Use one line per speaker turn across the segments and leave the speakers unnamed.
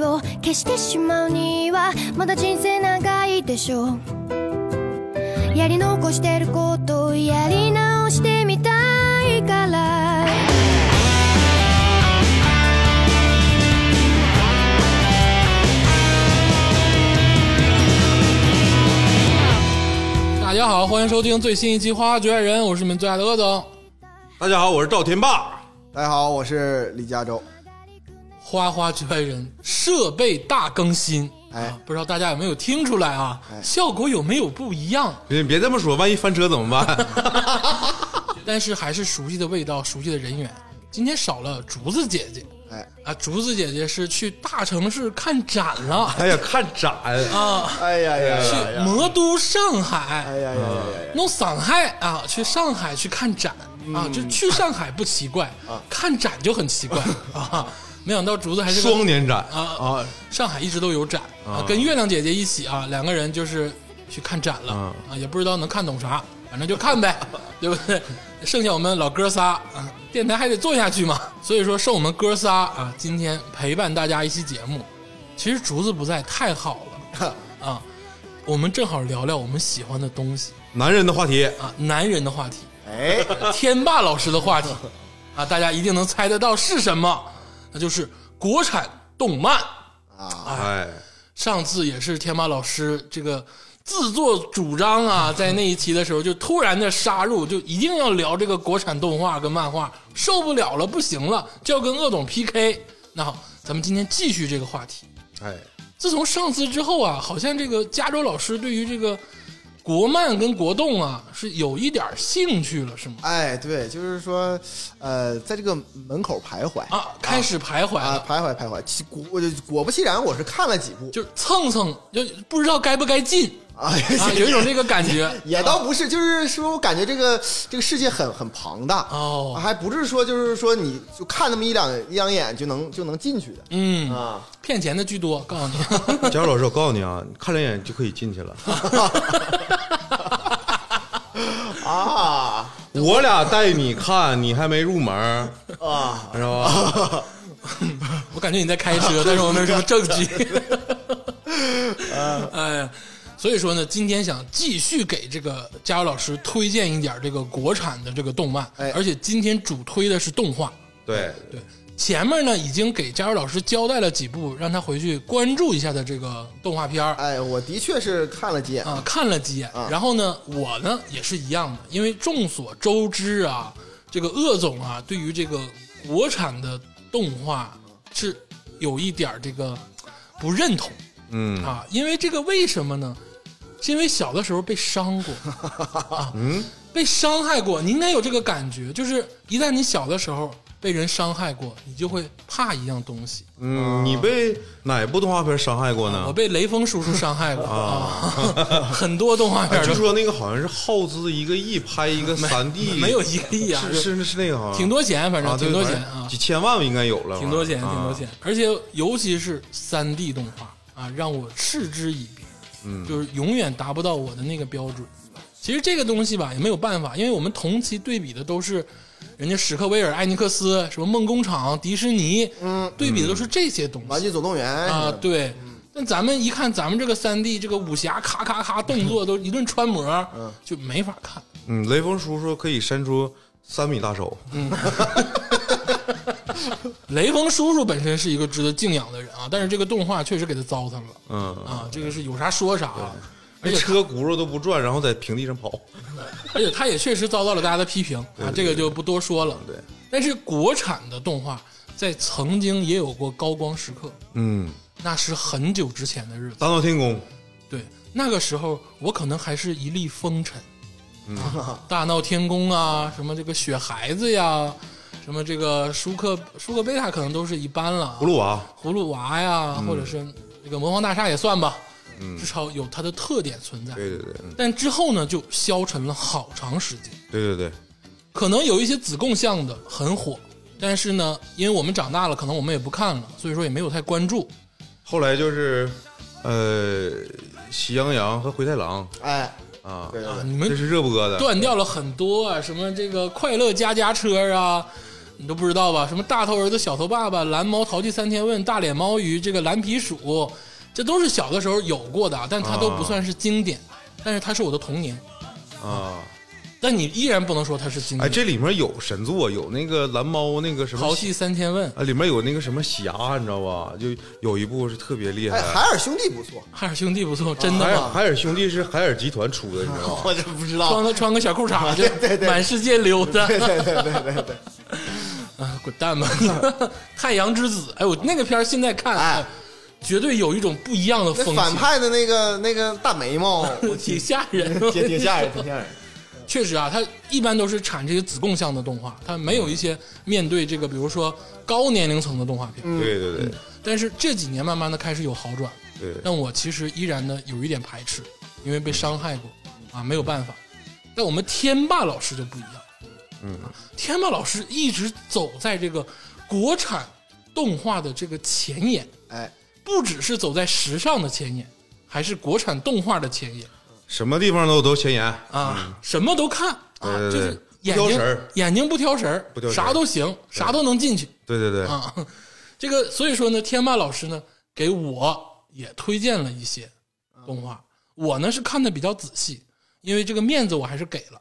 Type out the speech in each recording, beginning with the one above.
を消してしまうにはまだ人生長いでしょうやり残してることをやり直してみたいから
大家好，欢迎收听最新一期《花花局外人》，我是你们最爱的鄂总。
大家好，我是赵天霸。
大家好，我是李佳洲。
花花局外人设备大更新，
哎
啊，不知道大家有没有听出来啊？效果有没有不一样？
别别这么说，万一翻车怎么办？
但是还是熟悉的味道，熟悉的人员。今天少了竹子姐姐
哎
啊，竹子姐姐是去大城市看展了，
哎呀，看展啊，
哎呀呀
去
呀呀！
魔都上
哎
海，
呀呀呀呀！
弄上海
哎
啊，去上海去看展
嗯
啊，就去上海不奇怪，
啊
看展就很奇怪啊。没想到竹子还是个
双年展
啊啊！上海一直都有展啊，跟月亮姐姐一起啊，两个人就是去看展了啊，也不知道能看懂啥，反正就看 呗，对不对？剩下我们老哥仨啊，电台还得做下去嘛，所以说剩我们哥仨啊，今天陪伴大家一期节目。其实竹子不在太好 了啊，我们正好聊聊我们喜欢的东西
男人的话题，
啊，男人的话 题，
哎，
天霸老师的话题啊，大家一定能猜得到是什么，那就是国产动漫。
哎，
上次也是天马老师这个自作主张 啊，在那一期的时候就突然的杀入，就一定要聊这个国产动画跟漫画，受不了了，不行了，就要跟鄂总 PK。那好，咱们今天继续这个话题。
哎，
自从上次之后啊，好像这个加州老师对于这个国漫跟国动啊是有一点兴趣了，是吗？
哎，对，就是说，呃，在这个门口徘徊
啊，开始徘徊了，
啊，徘徊徘徊。其果我就果不其然，我是看了几部，
就蹭蹭，就不知道该不该进
啊，
啊，有一种这个感觉。
也倒不是，就是说我感觉这个这个世界很很庞大
哦
还不是说就是说你就看那么一两一两眼就能就能进去的
嗯，
啊。
骗钱的居多，告诉 你。
佳茹老师，我告诉你啊，你看两眼就可以进去了。
啊
我俩带你看，你还没入 门儿，
啊！
知道吧？
我感觉你在开车，但是我没有什么证据。哎呀，所以说呢，今天想继续给这个佳茹老师推荐一点这个国产的这个动漫，
哎
而且今天主推的是动画。
对，
对，前面呢已经给佳茹老师交代了几部，让他回去关注一下的这个动画片儿。
哎，我的确是看了几眼，
啊，看了几眼，然后呢，我呢也是一样的，因为众所周知啊，这个鄂总啊，对于这个国产的动画是有一点儿这个不认同
嗯，
啊，因为这个为什么呢？是因为小的时候被伤过，啊，被伤害过，你应该有这个感觉，就是一旦你小的时候被人伤害过，你就会怕一样东西。
嗯，你被哪部动画片伤害过
啊我
呢？
被雷锋叔叔伤害过啊， 很多动画片
据
都
哎说那个好像是耗资一个亿拍一个三 D，
没有一个亿啊，
是是是那个好像
挺多钱，反正
啊，对
挺多
反
钱
正
啊
几，千万应该有了吧，
挺多钱，
啊
挺多钱。。而且尤其是三 D 动画啊，让我嗤之以鼻，嗯，就是永远达不到我的那个标准。其实这个东西吧，也没有办法，因为我们同期对比的都是人家史克威尔、艾尼克斯、什么梦工厂、迪士尼，嗯，对比的都是这些东西。
玩具总动员
啊
什么，的
对。但咱们一看咱们这个三 D 这个武侠咔咔咔动 作都一顿穿模，就没法看。
嗯，雷锋叔叔可以伸出三米大手，
雷锋叔叔本身是一个值得敬仰的人啊，但是这个动画确实给他糟蹋了
嗯，
啊，这个是有啥说啥啊，而
那
且他
车轱辘都不转，然后在平地上跑。
而且他也确实遭到了大家的批评啊，这个就不多说了。
对，
但是国产的动画在曾经也有过高光时刻，
嗯，
那是很久之前的日子。
大闹天宫，
对，那个时候我可能还是一粒风尘，
嗯
啊大闹天宫啊，什么这个雪孩子呀，什么这个舒克舒克贝塔可能都是一般了啊
葫。芦娃，
葫芦娃呀，或者是这个魔方大厦也算吧，至少有它的特点存在。
对对对，嗯
但之后呢，就消沉了好长时间。
对对对，
可能有一些子贡像的很火，但是呢，因为我们长大了，可能我们也不看了，所以说也没有太关注。
后来就是，呃，喜羊羊和灰太狼
哎，
啊，
对对对
你
这
们
是热播的，
断掉了很多啊，什么这个快乐家家车啊，你都不知道吧？什么大头儿子、小头爸爸、蓝猫淘气三天问、大脸猫鱼、这个蓝皮鼠，这都是小的时候有过的啊，但它都不算是经典，但是它是我的童年。
啊，
但你依然不能说它是经
哎，
典。
这里面有神作，有那个蓝猫那个什么
淘气三千问，
啊，里面有那个什么侠，你知道吧？就有一部是特别厉害
哎，，海尔兄弟不错，
海尔兄弟不错，
啊
真的
海尔
吗？
海尔兄弟是海尔集团出的，你知道吗？
我这不知
穿
道。
个穿个小裤衩就
啊对对
满世界溜达，
对对对对对对，
啊，滚蛋吧！ 太阳之子，哎，我那个片儿现在看，
哎
绝对有一种不一样的
那
风
反
气，
派的那个那个大眉毛， 我
挺吓人，
挺挺吓人，挺吓人。
确实啊，它一般都是产这些子供向的动画，它没有一些面对这个，比如说高年龄层的动画
嗯
片。
对对对
但是这几年慢慢的开始有好转，
对，
但我其实依然呢有一点排斥，因为被伤害过啊，没有办法。但我们天霸老师就不一样，啊
嗯，
天霸老师一直走在这个国产动画的这个前沿，
哎，
不只是走在时尚的前沿，还是国产动画的前沿
什么地方都都前沿
啊，什么都看啊，
嗯对对对
就是眼
不挑
睛
食儿
眼睛不挑食儿，
不挑食
啥都行，啥都能进去
对对对，
啊。 这个所以说呢，天霸老师呢给我也推荐了一些动画，我呢是看的比较仔细，因为这个面子我还是给了。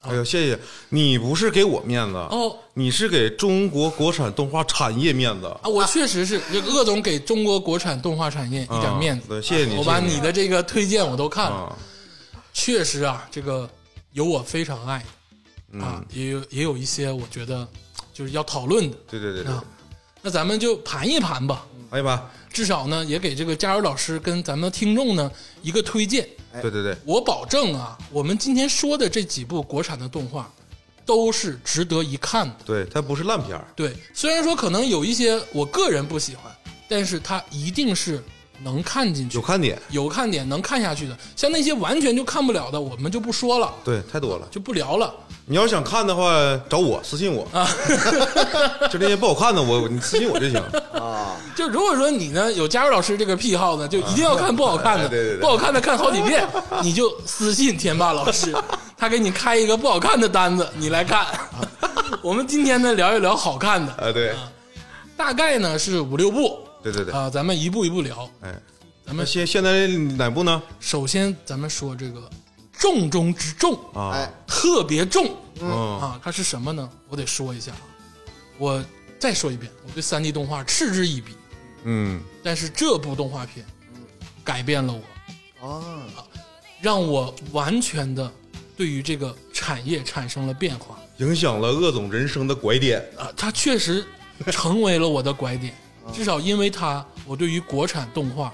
哎呦，谢谢你，不是给我面子
哦，
你是给中国国产动画产业面子。
啊，我确实是，这个鄂总给中国国产动画产业一点面子，
啊对谢谢你
我把
谢
你
谢你
的这个推荐我都看了，
啊，
确实啊，这个有我非常爱
嗯
的啊，也有也有一些我觉得就是要讨论的
对对对对，
啊。那咱们就盘一盘吧，
哎呀妈，
至少呢也给这个加油老师跟咱们的听众呢一个推荐。
对对对，
我保证啊，我们今天说的这几部国产的动画都是值得一看的。
对，它不是烂片儿，
对，虽然说可能有一些我个人不喜欢，但是它一定是能看进去
有，看点，
有看点能看下去的。像那些完全就看不了的，我们就不说了，
对，太多了。
就不聊了。
你要想看的话，找我私信我 啊， 就那些不好看的，我你私信我就行。
就如果说你呢有加入老师这个癖好呢，就一定要看不好看的，
哎对对对
不好看的看好几遍，你就私信天霸老 师，他给你开一个不好看的单子，你来看。我们今天呢聊一聊好看的，
啊，对
大概呢是五六部
对对对，
啊、咱们一步一步聊。
哎，
咱
那
们
现现在哪部呢？
首先咱们说这个重中之重，
啊
哎，
特别重
嗯，
啊，它是什么呢？我得说一下，啊，我再说一遍，我对三 D 动画嗤之以鼻，
嗯，
但是这部动画片改变了我。
啊，
让我完全的对于这个产业产生了变化
影响了鄂总人生的拐点。
啊、它确实成为了我的拐点，
嗯
至少因为它，我对于国产动画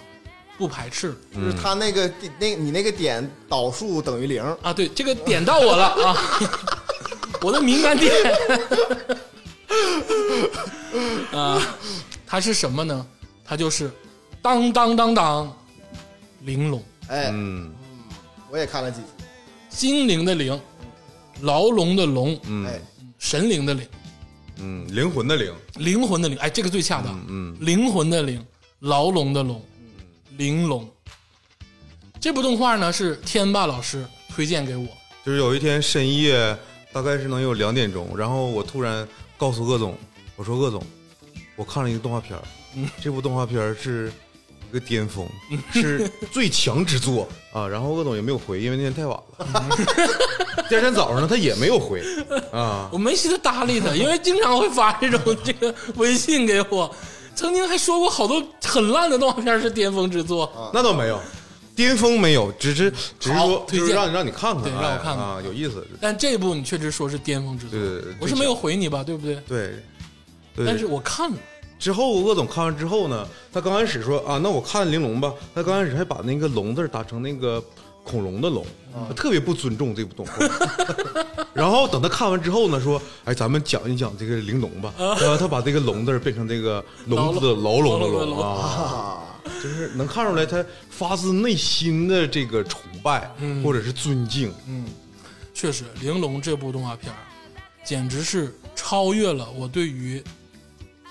不排斥了
就是他那个地那你那个点导数等于零，
啊。对，这个点到我了啊， 我的敏感点啊，它是什么呢？它就是当当当当，玲珑，
哎，
嗯
我也看了几集，
精灵的灵，牢笼的笼，
哎
嗯，
神灵的灵。
嗯，灵魂的灵，
灵魂的灵，哎，这个最恰当。
嗯
灵魂的灵，牢笼的笼，玲珑。这部动画呢是天霸老师推荐给我，
就是有一天深夜，大概是能有两点钟，然后我突然告诉鄂总，我说鄂总，我看了一个动画片儿，
嗯
这部动画片儿是一个巅峰， 是最强之作啊。然后鄂总也没有回，因为那天太晚了。
嗯
第二天早上呢，他也没 有回啊。
我没寻思搭理他，因为经常会发这 种这个微信给我。曾经还说过好多很烂的动画片是巅峰之作，
那倒没有，巅峰没有，只是只是
好
说，
推
就
荐
是让你让你看看，
对
哎
让我看看
啊，有意思。
但这部你确实说是巅峰之作
对对对，
我是没有回你吧，对不对？
对，对
但是我看了，
之后鄂总看完之后呢，他刚开始说啊，那我看玲珑吧。他刚开始还把那个“龙”字儿打成那个恐龙的“龙”，
啊
他特别不尊重这部动画。然后等他看完之后呢，说哎，咱们讲一讲这个玲珑吧。
啊
然后他把这个“龙”字儿变成这个“笼子”的“牢笼”的“
牢笼的
笼”
笼
啊，
啊，
就是能看出来他发自内心的这个崇拜
嗯
或者是尊敬。
确实，《玲珑》这部动画片儿简直是超越了我对于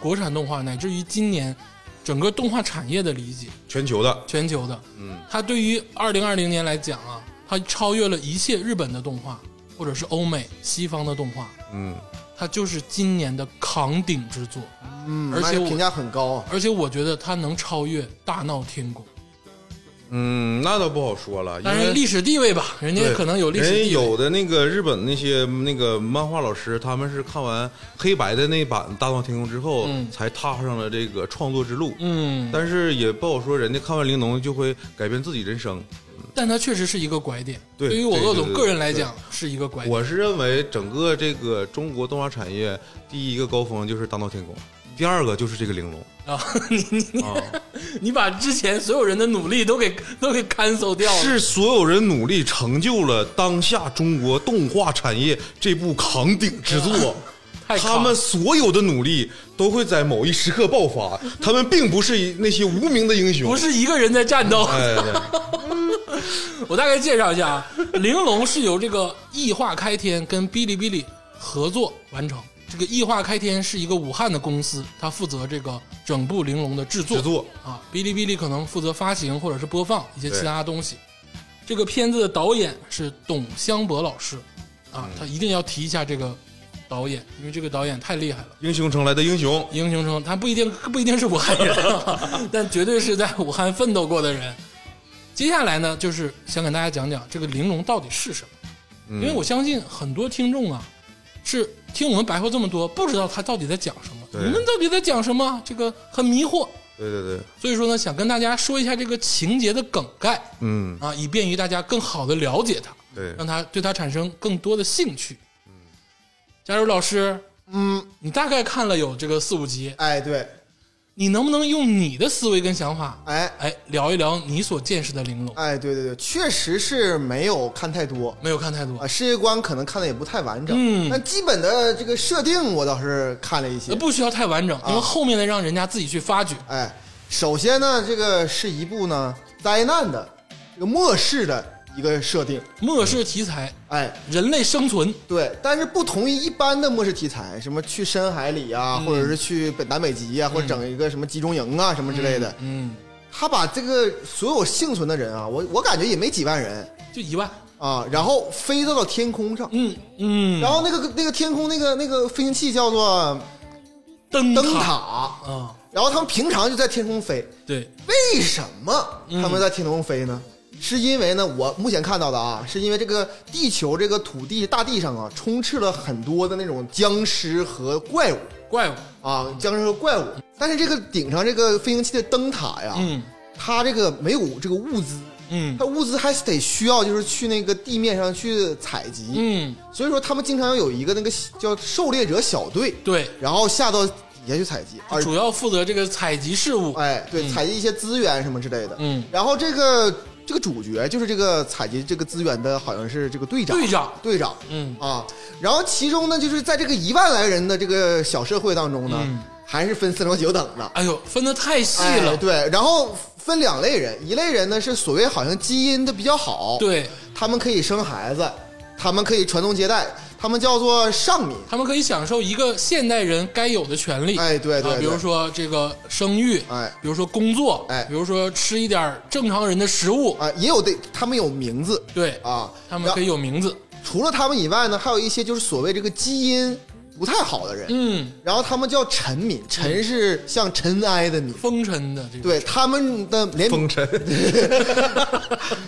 国产动画乃至于今年整个动画产业的理解，
全球的，
全球的。
嗯，
它对于二零二零年来讲啊，它超越了一切日本的动画，或者是欧美西方的动画。
嗯，
它就是今年的扛鼎之作，
嗯，
而且
那
我
评价很高啊。
而且我觉得它能超越《大闹天宫》，
嗯，那倒不好说了，因
但是
为
历史地位吧，人家
对
可能有历史
人
地
家
位。
有的那个日本那些那个漫画老师，他们是看完黑白的那版《大闹天宫》之后，
嗯
才踏上了这个创作之路。
嗯，
但是也不好说，人家看完《玲珑》就会改变自己人生。
但它确实是一个拐点。
对
于我
对对
鄂总
对
个人来
对
讲是一个拐点。
我是认为整个这个中国动画产业第一个高峰就是《大闹天宫》，第二个就是这个《玲珑
啊， 你你》
啊，
你把之前所有人的努力都给都给 cancel 掉了。
是所有人努力成就了当下中国动画产业这部扛鼎之 作。
太
他们所有的努力都会在某一时刻爆 发，他们并不是那些无名的英雄，
不是一个人在战斗。
哎，对，
我大概介绍一下啊，《玲珑》是由这个异化开天跟哔哩哔哩合作完成。这个异化开天是一个武汉的公司，它负责这个整部《玲珑》的制作。
制作
啊，哔哩哔哩可能负责发行或者是播放一些其他东西。这个片子的导演是董湘博老师，啊，他一定要提一下这个导演，因为这个导演太厉害了。
英雄城来的英雄，
英雄城，他不一定不一定是武汉人， 但绝对是在武汉奋斗过的人。接下来呢，就是想给大家讲讲这个玲珑到底是什么，
嗯
因为我相信很多听众啊，是听我们白话这么多，不知道他到底在讲什么，
对
你们到底在讲什么，这个很迷惑。
对对对，
所以说呢，想跟大家说一下这个情节的梗概
嗯，
啊，以便于大家更好的了解它，
对，嗯
让他对它产生更多的兴趣。加入老师，
嗯，
你大概看了有这个四五集，
哎，对，
你能不能用你的思维跟想法，
哎，
哎，聊一聊你所见识的玲珑？
哎，对对对，确实是没有看太多
没有看太多
啊，，世界观可能看的也不太完整。
嗯
但基本的这个设定我倒是看了一些
呃。不需要太完整，
啊
因为后面的让人家自己去发掘。
哎，首先呢，这个是一部呢灾难的这个末世的一个设定。
末世题材，
哎，
人类生存，
对，但是不同于一般的末世题材，什么去深海里啊，
嗯
或者是去北南北极啊，或者整一个什么集中营啊，什么之类的。
嗯，
他把这个所有幸存的人啊，我我感觉也没几万人
就一万，
啊，然后飞到了天空上，
嗯嗯，
然后那个那个天空那个那个飞行器叫做
灯
灯
塔
塔，
啊，
然后他们平常就在天空飞，
对，
为什么
嗯
他们在天空飞呢？是因为呢，我目前看到的啊，是因为这个地球这个土地大地上啊，充斥了很多的那种僵尸和怪物
怪物，
啊，僵尸和怪物。但是这个顶上这个飞行器的灯塔呀，
嗯
它这个没有这个物资，
嗯
它物资还得需要就是去那个地面上去采集，
嗯，
所以说他们经常有一个那个叫狩猎者小队，
对，
然后下到底下去采集，而
主要负责这个采集事务，
哎，对，
嗯
采集一些资源什么之类的。
嗯
然后这个这个主角就是这个采集这个资源的，好像是这个队长。
队长
队长，
嗯
啊，然后其中呢，就是在这个一万来人的这个小社会当中呢，
嗯
还是分三六九等的。
哎呦，分的太 细
哎
了，
对，然后分两类人，一类人呢是所谓好像基因的比较好，，
对
他们可以生孩子，他们可以传宗接代，他们叫做上民。
他们可以享受一个现代人该有的权利，
哎，对对
啊，
对，
比如说这个生育，
哎
比如说工作，
哎
比如说吃一点正常人的食物，
啊，也有的，他们有名字
对，
啊，
他们可以有名字，
除了他们以外呢，还有一些就是所谓这个基因不太好的人，
嗯，
然后他们叫尘民，尘是像尘埃的民，
风尘的这个，
对他们的连
风 尘。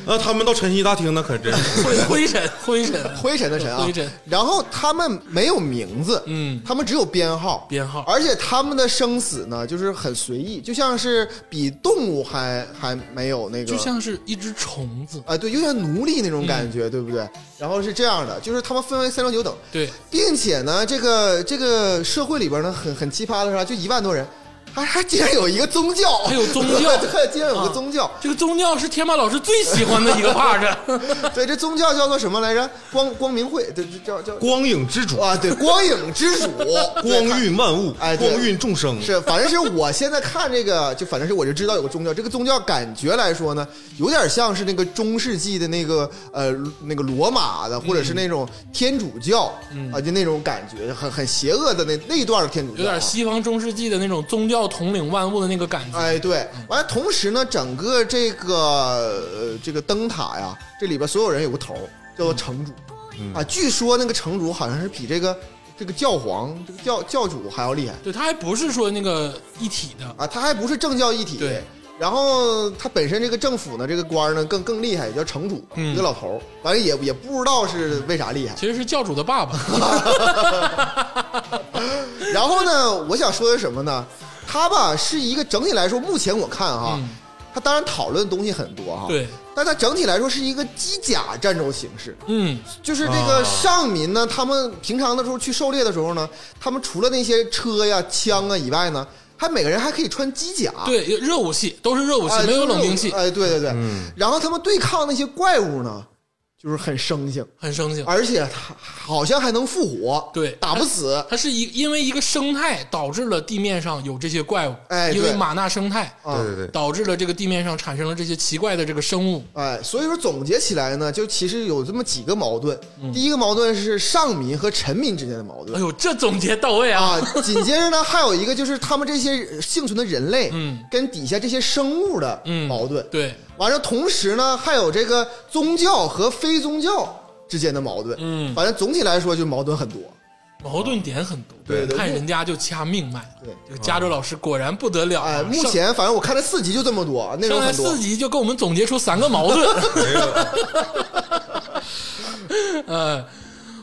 那他们到晨曦大厅那可真是，
灰灰尘，灰尘，
灰尘的尘啊，
灰尘
然后他们没有名字，
嗯
他们只有编号，
编号
而且他们的生死呢，就是很随意，就像是比动物还还没有那个，
就像是一只虫子，
啊、对，有点奴隶那种感觉，对不对？然后是这样的，就是他们分为三六九等，
嗯对，
并且呢，这个这个社会里边呢，很很奇葩的是啥，就一万多人，还还竟然有一个宗教，
还有宗教 啊
对，竟然有个宗教，
这个宗教是天霸老师最喜欢的一个 part，
对，这宗教叫做什么来着？光光明会，对，这叫叫
光影之主，
啊，对，光影 之主，对
光
它
晕万物，
哎对
光晕众生，
是，反正是我现在看这个，就反正是我就知道有个宗教，这个宗教感觉来说呢，有点像是那个中世纪的那个呃那个罗马的，或者是那种天主教、啊，就那种感觉，很很邪恶的那那一段的天主教、啊，
嗯有点西方中世纪的那种宗教统领万物的那个感觉，
哎，对，
嗯
完了，同时呢，整个这个呃这个灯塔呀，
嗯
这里边所有人有个头儿，叫做城主、啊。据说那个城主好像是比这个这个教皇、这个教教主还要厉害
对，它还不是说那个一体的，
啊，他还不是政教一体。
对。
然后他本身这个政府呢，这个官儿呢更更厉害，叫城主，
嗯
一个老头儿，完了也也不知道是为啥厉害。
其实是教主的爸爸。
啊然后呢，我想说的是什么呢？他吧是一个整体来说，目前我看哈，
嗯
他当然讨论的东西很多哈，，
对，
但他整体来说是一个机甲战斗形式，
嗯，
就是这个
啊
上民呢，他们平常的时候去狩猎的时候呢，他们除了那些车呀、枪啊以外呢，还每个人还可以穿机甲，
对，热武器都是热武器
哎，，
没有冷兵器，
哎，对对对，
嗯
然后他们对抗那些怪物呢，就是很生性，
很生性。
而且他好像还能复活，
对
打不死，
它是一因为一个生态导致了地面上有这些怪物，
哎
因为
对
马纳生态
啊
对对对，
导致了这个地面上产生了这些奇怪的这个生物。
哎，所以说总结起来呢，就其实有这么几个矛盾。第一个矛盾是上民和臣民之间的矛
嗯哎
盾
呦，这总结到位啊！
啊，紧接着呢还有一个就是他们这些幸存的人类，
嗯，
跟底下这些生物的
嗯
矛盾。
对，
完了，同时呢还有这个宗教和非宗教之间的矛盾。
嗯
反正总体来说就矛盾很多。
矛盾点很多，
对对
看
目
人家就掐命脉。
对
这个加州老师果然不得了啊！
哎，目
上
前反正我看了四集就这么多，内容
上来
很多
四。集就跟我们总结出三个矛盾。
没有，
呃，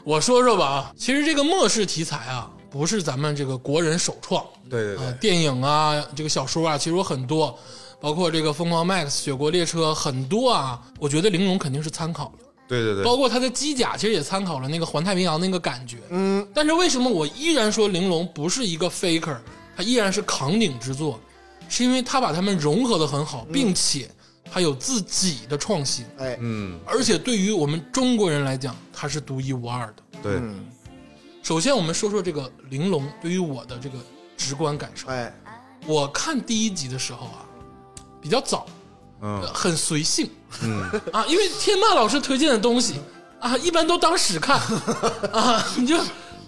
我说说吧啊，其实这个末世题材啊，不是咱们这个国人首创，
对对
呃
对，，
电影啊，这个小说啊，其实有很多，包括这个《疯狂 Max》《雪国列车》很多啊，我觉得玲珑肯定是参考了，
对对对，
包括它的机甲其实也参考了那个环太平洋那个感觉。嗯，但是为什么我依然说玲珑不是一个 faker，它依然是扛鼎之作，是因为它把它们融合的很好，并且它有自己的创新，
哎，
嗯，
而且对于我们中国人来讲，它是独一无二的。
对，
嗯
首先，我们说说这个玲珑对于我的这个直观感受。
哎，
我看第一集的时候啊，比较早，呃
嗯
很随性
嗯，
啊，因为天霸老师推荐的东西啊，一般都当屎 看啊，你就。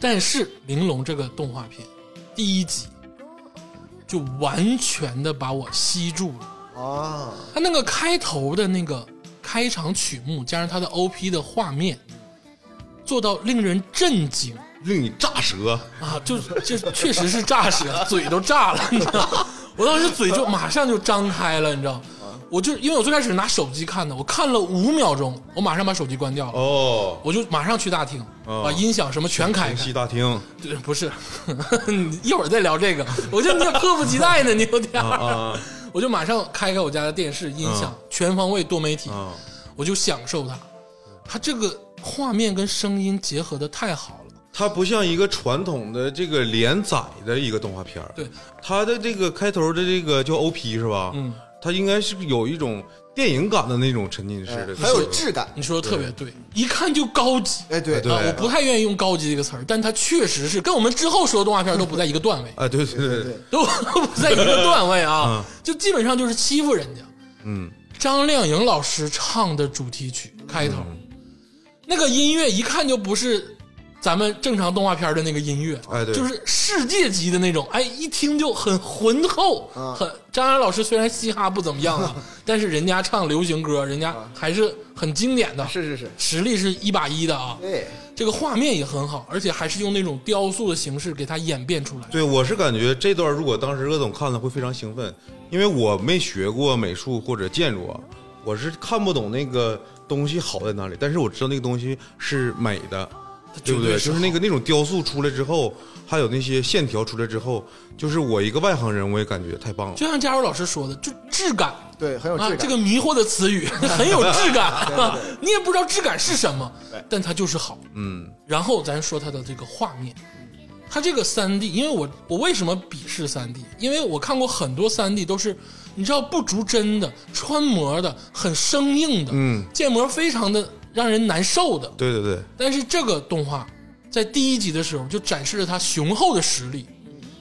但是《玲珑》这个动画片第一集就完全的把我吸住了，
啊，
它那个开头的那个开场曲目，加上它的 OP 的画面，做到令人震惊。
令你炸舌，
啊，就是这确实是诈舌，嘴都炸了，你知道吗？我当时嘴就马上就张开了，你知道吗？
啊
我就因为我最开始拿手机看的，我看了五秒钟，我马上把手机关掉了，
哦，
我就马上去大厅，
哦
把音响什么全开
晨
开
曦。大厅
对， 不是，你一会儿再聊这个，我觉得你也迫不及待呢，你有点儿。
啊
我就马上开开我家的电视，音响、全方位多媒体，
啊，嗯
我就享受它。它这个画面跟声音结合的太好了。
它不像一个传统的这个连载的一个动画片儿，
对，
它的这个开头的这个叫 OP 是吧？嗯，它应该是有一种电影感的那种沉浸式的，
很哎有质感。
你说的特别对，一看就高级。
哎，
嗯
对
哎对
啊，我不太愿意用“高级”这个词儿，但它确实是跟我们之后说的动画片都不在一个
，
段位
哎，对对对
对对
都不在一个段位啊， 就基本上就是欺负人家。
嗯，
张靓颖老师唱的主题曲开头，
嗯
那个音乐一看就不是咱们正常动画片的那个音乐，
哎对
就是世界级的那种，哎，一听就很浑厚，
嗯
啊
很。张靓颖老师虽然嘻哈不怎么 样啊，但是人家唱流行歌，人家
嗯
还是很经典的，
是是是，
实力是一把一的
嗯
啊。
对，
这个画面也很好，而且还是用那种雕塑的形式给它演变出来。
对，我是感觉这段如果当时鄂总看了会非常兴奋，因为我没学过美术或者建筑，啊，我是看不懂那个东西好在哪里，但是我知道那个东西是美的，对不
绝对是
就是那个那种雕塑出来之后，还有那些线条出来之后，就是我一个外行人，我也感觉太棒了。
就像佳茹老师说的，就质感
对，很有质
啊，
感。
这个迷惑的词语很有质感，啊 你也不知道质感是什么，但它就是好。
嗯，
然后咱说它的这个画面，它这个三 D，因为我我为什么鄙视三 D？因为我看过很多三 D 都是你知道不逐帧的、穿模的、很生硬的，
嗯，
建模非常的让人难受的，
对对对，
但是这个动画在第一集的时候就展示了它雄厚的实力。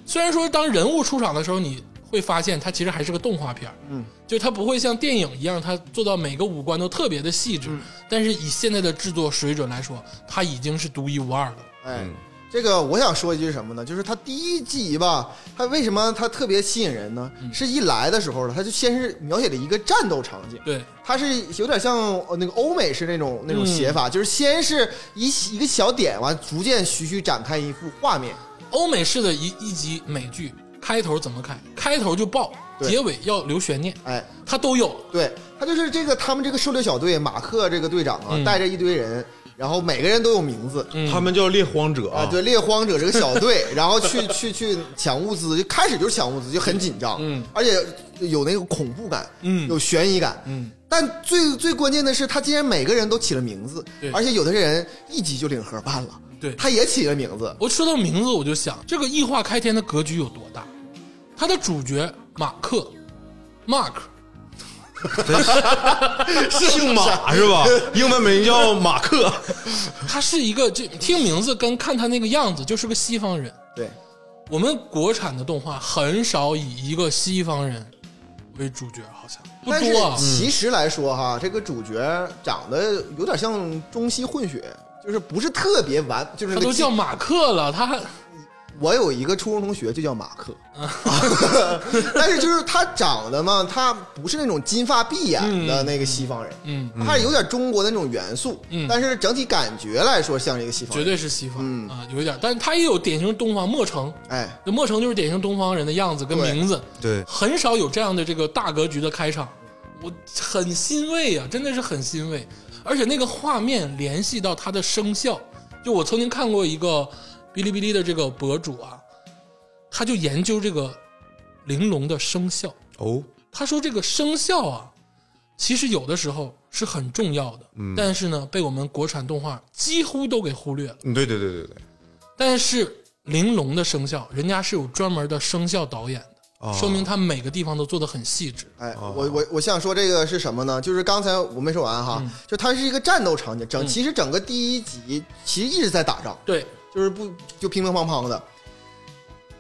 虽然说当人物出场的时候，你会发现它其实还是个动画片嗯，就它不会像电影一样，它做到每个五官都特别的
嗯
细致。但是以现在的制作水准来说，它已经是独一无二的。
哎，这个我想说一句是什么呢？就是它第一集吧，它为什么它特别吸引人呢？
嗯
是一来的时候呢，它就先是描写了一个战斗场景，
对，嗯
它是有点像呃那个欧美式那种那种写法，就是先是一一个小点，完逐渐徐徐展开一幅画面。
欧美式的一一集美剧开头怎么开？开头就爆，
对
结尾要留悬念，
哎，
它都有了。
对他就是这个他们这个狩猎小队，马克这个队长啊，
嗯
带着一堆人，然后每个人都有名字。
嗯哦
他们叫猎荒者
啊，
啊，
对，猎荒者这个小 队，然后去去去抢物资，就开始就是抢物资，就很紧张，
嗯，
而且有那个恐怖感，
嗯
有悬疑感，
嗯，
但最最关键的是，他竟然每个人都起了名字
对，
而且有的人一集就领盒饭了，
对
他也起了名字，
我说到名字，我就想这个异化开天的格局有多大？它的主角马克，Mark，
姓马是吧？英文名叫马克，
他是一个这听名字跟看他那个样子就是个西方人。
对，
我们国产的动画很少以一个西方人为主角，好像不
但是
多啊。
其实来说哈，这个主角长得有点像中西混血，就是不是特别完，就是
他
那个
都
基
叫马克了，他
嗯
还
我有一个初中同学就叫马克， 但是就是他长得嘛，他不是那种金发碧眼的那个西方人，
嗯，
他还是有点中国的那种元素，
嗯
但是整体感觉来说像一个西方
绝
人，
对是西方啊、
嗯
有一点，但是他也有典型东方莫城，
哎，
那莫城就是典型东方人的样子跟
对
名字，
对，
很少有这样的这个大格局的开场，我很欣慰啊，真的是很欣慰。而且那个画面联系到他的声效，就我曾经看过一个哔哩哔哩的这个博主啊，他就研究这个玲珑的声效，
哦，
他说这个声效啊，其实有的时候是很重要的，但是呢，被我们国产动画几乎都给忽略了。
嗯对对对对对，
但是玲珑的声效，人家是有专门的声效导演的，
哦
说明他每个地方都做的很细致。
哎，我我我想说这个是什么呢？就是刚才我没说完
嗯
哈，就它是一个战斗场景，整其实整个第一集其实一直在打仗，
对，
就是不就乒乒乓乓的。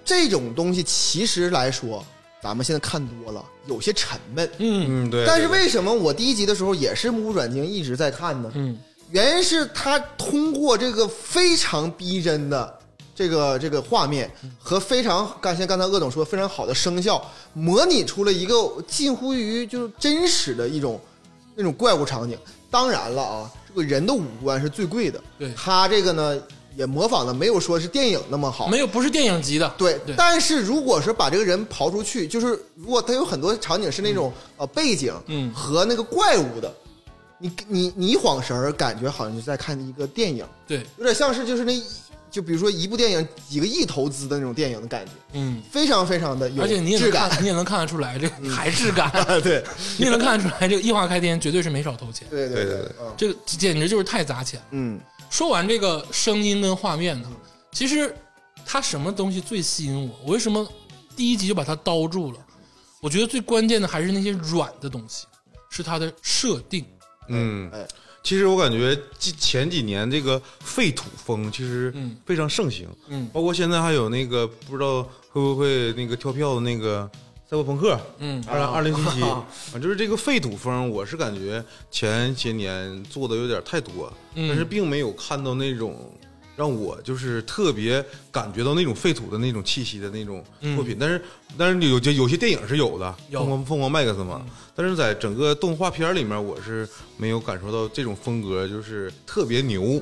这种东西其实来说，咱们现在看多了，有些沉闷。
嗯
嗯对，
但是
对
为什么我第一集的时候也是目不转睛一直在看呢？
嗯
原因是他通过这个非常逼真的这个这个画面
嗯
和非常刚像刚才鄂总说非常好的声效，模拟出了一个近乎于就是真实的一种那种怪物场景。当然了啊，这个人的五官是最贵的，
对
他这个呢也模仿的没有说是电影那么好，
没有不是电影级的，
哦对，
对
但是如果是把这个人刨出去，就是如果他有很多场景是那种、呃背景，
嗯
和那个怪物的，你你你一晃神儿，感觉好像是在看一个电影，
对，
有点像是就是那，就比如说一部电影几个亿投资的那种电影的感觉，
嗯，
非常非常的有
而且你也
质
能
感，嗯
看，你也能看得出来这个还质感，
对
你也能看得出来这个异化开天绝对是没少投钱，
对对
对对对
嗯
这个简直就是太砸钱。
嗯，
说完这个声音跟画面呢，其实它什么东西最吸引我？我为什么第一集就把它刀住了？我觉得最关键的还是那些软的东西，是它的设定。
嗯
哎，
其实我感觉近前几年这个废土风其实
嗯
非常盛行，
嗯
包括现在还有那个不知道会不会那个跳票的那个赛博朋克，
嗯
二零二零七七，啊，就是这个废土风，我是感觉前些年做的有点太多，
嗯
但是并没有看到那种让我就是特别感觉到那种废土的那种气息的那种作品。但是但是有些有些电影是有的，
嗯有嗯
疯狂疯狂麦克斯嘛，但是在整个动画片里面，我是没有感受到这种风格就是特别牛。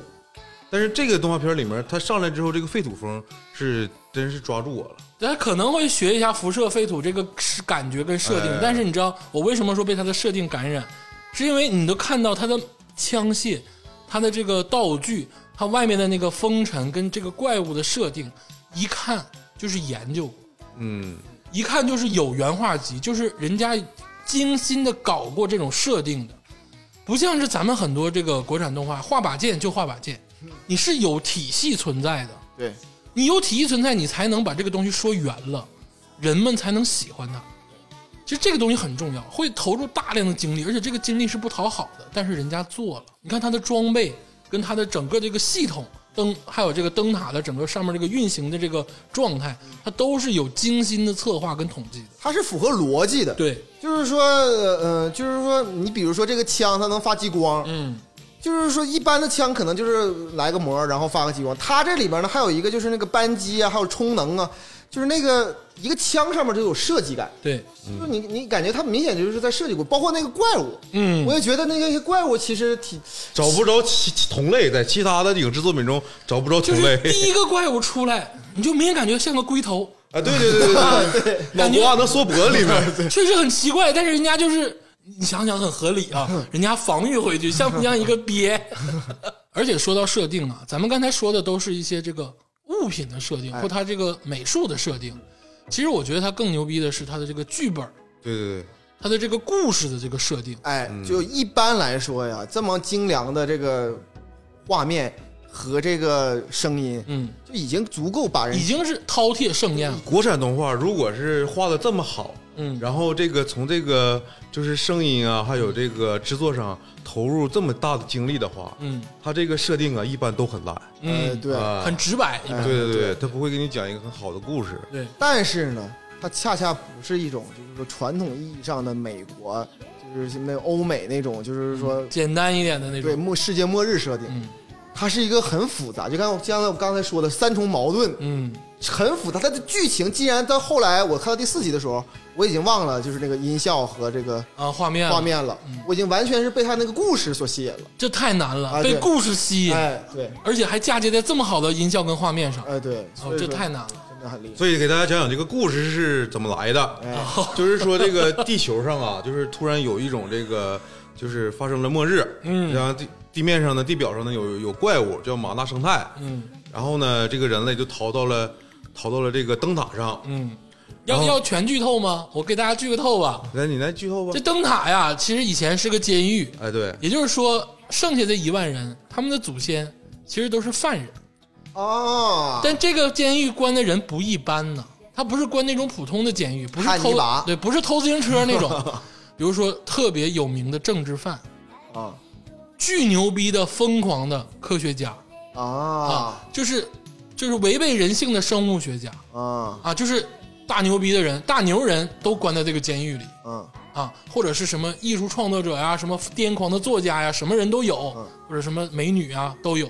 但是这个动画片里面，它上来之后，这个废土风是真是抓住我了。
他可能会学一下辐射废土这个是感觉跟设定，
哎
但是你知道我为什么说被他的设定感染，是因为你都看到他的枪械、他的这个道具、他外面的那个风尘跟这个怪物的设定，一看就是研究过，
嗯，
一看就是有原画集，就是人家精心的搞过这种设定的，不像是咱们很多这个国产动画画把剑就画把剑，你是有体系存在的。
对，
你有体系存在，你才能把这个东西说圆了，人们才能喜欢它。其实这个东西很重要，会投入大量的精力，而且这个精力是不讨好的。但是人家做了，你看它的装备跟它的整个这个系统灯，还有这个灯塔的整个上面这个运行的这个状态，它都是有精心的策划跟统计的。
它是符合逻辑的，
对，
就是说呃呃，就是说你比如说这个枪它能发激光，
嗯，
就是说一般的枪可能就是来个膜，然后发个激光。它这里边呢还有一个就是那个扳机啊，还有充能啊，就是那个一个枪上面就有设计感，
对，
就是你你感觉它明显就是在设计过，包括那个怪物，
嗯
我也觉得那些怪物其实挺
找不着其其同类，在其他的影视作品中找不着
就
同类
是第一个怪物出来，你就明显感觉像个龟头，
啊！对对对对对对，脑
感觉
瓜能缩脖子 里面，对
确实很奇怪，但是人家就是你想想很合理啊，
嗯
人家防御回去像不像一个 鳖？而且说到设定啊，咱们刚才说的都是一些这个物品的设定
哎
或它这个美术的设定，其实我觉得它更牛逼的是它的这个剧本，
对对，
它的这个故事的这个设定。
哎，就一般来说呀，这么精良的这个画面和这个声音，
嗯，
就已经足够把人
已经是饕餮盛宴了。
国产动画如果是画的这么好，
嗯
然后这个从这个就是声音啊，还有这个制作上投入这么大的精力的话，
嗯
它这个设定啊一般都很烂，
呃
嗯，
对，
啊
很直白。
哎
一般
对对对，他不会给你讲一个很好的故事，
对，
但是呢，它恰恰不是一种就是说传统意义上的美国，就是那欧美那种，就是说
简单一点的那
对
种。
末世界末日设定，
嗯
它是一个很复杂，就刚我刚才我刚才说的三重矛盾，
嗯
很复杂。它的剧情既然到后来我看到第四集的时候，我已经忘了就是那个音效和这个
啊，画面
画面了，
嗯
我已经完全是被他那个故事所吸引了。
这太难了，
啊
被
对
故事吸引，
哎，对，
而且还嫁接在这么好的音效跟画面上，
哎对，
哦，
所以
这
说
太难了。
真的很厉害。
所以给大家讲讲这个故事是怎么来的。
哎，
就是说这个地球上啊，就是突然有一种这个，就是发生了末日，
嗯
然后地地面上呢、地表上呢有有怪物叫马纳生态，
嗯
然后呢，这个人类就逃到了逃到了这个灯塔上。
嗯，要
然后
要全剧透吗？我给大家剧个透吧。
来，你来剧透吧
这。灯塔呀，其实以前是个监狱，
哎，对，
也就是说，剩下的一万人，他们的祖先其实都是犯人。
哦，
但这个监狱关的人不一般呢，他不是关那种普通的监狱，不是
汉尼
偷
拔
对，不是偷自行车那种，比如说特别有名的政治犯，
啊
巨牛逼的疯狂的科学家
啊
就是就是违背人性的生物学家
啊
啊，就是大牛逼的人，大牛人都关在这个监狱里
啊！
啊，或者是什么艺术创作者呀，什么癫狂的作家呀，什么人都有，或者什么美女啊都有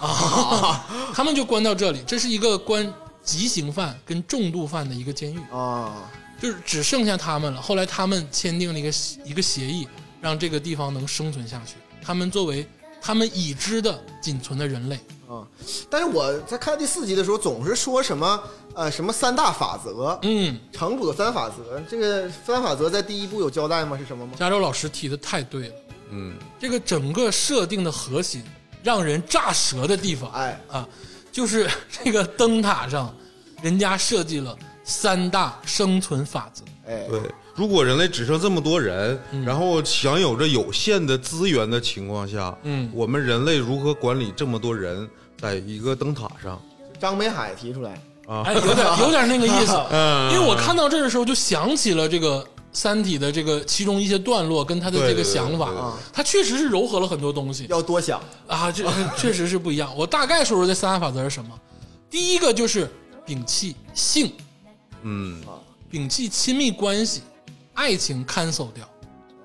啊， 他们就关到这里，这是一个关极刑犯跟重度犯的一个监狱，
啊，
就是只剩下他们了。后来他们签订了一个一个协议，让这个地方能生存下去。他们作为他们已知的仅存的人类，
啊！但是我在看第四集的时候，总是说什么呃什么三大法则，
嗯，
城主的三法则，这个三法则在第一部有交代吗？是什么吗？
加州老师提的太对了，
嗯，
这个整个设定的核心，让人炸舌的地方，
哎
啊，就是这个灯塔上，人家设计了三大生存法则。
哎，
对。如果人类只剩这么多人，
嗯
然后享有着有限的资源的情况下，
嗯
我们人类如何管理这么多人在一个灯塔上？
张北海提出来，
啊
哎，有点有点那个意思，
嗯
因为我看到这儿的时候就想起了这个《三体》的这个其中一些段落跟他的这个
对对对
想
对对
法
对，
他确实是糅合了很多东西
要多想
啊，这确实是不一样。我大概说说这三大法则是什么，第一个就是摒弃性，
嗯，
摒弃亲密关系，爱情 cancel 掉，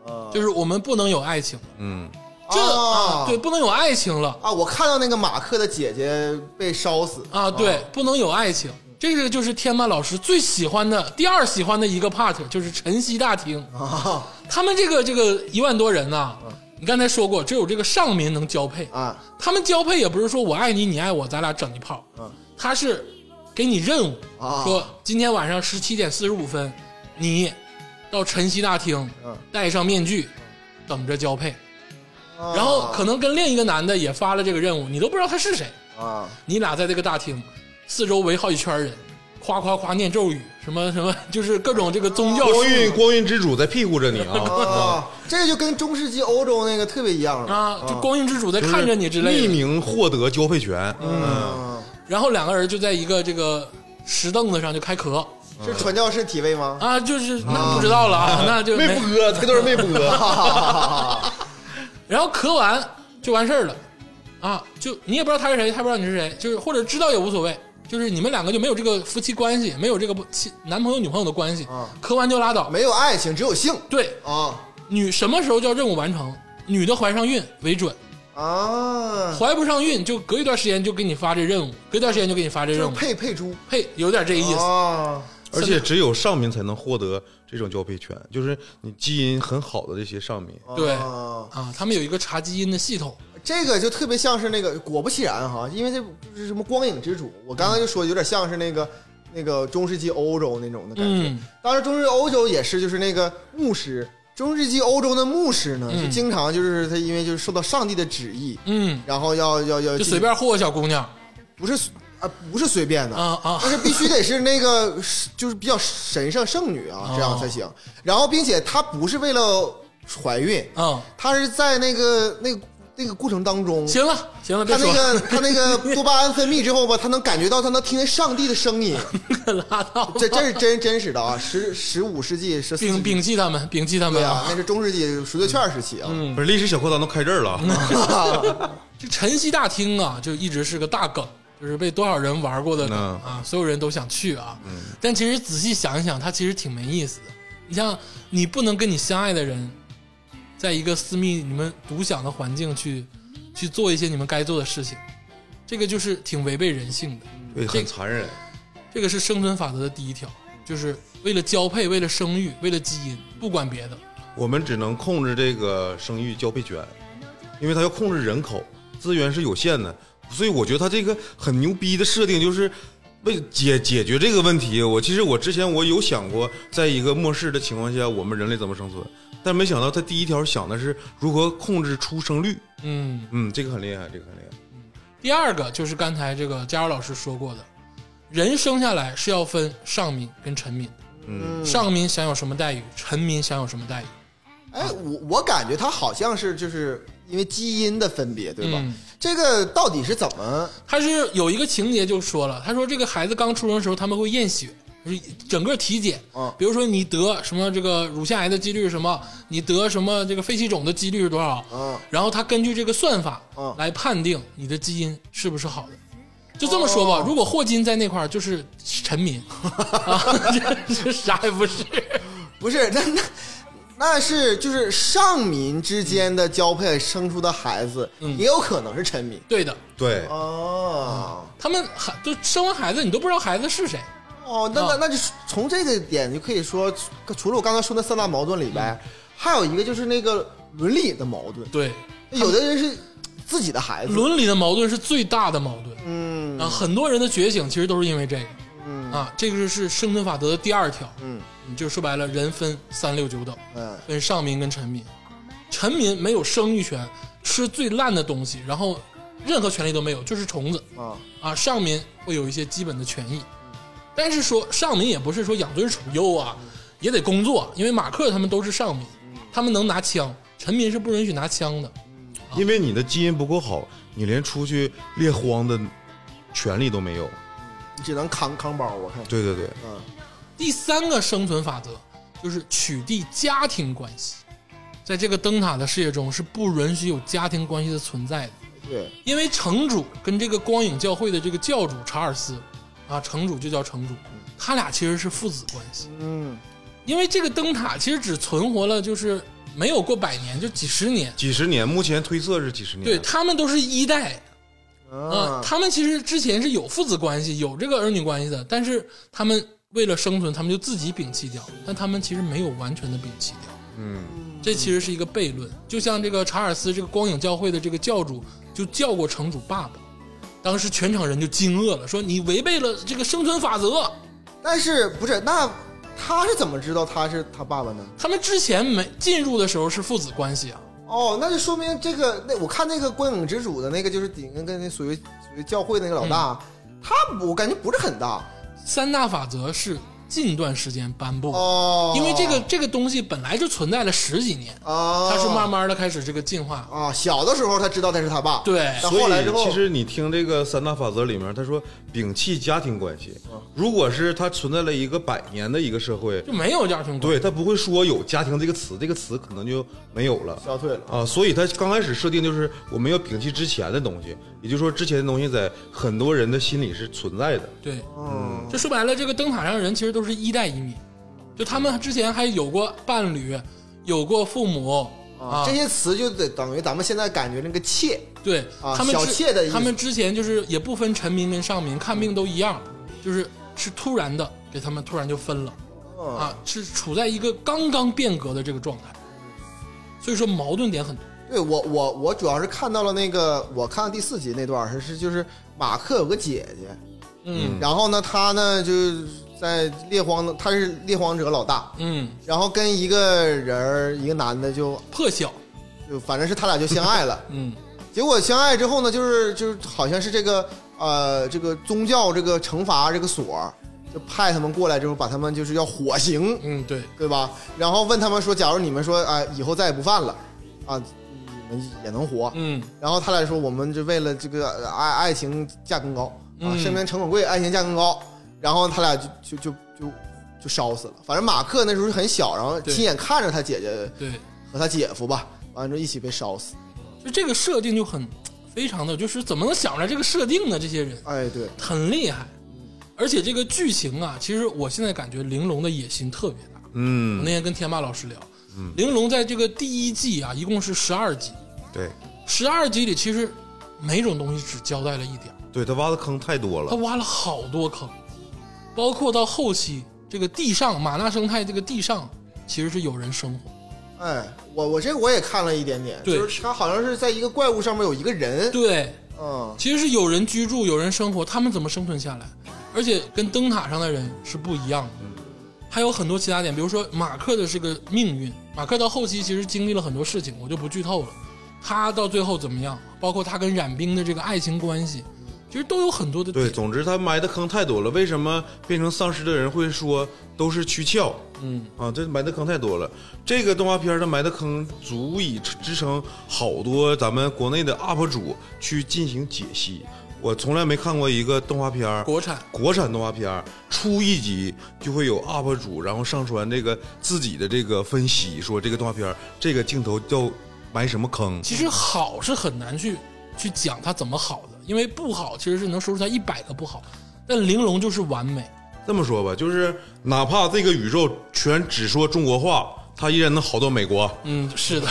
哦
啊，
就是我们不能有爱情了。
嗯，
这、
啊
哦
啊，对，不能有爱情了
啊！我看到那个马克的姐姐被烧死，
啊，对，不能有爱情。这个就是天曼老师最喜欢的第二喜欢的一个 part，就是晨曦大厅。
啊
他们这个这个一万多人呐、啊你刚才说过，只有这个上民能交配。
啊
他们交配也不是说我爱你，你爱我，咱俩整一炮。
嗯
他是给你任务，
啊
说今天晚上十七点四十五分，你到晨曦大厅，
嗯
戴上面具，等着交配。
啊
然后可能跟另一个男的也发了这个任务，你都不知道他是谁。
啊
你俩在这个大厅，四周围好几圈人，夸夸夸念咒语，什么什么，就是各种这个宗教术
光
语
晕光晕之主在屁股着你啊，
啊， 这个就跟中世纪欧洲那个特别一样了
啊，就光晕之主在 看着你之类
匿
的。
名获得交配权，
嗯，
然后两个人就在一个这个石凳子上就开咳
是传教士体位吗？
啊，就是那不知道了啊，那就
没
没。
播，这段没播，
然后咳完就完事儿了，啊，就你也不知道他是谁，他不知道你是谁，就是或者知道也无所谓，就是你们两个就没有这个夫妻关系，没有这个不妻男朋友女朋友的关系
啊，
咳完就拉倒。
没有爱情，只有性
对，
啊
女什么时候叫任务完成？女的怀上孕为准，
啊，
怀不上孕就隔一段时间就给你发这任务，隔一段时间就给你发这
就
任
是
务，
配配猪
嘿，有点这意思。
啊，
而且只有上民才能获得这种交配权，就是你基因很好的这些上民。
对
啊
啊，他们有一个查基因的系统，
这个就特别像是那个，果不其然哈，因为这不是什么光影之主，我刚才就说有点像是那个那个中世纪欧洲那种的感觉。
嗯
当时中世纪欧洲也是，就是那个牧师，中世纪欧洲的牧师呢，
嗯
就经常就是他因为就是受到上帝的旨意，
嗯，
然后要要要
就随，便霍霍小姑娘
不是随啊不是随便的
啊啊
但是必须得是那个是就是比较神圣圣女
哦，
啊这样才行。然后，并且她不是为了怀孕，
啊！
她是在那个那个那个过程当中，
行了行了，
她
别
那
说了，
个她那个多巴胺分泌之后吧，她能感觉到她能听见上帝的 声音，
拉 倒，
这这是真真实的啊，十十五世纪十四世
摒
纪
摒弃他们，摒弃他
对
们
啊，那是中世纪赎罪券时期
嗯
啊，
不是历史小课堂都开这儿了啊，
这晨曦大厅啊，就一直是个大梗，就是被多少人玩过的梗
嗯
啊，所有人都想去啊。但其实仔细想一想，它其实挺没意思的。你像，你不能跟你相爱的人，在一个私密、你们独享的环境去去做一些你们该做的事情，这个就是挺违背人性的。
对，很残忍。
这个是生存法则的第一条，就是为了交配、为了生育、为了基因，不管别的。
我们只能控制这个生育交配权，因为它要控制人口，资源是有限的，所以我觉得它这个很牛逼的设定就是为解解决这个问题。我其实我之前我有想过，在一个末世的情况下，我们人类怎么生存，但没想到它第一条想的是如何控制出生率。
嗯，
嗯，这个很厉害，这个很厉害。
第二个就是刚才这个佳茹老师说过的，人生下来是要分上民跟臣民，
嗯，
上民享有什么待遇，臣民享有什么待遇，
哎，我我感觉它好像是就是因为基因的分别，对吧？
嗯
这个到底是怎么？
他是有一个情节就说了，他说这个孩子刚出生的时候他们会验血，就是整个体检
嗯，
比如说你得什么这个乳腺癌的几率是什么，你得什么这个肺气肿的几率是多少，
嗯
然后他根据这个算法
嗯
来判定你的基因是不是好的。就这么说
哦
吧，如果霍金在那块儿就是臣 民，啊，这这啥也不是。
不是，那那那是就是上民之间的交配生出的孩子，
嗯
也有可能是臣民
对的，
对，
嗯
哦
他们孩就生完孩子，你都不知道孩子是谁。
哦，
啊
那那那就从这个点就可以说，除了我刚才说那三大矛盾里边，还有一个就是那个伦理的矛盾，
对，
有的人是自己的孩子，
伦理的矛盾是最大的矛盾、
嗯
啊！很多人的觉醒其实都是因为这个、啊，这个是生存法则的第二条。
嗯
你就说白了，人分三六九等，
嗯
分上民跟臣民。臣民没有生育权，吃最烂的东西，然后任何权利都没有，就是虫子
啊
啊。上民会有一些基本的权益，但是说上民也不是说养尊处优啊，
嗯
也得工作，因为马克他们都是上民，他们能拿枪，臣民是不允许拿枪的。
因为你的基因不够好，你连出去猎荒的权利都没有。
你只能扛扛包，我看，
对对对，
嗯
第三个生存法则就是取缔家庭关系，在这个灯塔的世界中是不允许有家庭关系的存在的，
对，
因为城主跟这个光影教会的这个教主查尔斯，啊，城主就叫城主，他俩其实是父子关系，
嗯
因为这个灯塔其实只存活了就是没有过百年，就几十年，
几十年，目前推测是几十年。
对他们都是一代。啊，
啊
他们其实之前是有父子关系，有这个儿女关系的，但是他们为了生存，他们就自己摒弃掉，但他们其实没有完全的摒弃掉。
嗯，
这其实是一个悖论。就像这个查尔斯这个光影教会的这个教主就叫过城主爸爸，当时全场人就惊愕了，说你违背了这个生存法则。
但是不是那他是怎么知道他是他爸爸呢？
他们之前没进入的时候是父子关系啊，
哦，那就说明这个那我看那个观影之主的那个就是顶跟那属于属于教会那个老大，
嗯
他我感觉不是很大
三大法则是近段时间颁布的，
哦，
因为这个这个东西本来就存在了十几年，
啊，
它是慢慢的开始这个进化。
啊小的时候他知道他是他爸，
对
但
所
后
以
来之后
其实你听这个三大法则里面，他说摒弃家庭关系，
嗯
如果是它存在了一个百年的一个社会，
就没有家庭关系。
对他不会说有家庭这个词，这个词可能就没有了。
消退了。
啊，所以他刚开始设定就是我们要摒弃之前的东西，也就是说之前的东西在很多人的心里是存在的。
对，
嗯，
就说白了，这个灯塔上的人其实都是一代移民，就他们之前还有过伴侣，有过父母，
啊，这些词就得等于咱们现在感觉那个切，
对
啊
他们
小
之
妾的意思
他们之前就是也不分臣民跟上民，看病都一样，就是是突然的给他们突然就分了，
嗯
啊，是处在一个刚刚变革的这个状态，所以说矛盾点很多。
对我我我主要是看到了那个，我看到第四集那段儿是是就是马克有个姐姐，
嗯
然后呢他呢就是在猎荒的，他是猎荒者老大，
嗯，
然后跟一个人儿一个男的就
破晓，
就反正是他俩就相 爱了，
嗯
结果相爱之后呢，就是就是好像是这个呃这个宗教这个惩罚这个所儿就派他们过来之后把他们就是要火刑，
嗯，对，
对吧？然后问他们说，假如你们说啊、以后再也不犯了，啊，你们也能活。
嗯
然后他俩说，我们就为了这个呃爱爱情价更高啊，
嗯
生命诚可贵，爱情价更高。然后他俩就就就就就烧死了。反正马克那时候很小，然后
对
亲眼看着他姐姐
对，
和他姐夫吧，完了之后一起被烧死。
就这个设定就很非常的，就是怎么能想出来这个设定呢？这些人
哎，对，
很厉害，而且这个剧情啊，其实我现在感觉玲珑的野心特别大。我
嗯
那，天跟天霸老师聊，玲珑在这个第一季啊，一共是十二集，
对，
十二集里其实每种东西只交代了一点儿，
对他挖的坑太多
他
了，
挖了好多坑，包括到后期这个地上马纳生态这个地上其实是有人生活，
哎，我我这个我也看了一点点，
对
就是他好像是在一个怪物上面有一个人，
对，
嗯，
其实是有人居住，有人生活，他们怎么生存下来？而且跟灯塔上的人是不一样的。还有很多其他点，比如说马克的这个命运，马克到后期其实经历了很多事情，我就不剧透了。他到最后怎么样？包括他跟冉冰的这个爱情关系，其实都有很多的
对，
点。
总之他埋的坑太多了。为什么变成丧尸的人会说都是躯壳？
嗯，
啊，这埋的坑太多了。这个动画片儿它埋的坑足以支撑好多咱们国内的 UP 主去进行解析。我从来没看过一个动画片儿，
国产
国产动画片儿出一集就会有 UP 主，然后上传这个自己的这个分析，说这个动画片儿这个镜头要埋什么坑。
其实好是很难去去讲它怎么好的，因为不好其实是能说出它一百个不好，但玲珑就是完美。
这么说吧，就是哪怕这个宇宙全只说中国话，它依然能好到美国。
嗯，是的，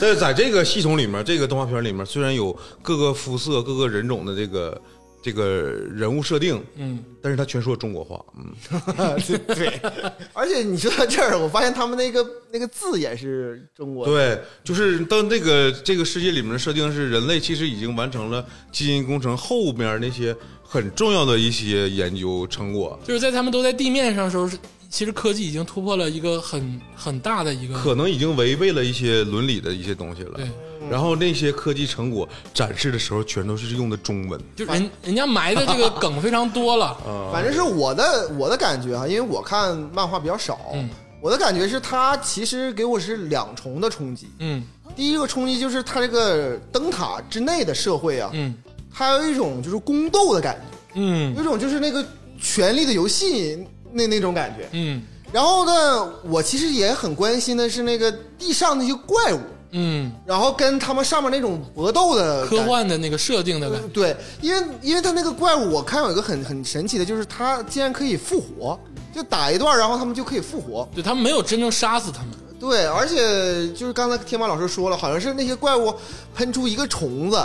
在在这个系统里面，这个动画片里面，虽然有各个肤色、各个人种的这个这个人物设定，
嗯，
但是他全说中国话，嗯，
啊
对， 而且你说到这儿，我发现他们那个那个字也是中国的，
对，就是当这个这个世界里面的设定是人类其实已经完成了基因工程后面那些很重要的一些研究成果，
就是在他们都在地面上的时候，是其实科技已经突破了一个很很大的一个
可能已经违背了一些伦理的一些东西了
对。
然后那些科技成果展示的时候，全都是用的中文。
就人人家埋的这个梗非常多了，
反正是我的我的感觉啊，因为我看漫画比较少，
嗯
我的感觉是它其实给我是两重的冲击。
嗯
第一个冲击就是它这个灯塔之内的社会啊，
嗯
它有一种就是宫斗的感觉，有
嗯
一种就是那个权力的游戏那那种感觉。
嗯
然后呢，我其实也很关心的是那个地上那些怪物，
嗯，
然后跟他们上面那种搏斗的感
科
觉
幻的那个设定的感觉，
对，因为因为他那个怪物，我看有一个很很神奇的，就是他竟然可以复活，就打一段，然后他们就可以复活。
对他们没有真正杀死他们，
对，而且就是刚才天马老师说了，好像是那些怪物喷出一个虫子，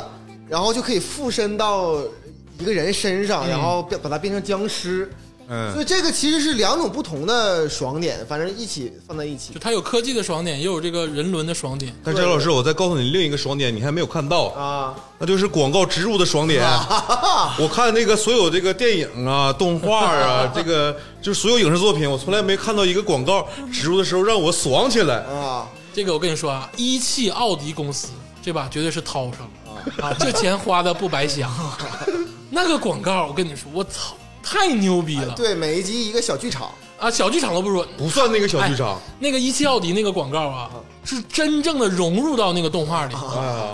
然后就可以附身到一个人身上，然后变把它变成僵尸。所
嗯，
以这个其实是两种不同的爽点，反正一起放在一起
就他有科技的爽点，也有这个人伦的爽点。
但是张老师，我再告诉你另一个爽点，你还没有看到
啊。
那就是广告植入的爽点。我看那个所有这个电影啊、动画啊，这个就是所有影视作品，我从来没看到一个广告植入的时候让我爽起来。
啊，
这个我跟你说啊，一汽奥迪公司这把绝对是掏上了啊，这钱花的不白瞎。 那个广告，我跟你说，我操，太牛逼了
对，每一集一个小剧场，
啊！小剧场都不说，
不算那个小剧场，
那个一汽奥迪那个广告啊，是真正的融入到那个动画里。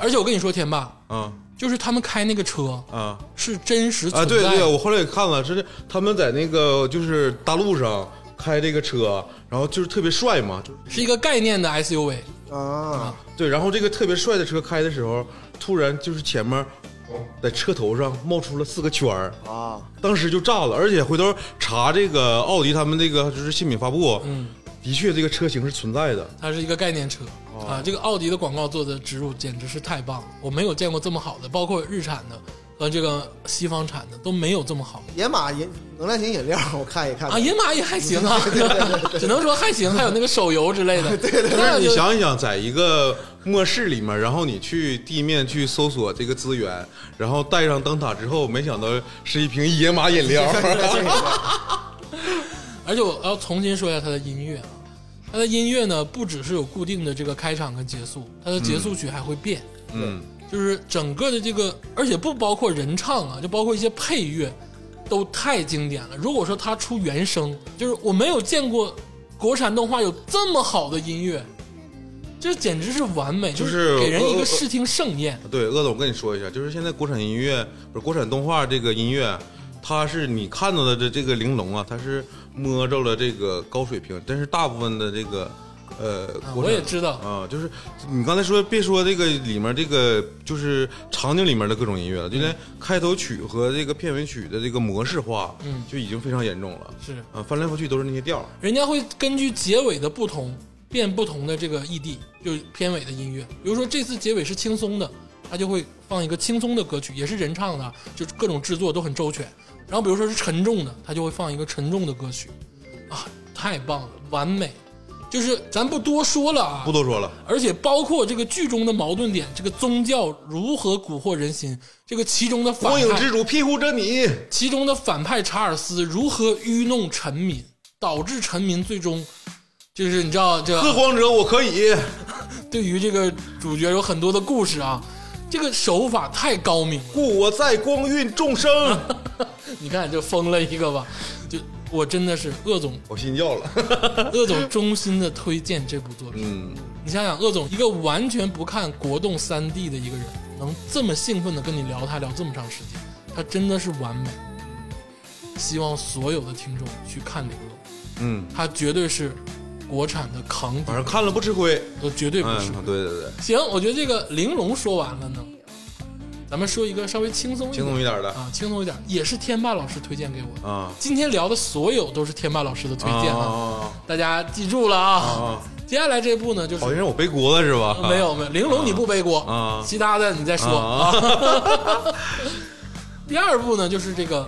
而且我跟你说，天霸，
啊
就是他们开那个车
啊
是真实
啊！
存在
对
的。
对，我后来也看了，就是他们在那个就是大路上开这个车，然后就是特别帅嘛，就是
是一个概念的 SUV。
啊，
对，然后这个特别帅的车开的时候，突然就是前面在车头上冒出了四个圈儿
啊，
当时就炸了，而且回头查这个奥迪他们这个就是新品发布，
嗯，
的确这个车型是存在的，
它是一个概念车
哦
啊。这个奥迪的广告做的植入简直是太棒了，我没有见过这么好的，包括日产的和这个西方产的都没有这么好
野马饮能量型饮料，我看一看
啊。野马也还行啊，只能说还行。还有那个手游之 类的，
但
那
是你
就
想一想，在一个末世里面，然后你去地面去搜索这个资源，然后带上灯塔之后，没想到是一瓶野马饮料。
而且我要重新说一下它的音乐啊，它的音乐呢不只是有固定的这个开场跟结束，它的结束曲还会变，
嗯，
就是整个的这个，而且不包括人唱啊，就包括一些配乐，都太经典了。如果说它出原声，就是我没有见过国产动画有这么好的音乐，这简直是完美，就
就是
给人一
呃
个
呃
视听盛宴。
对，鄂总，我跟你说一下，就是现在国产音乐不是国产动画这个音乐，它是你看到的这这个玲珑啊，它是摸着了这个高水平，但是大部分的这个。呃，国
我也
产
知道
啊，就是你刚才说，别说这个里面这个就是场景里面的各种音乐了，就
嗯
连开头曲和这个片尾曲的这个模式化，
嗯
就已经非常严重了。
是
啊，翻来覆去都是那些调儿。
人家会根据结尾的不同变不同的这个 ED，就是片尾的音乐。比如说这次结尾是轻松的，他就会放一个轻松的歌曲，也是人唱的啊，就是各种制作都很周全。然后比如说是沉重的，他就会放一个沉重的歌曲，啊，太棒了，完美。就是咱不多说了啊
不，多说了，
而且包括这个剧中的矛盾点，这个宗教如何蛊惑人心，这个其中的反
光影
派
之主庇护着 你。
其中的反派查尔斯如何愚弄臣民，导致臣民最终就是你知道这
喝光者我可以，
对于这个主角有很多的故事啊，这个手法太高明了。
故我在光运众生。
啊你看就封了一个吧，就我真的是鄂总，
我心叫了，
鄂总衷心的推荐这部作品。
嗯，
你想想，鄂总一个完全不看国动三 D 的一个人，能这么兴奋的跟你聊他聊这么长时间，他真的是完美。希望所有的听众去看这个东西。
嗯，
它绝对是国产的扛底
反，正看了不吃亏。
都绝对不是。
嗯，对对对，
行，我觉得这个玲珑说完了呢，咱们说一个稍微轻松一
轻
点
松一点的
啊，轻松一点，也是天霸老师推荐给我的。
啊，
今天聊的所有都是天霸老师的推荐啊，
啊
大家记住了啊。
啊啊！
接下来这部呢，就是
好像是我背锅了是吧？
没有没有，玲珑你不背锅
啊
其他的你再说。
啊，
第二部呢，就是这个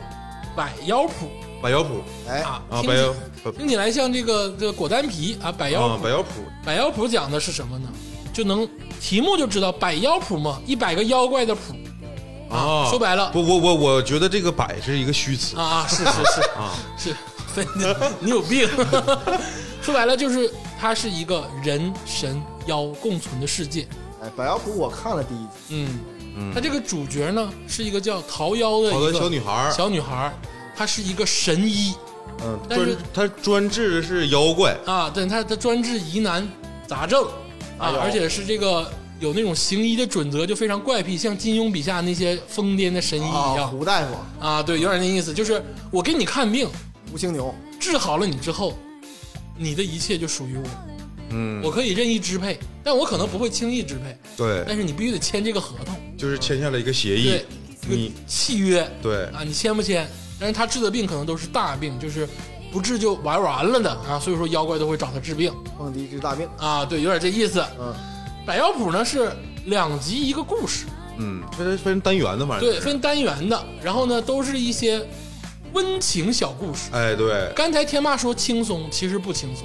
百妖谱
百妖谱
哎，
啊，
啊，
听
百妖
起听起来像这个这个果丹皮啊，百妖
啊，
谱
百妖谱，
百妖谱讲的是什么呢？就能题目就知道百妖谱嘛，一百个妖怪的谱
啊
说白了
不，我我我觉得这个百是一个虚词
啊啊，是是 是
啊，
是，非得你有病。 说白了就是它是一个人神妖共存的世界。
哎，百妖谱我看了第一集，
嗯，
嗯
它这个主角呢是一个叫桃妖的
好
一
的
个
小女孩儿，
小女孩儿，她是一个神医
嗯，
但是
专她专治的是妖怪，
啊，但她她专治疑难杂症啊
哎，呦
而且是这个。有那种行医的准则，就非常怪癖，像金庸笔下那些疯癫的神医一
哦
啊，
样。
胡大夫、
啊，对，有点那意思，就是我给你看病，
吴青牛，
治好了你之后，你的一切就属于我，
嗯，
我可以任意支配，但我可能不会轻易支配，
对，
但是你必须得签这个合同，
就是签下了一个协议
对，，一
你
个契约
对
啊，你签不签？但是他治的病可能都是大病，就是不治就玩完了的啊，所以说妖怪都会找他治病
蹦迪治大病，
啊，对，有点这意思。
嗯，
百妖谱呢是两集一个故事，
嗯，分分单元的，反正
对，
是
分单元的，然后呢都是一些温情小故事。
哎，对，
刚才天霸说轻松，其实不轻松。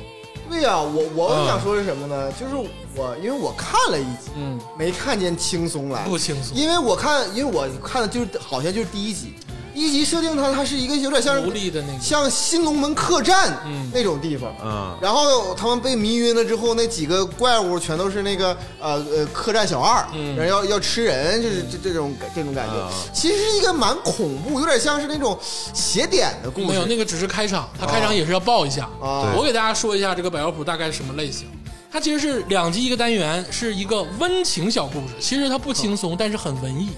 对呀、我
嗯
我想说的是什么呢？就是我因为我看了一集，
嗯，
没看见轻松来，
不轻松，
因为我看，因为我看的就是好像就是第一集，第一集设定它它是一个有点像
无力的那个，
像新龙门客栈
嗯
那种地方。
嗯，
然后他们被迷晕了之后，那几个怪物全都是那个呃呃客栈小二，
嗯
然后要要吃人，就是这这种这种感
啊
觉，其实是一个蛮恐怖，有点像是那种邪典的故事。
没有那个只是开场，他开场也是要爆一下。
啊
我给大家说一下这个百妖谱大概是什么类型。它其实是两集一个单元，是一个温情小故事。其实它不轻松，但是很文艺，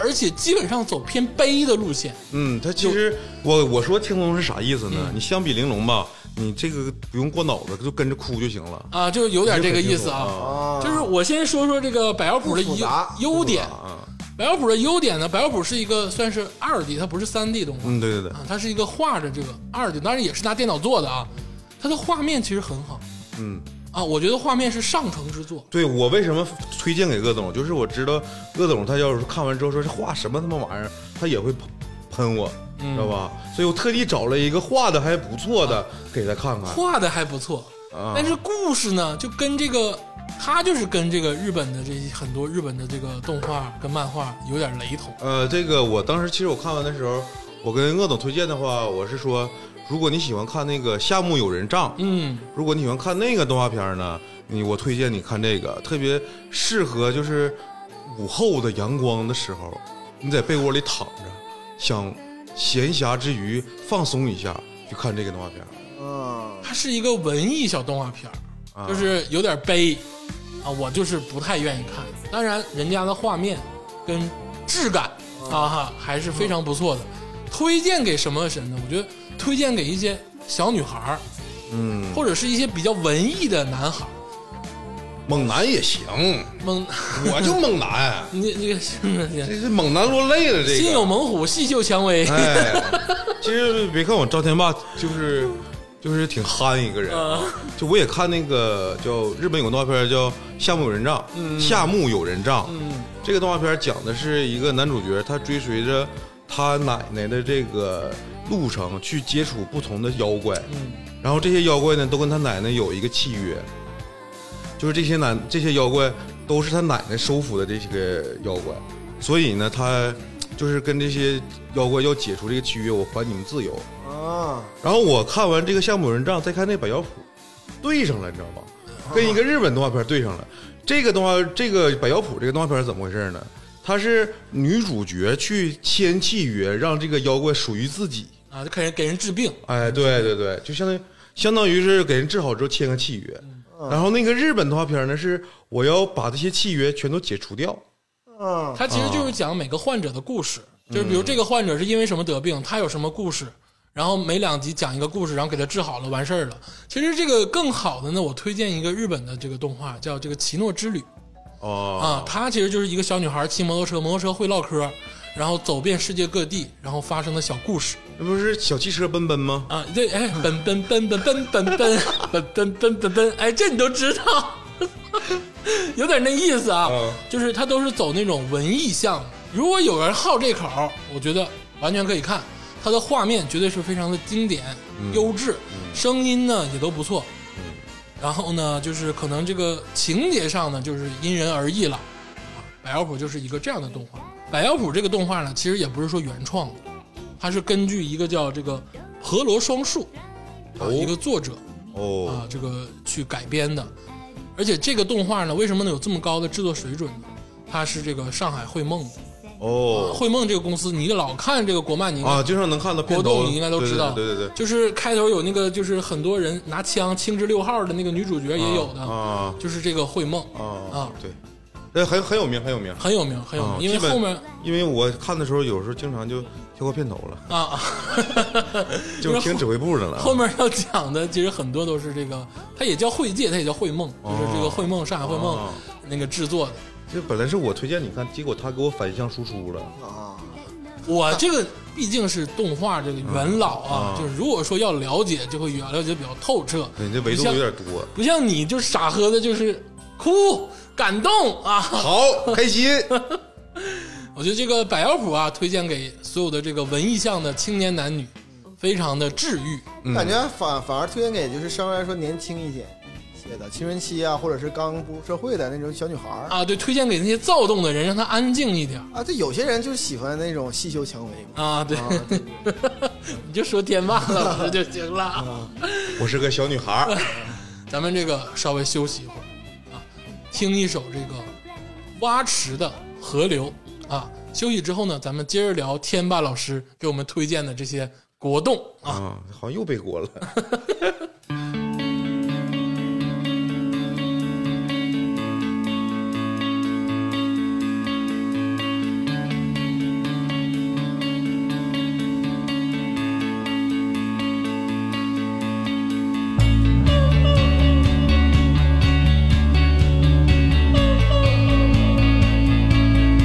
而且基本上走偏悲的路线。
嗯，他其实我我说听龙是啥意思呢？你相比玲珑吧，你这个不用过脑子，就跟着哭就行了，
啊，就是有点这个意思
你就
啊。
很轻松啊。
啊，
就是我先说说这个百妖谱的
不复
优
杂
优点。
啊
百妖谱的优点呢，百妖谱是一个算是二 D，它不是三 D 动画。
嗯，对对对，
啊，它是一个画着这个二 D，当然也是拿电脑做的啊。它的画面其实很好
嗯，
啊，我觉得画面是上乘之作。
对我为什么推荐给鄂总，就是我知道鄂总他要是看完之后说这画什么他妈玩意儿，他也会喷喷我，知道吧？嗯所以我特地找了一个画的还不错的给他看看。
画的还不错，
啊
但是故事呢，就跟这个，它就是跟这个日本的这些很多日本的这个动画跟漫画有点雷同。
呃，这个我当时其实我看完的时候，我跟鄂总推荐的话，我是说，如果你喜欢看那个《夏目友人帐》，
嗯
如果你喜欢看那个动画片儿呢，你我推荐你看这个，特别适合就是午后的阳光的时候，你在被窝里躺着，想闲暇之余放松一下，去看这个动画片儿。
嗯，
它是一个文艺小动画片儿，
啊、
就是有点悲啊，我就是不太愿意看。当然，人家的画面跟质感啊哈还是非常不错的。推荐给什么神呢？我觉得推荐给一些小女孩儿，
嗯，
或者是一些比较文艺的男孩儿。
猛男也行，
猛，，
我就猛男
你你
这是猛男落泪了，这个
心有猛虎，细嗅蔷薇。
哎，其实别看我赵天霸就是就是挺憨一个人
嗯
啊，就我也看那个叫日本有个动画片叫《夏目友人帐》，
嗯
夏目友人帐，这个动画片讲的是一个男主角他追随着他奶奶的这个路程去接触不同的妖怪，
嗯
然后这些妖怪呢都跟他奶奶有一个契约，就是这些男这些妖怪都是他奶奶收服的这些个妖怪，所以呢，他就是跟这些妖怪要解除这个契约，我还你们自由。
啊，
然后我看完这个《项目人帐》，再看那百妖谱，对上了，你知道吧？
啊
跟一个日本动画片对上了。这个动画，这个百妖谱这个动画片是怎么回事呢？它是女主角去签契约，让这个妖怪属于自己。
啊，就给人给人治病，
哎，对对对，就相当于相当于是给人治好之后签个契约。
嗯
然后那个日本动画片呢，是我要把这些契约全都解除掉。
嗯，
它其实就是讲每个患者的故事，就是比如这个患者是因为什么得病，他有什么故事，然后每两集讲一个故事，然后给他治好了，完事儿了。其实这个更好的呢，我推荐一个日本的这个动画，叫这个《奇诺之旅》啊
哦，，
它其实就是一个小女孩骑摩托车，摩托车会唠嗑，然后走遍世界各地，然后发生的小故事
那不是小汽车奔奔吗？
啊。对，哎，奔奔奔奔奔奔奔奔奔奔奔奔，哎，这你都知道，有点那意思啊。
嗯
就是它都是走那种文艺向的。如果有人好这口儿，我觉得完全可以看。它的画面绝对是非常的经典、优质，声音呢也都不错。然后呢，就是可能这个情节上呢，就是因人而异了。啊，百妖谱就是一个这样的动画。百妖谱这个动画呢，其实也不是说原创的，它是根据一个叫这个婆罗双树，啊
哦
一个作者啊
哦，
这个去改编的。而且这个动画呢，为什么能有这么高的制作水准呢？它是这个上海绘梦的，
哦
绘梦这个公司，你老看这个国漫，你应该
啊，经常能看到片
国
头
动你应该都知道，
对对对对对，
就是开头有那个，就是很多人拿枪，青之六号的那个女主角也有的，
啊
就是这个绘梦
啊
啊
啊，对，这很很有名，很有名。
很有名，很有名，
啊
因为
基本
后面
因为我看的时候，有时候经常就跳过片头 了，
啊， 啊因
就
为
听啊指
后
挥部的了。
后面要讲的其实很多都是这个，它也叫绘界，它也叫绘梦，就是这个绘梦上海绘梦
哦
那个制作的。
这本来是我推荐你看，结果他给我反向输出了。
啊，
我这个毕竟是动画这个元老啊，
嗯
就是如果说要了解，就会了解比较透彻。
你这维度
不像
有点多。
不像你就傻呵的，就是哭感动啊！
好，开心。
我觉得这个百药谱啊，推荐给所有的这个文艺向的青年男女，非常的治愈。
感觉反反而推荐给就是相对来说年轻一些些的青春期啊，或者是刚步入社会的那种小女孩儿
啊，对，推荐给那些躁动的人，让他安静一点
啊，这有些人就是喜欢那种细嗅蔷薇嘛。
啊。对， 啊你就说天霸 老师就行了。
我是个小女孩儿，
咱们这个稍微休息一会儿啊，听一首这个蛙池的河流啊。休息之后呢，咱们接着聊天霸老师给我们推荐的这些国动啊。
啊，好像又背锅了。
「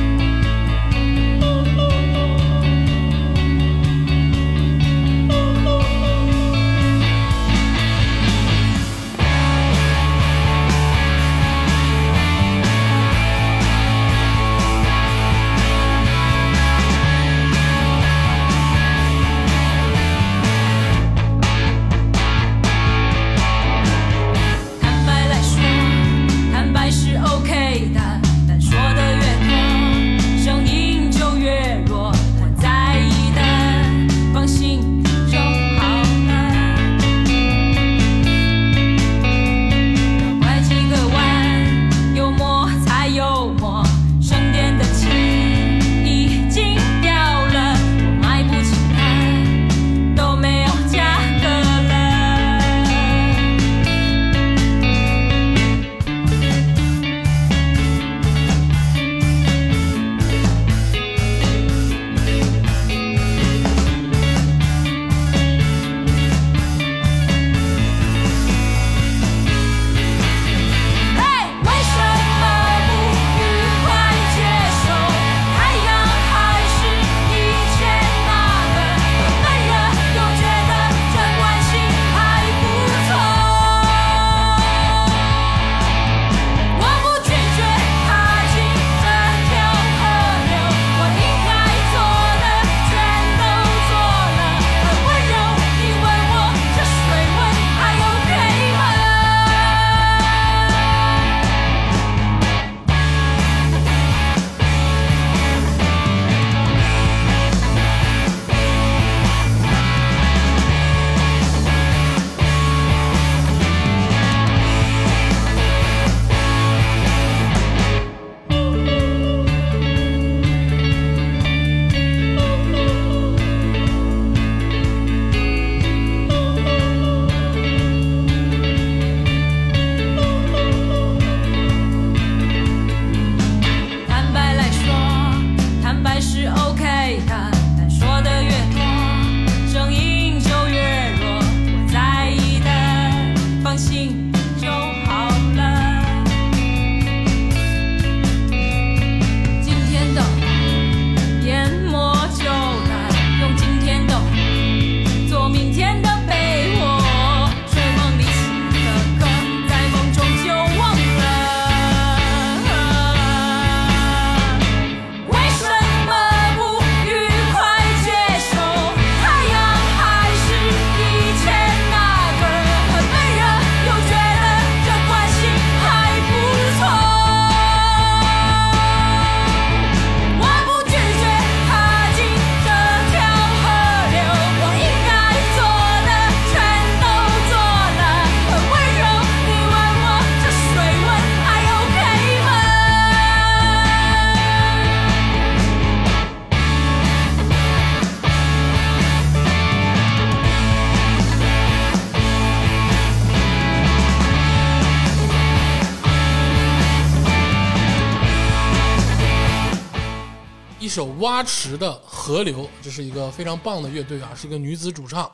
首蛙池的河流，这是一个非常棒的乐队啊，是一个女子主唱，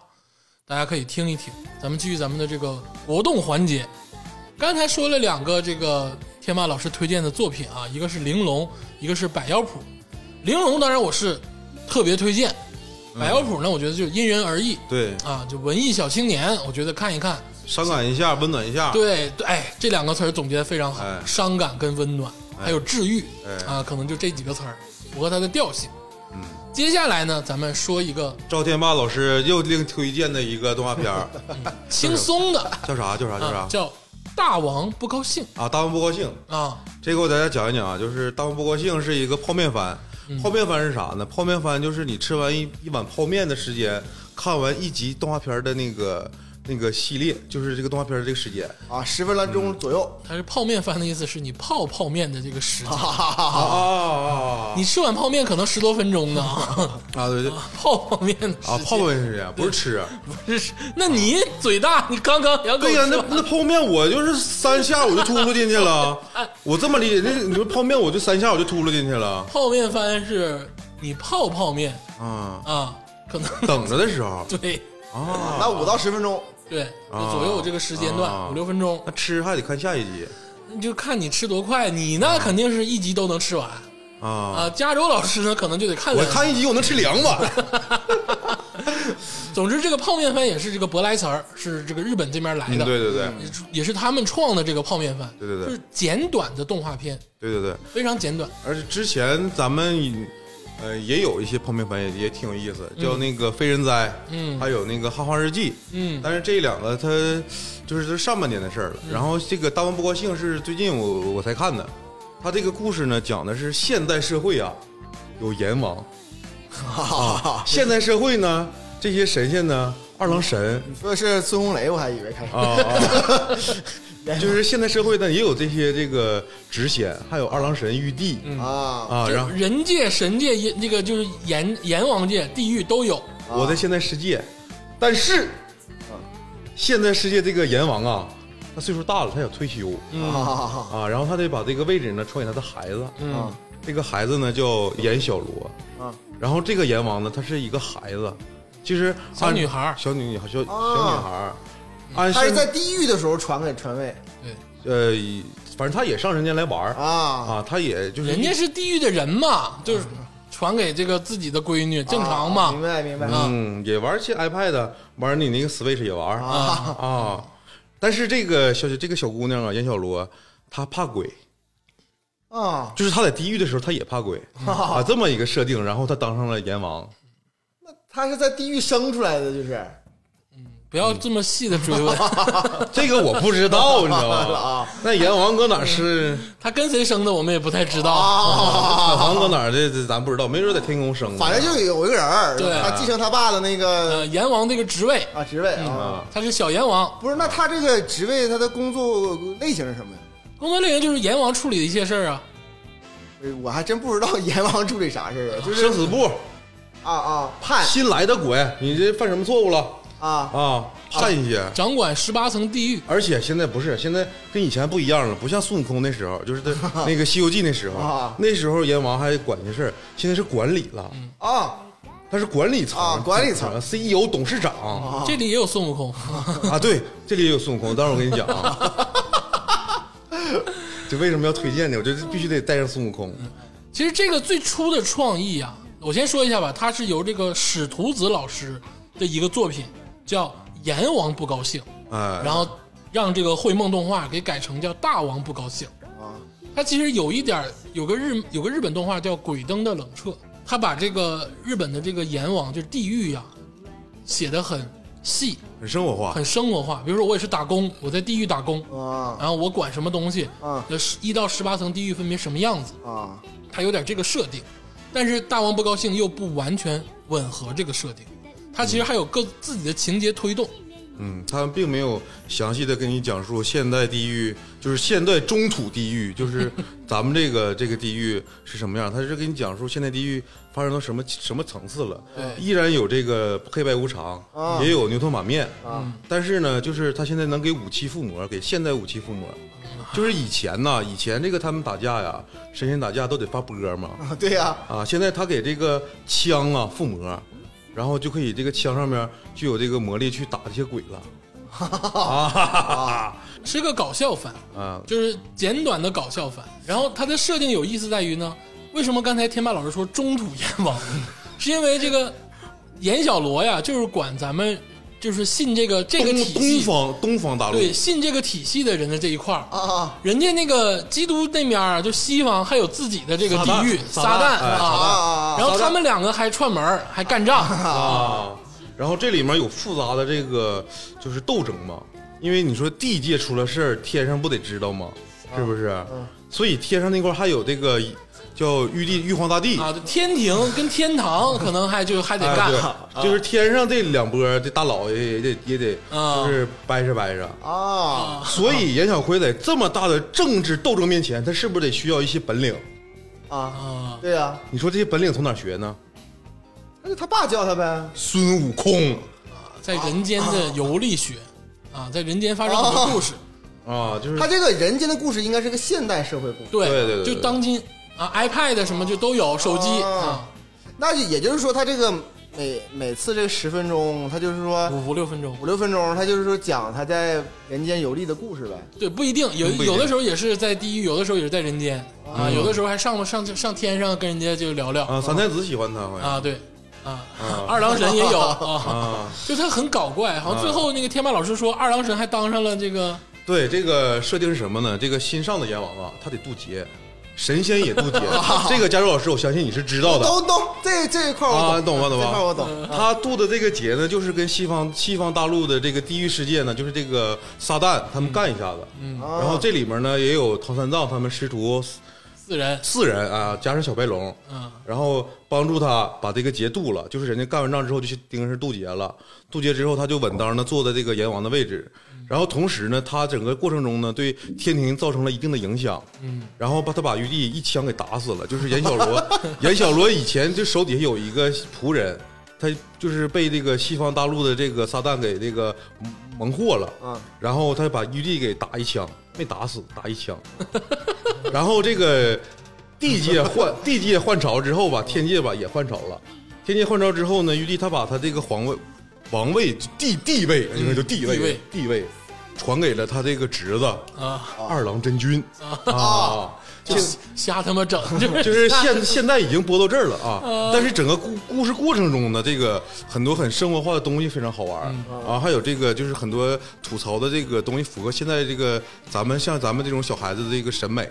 大家可以听一听。咱们继续咱们的这个活动环节，刚才说了两个这个天马老师推荐的作品啊，一个是玲珑，一个是百妖谱。玲珑当然我是特别推荐，百妖谱呢，我觉得就因人而异
对，
啊，就文艺小青年，我觉得看一看。
伤感一下，温暖一下，
对对，哎，这两个词儿总结的非常好，
啊哎
伤感跟温暖，
哎
还有治愈、
哎
啊，可能就这几个词儿符合它的调性。
嗯，
接下来呢，咱们说一个
赵天霸老师又另推荐的一个动画片儿
轻松的，
叫啥？叫啥？叫
啊
啥，？
叫《大王不高兴
啊，大王不高兴。》
啊，
这个我给大家讲一讲啊，就是大王不高兴是一个泡面番，泡面番是啥呢？泡面番就是你吃完一一碗泡面的时间，看完一集动画片的那个那个系列，就是这个动画片的这个时间
啊，十分来
嗯
钟左右，
它是泡面番的意思，是你泡泡面的这个时间。
哈哈哈
啊
哈。
啊
你吃碗泡面可能十多分钟 呢，
啊！对对
泡泡面的时间
啊，泡面时间不是吃，啊
不是？那你嘴大，你刚刚两口
对呀，
吃
那
完
那泡面我就是三下我就秃噜进去了， 我这么理解，那你说泡面我就三下我就秃噜进去了，
泡面番是你泡泡面
啊，
啊，可能
等着的时候
对
啊，
那五到十分钟，
对，就
啊
左右这个时间
啊
段五六分钟，
那吃还得看下一集
你就看你吃多快。你呢，肯定是一集都能吃完
啊，
啊。加州老师呢，可能就得看
我
两集。
看一集我能吃两碗，
总之，这个泡面番也是这个舶来词儿，是这个日本这边来
嗯
的，
对对对。
也是也是他们创的这个泡面番，
对对对
就是简短的动画片，
对对对，
非常简短。
而且之前咱们呃也有一些泡面番也也挺有意思，叫那个《非人哉》，
嗯
还有那个《汉化日记》，
嗯
但是这两个它就是都是上半年的事儿了。然后这个《大王不高兴》是最近我我才看的，它这个故事呢讲的是现代社会啊有阎王，
哈哈
啊
哈。
现代社会呢这些神仙呢二 郎神
你说的是孙红雷，我还以为开始
啊。
哦
啊就是现代社会呢，也有这些这个执仙，还有二郎神、玉帝
啊
啊，
嗯就
然后
人界、神界、也那个就是阎阎王界、地狱都有。
我在现代世界，但是，现代世界这个阎王啊，他岁数大了，他想退休
啊
啊，然后他得把这个位置呢传给他的孩子，
嗯
这个孩子呢叫阎小罗，
啊！
然后这个阎王呢，他是一个孩子，其实
小
按
女孩哦嗯儿
小女小小女
啊
孩儿，按
他是
现
在地狱的时候传给传位
对，
呃，反正他也上人间来玩儿
哦
啊
啊，他也就是
人家是地狱的人嘛，就是传给这个自己的闺女，正常嘛。
啊明白明白
啊
嗯也玩儿些 iPad，玩儿你那个 Switch 也玩儿
啊
啊，但是这个小这个小姑娘啊，严小罗，她怕鬼，
啊！
就是她在地狱的时候，她也怕鬼啊，这么一个设定，然后她当上了阎王。
他是在地狱生出来的，就是
不要这么细的追 问，
这个我不知道，你知
哦
道吗
啊？
那阎王搁哪儿是？
他跟谁生的我们也不太知道。哦
啊，
好像搁哪儿的，这咱不知道，没准在天宫生的。
反正就有一个人儿，
对啊
他继承他爸的那个
呃，阎王这个职位，
啊职
嗯
位啊。
啊，
他是小阎王，
不是，那他这个职位，他的工作类型是什么呀？
工作类型就是阎王处理的一些事儿啊。
呃我还真不知道阎王处理啥事儿啊，就是
生死簿，
啊啊判
新来的鬼，你这犯什么错误了
啊
啊？判一些。
掌管十八层地狱。
而且现在不是，现在跟以前不一样了，不像孙悟空那时候，就是他 那个《西游记》那时候
啊，
那时候阎王还管些事儿，现在是管理了，
啊
他是管理层
啊管理层
，CEO、董事长
这里也有孙悟空，
啊，对，这里也有孙悟空，待会儿我跟你讲啊。 就为什么要推荐呢？我觉得必须得带上孙悟空
其实这个最初的创意啊，我先说一下吧，它是由这个史徒子老师的一个作品叫《阎王不高兴》，
嗯
哎
然后让这个绘梦动画给改成叫《大王不高兴》。
啊
它其实有一点儿有个日有个日本动画叫《鬼灯的冷彻》，它把这个日本的这个阎王就是地狱呀、写的很细，
很生活化
很生活化。比如说我也是打工，我在地狱打工，
嗯
啊
然后我管什么东西，
啊
呃，一到十八层地狱分别什么样子，
啊！
它有点这个设定，但是大王不高兴又不完全吻合这个设定，它其实还有各自己的情节推动，
嗯，他并没有详细的跟你讲述现代地狱，就是现代中土地 狱，就是咱们这个这个地狱是什么样。他是给你讲述现代地狱发展到什么什么层次了。
对
依然有这个黑白无常，
啊
也有牛头马面
啊。
但是呢，就是他现在能给武器附魔，给现代武器附魔。
啊
就是以前呐，以前这个他们打架呀，神仙打架都得发波嘛。
啊对呀、
啊，现在他给这个枪啊附魔，然后就可以这个枪上面具有这个魔力去打这些鬼了。啊
是个搞笑番，
啊
就是简短的搞笑番。然后它的设定有意思在于呢，为什么刚才天霸老师说中土阎王， 是因为这个阎小罗呀，就是管咱们就是信这个这个
东
体
东
系，
方东方大陆
对，信这个体系的人的这一块儿
啊啊
人家那个基督那面儿，就西方还有自己的这个地狱
撒
撒
旦
旦
撒旦哎
啊
啊，
啊！
然后他们两个还串门儿还干 仗，
啊，然后这里面有复杂的这个就是斗争嘛，因为你说地界出了事儿，天上不得知道吗？
啊
是不是？
嗯
所以天上那块儿还有这个叫玉帝玉皇大帝
啊，天庭跟天堂 可能还就还得干，
哎对，就是天上这两波这大佬也也得也得
啊
就是掰扯掰扯。
啊
所以严小辉在这么大的政治斗争面前，他是不是得需要一些本领？
啊，
啊，
对呀、
你说这些本领从哪儿学呢？
那就他爸教他呗。
孙悟空
在人间的游历学啊，在人间发生很多故事，
啊，就是
他这个人间的故事应该是个现代社会故事，
对
对对对对哦
就当今啊，iPad 什么就都有，手机啊
啊，那就也就是说，他这个每每次这个十分钟，他就是说
五五六分钟
五，六分钟，他就是说讲他在人间游历的故事呗。
对，不一定，有
不一定嗯
有的时候也是在地狱，有的时候也是在人间啊，有的时候还上上上天上跟人家就聊聊
啊，三太子喜欢他好像
啊，对啊，二郎神也有啊。
啊，
就他很搞怪，好像最后那个天霸老师说，二郎神还当上了这个
对，这个设定是什么呢？这个新上的阎王啊，他得渡劫，神仙也 渡劫。这个加州老师，我相信你是知道的。
啊都都这这一块
啊，嗯
我
你
懂，
懂吧？懂
这块
吧？
我懂。
他渡的这个劫呢，就是跟西方西方大陆的这个地狱世界呢，就是这个撒旦他们干一下子。嗯，
啊
然后这里面呢也有唐三藏他们师徒
四人，
四人啊，加上小白龙，
嗯，
然后帮助他把这个劫渡了，就是人家干完仗之后就去盯着是渡劫了，渡劫之后他就稳当的坐在这个阎王的位置，然后同时呢，他整个过程中呢对天庭造成了一定的影响，嗯，然后把他把玉帝一枪给打死了，就是严小罗， 严小罗以前就手底下有一个仆人，他就是被这个西方大陆的这个撒旦给这个蒙蒙获了，
嗯，
然后他把玉帝给打一枪，没打死，打一枪， 然后这个地界换 地界换朝之后吧，天界吧也换朝了。天界换朝之后呢，玉帝他把他这个皇位、王位地地位，应该叫地位
地位
地位传给了他这个侄子
啊
二郎真君啊。
就瞎他妈整，就是
就是 现现在已经播到这儿了
哦
啊，但是整个故故事过程中呢，这个很多很生活化的东西非常好玩儿
嗯
啊，还有这个就是很多吐槽的这个东西符合现在这个咱们像咱们这种小孩子的这个审美，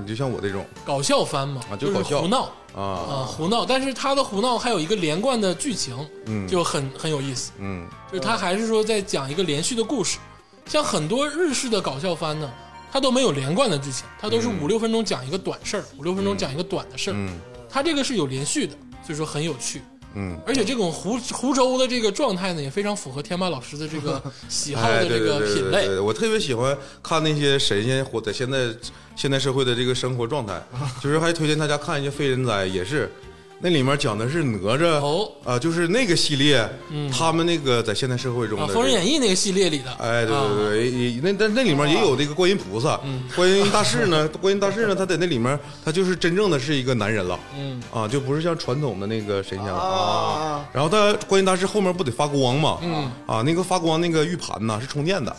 你就像我这种
搞笑番嘛，
啊
就
就搞
是
笑
胡闹
啊，
啊，胡闹。但是他的胡闹还有一个连贯的剧情，嗯，就很很有意思，
嗯，
就是他还是说在讲一个连续的故事，像很多日式的搞笑番呢。它都没有连贯的剧情，它都是五六分钟讲一个短事儿，五六分钟讲一个短的事儿。
嗯
它这个是有连续的，所以说很有趣。
嗯，
而且这种湖湖州的这个状态呢，也非常符合天霸老师的这个喜好
哎，
的这
对对
个
对
品
对
类
对，对，我特别喜欢看那些神仙活在现在现代社会的这个生 活状态，
啊
就是还推荐大家看一些《非人哉》，也是那里面讲的是哪吒
哦嗯
啊，就是那个系列，他们那个在现代社会中
啊，
的
《
这
封
个
神演义》那个系列里的，
哎，对
啊
对对，也也那但那里面也有这个观音菩萨，观音大士呢，观音大士呢，他在那里面他就是真正的是一个男人了，嗯啊，就不是像传统的那个神仙了
啊
然后他观音大士后面不得发光吗？嗯啊，那个发光那个玉盘呐是充电的，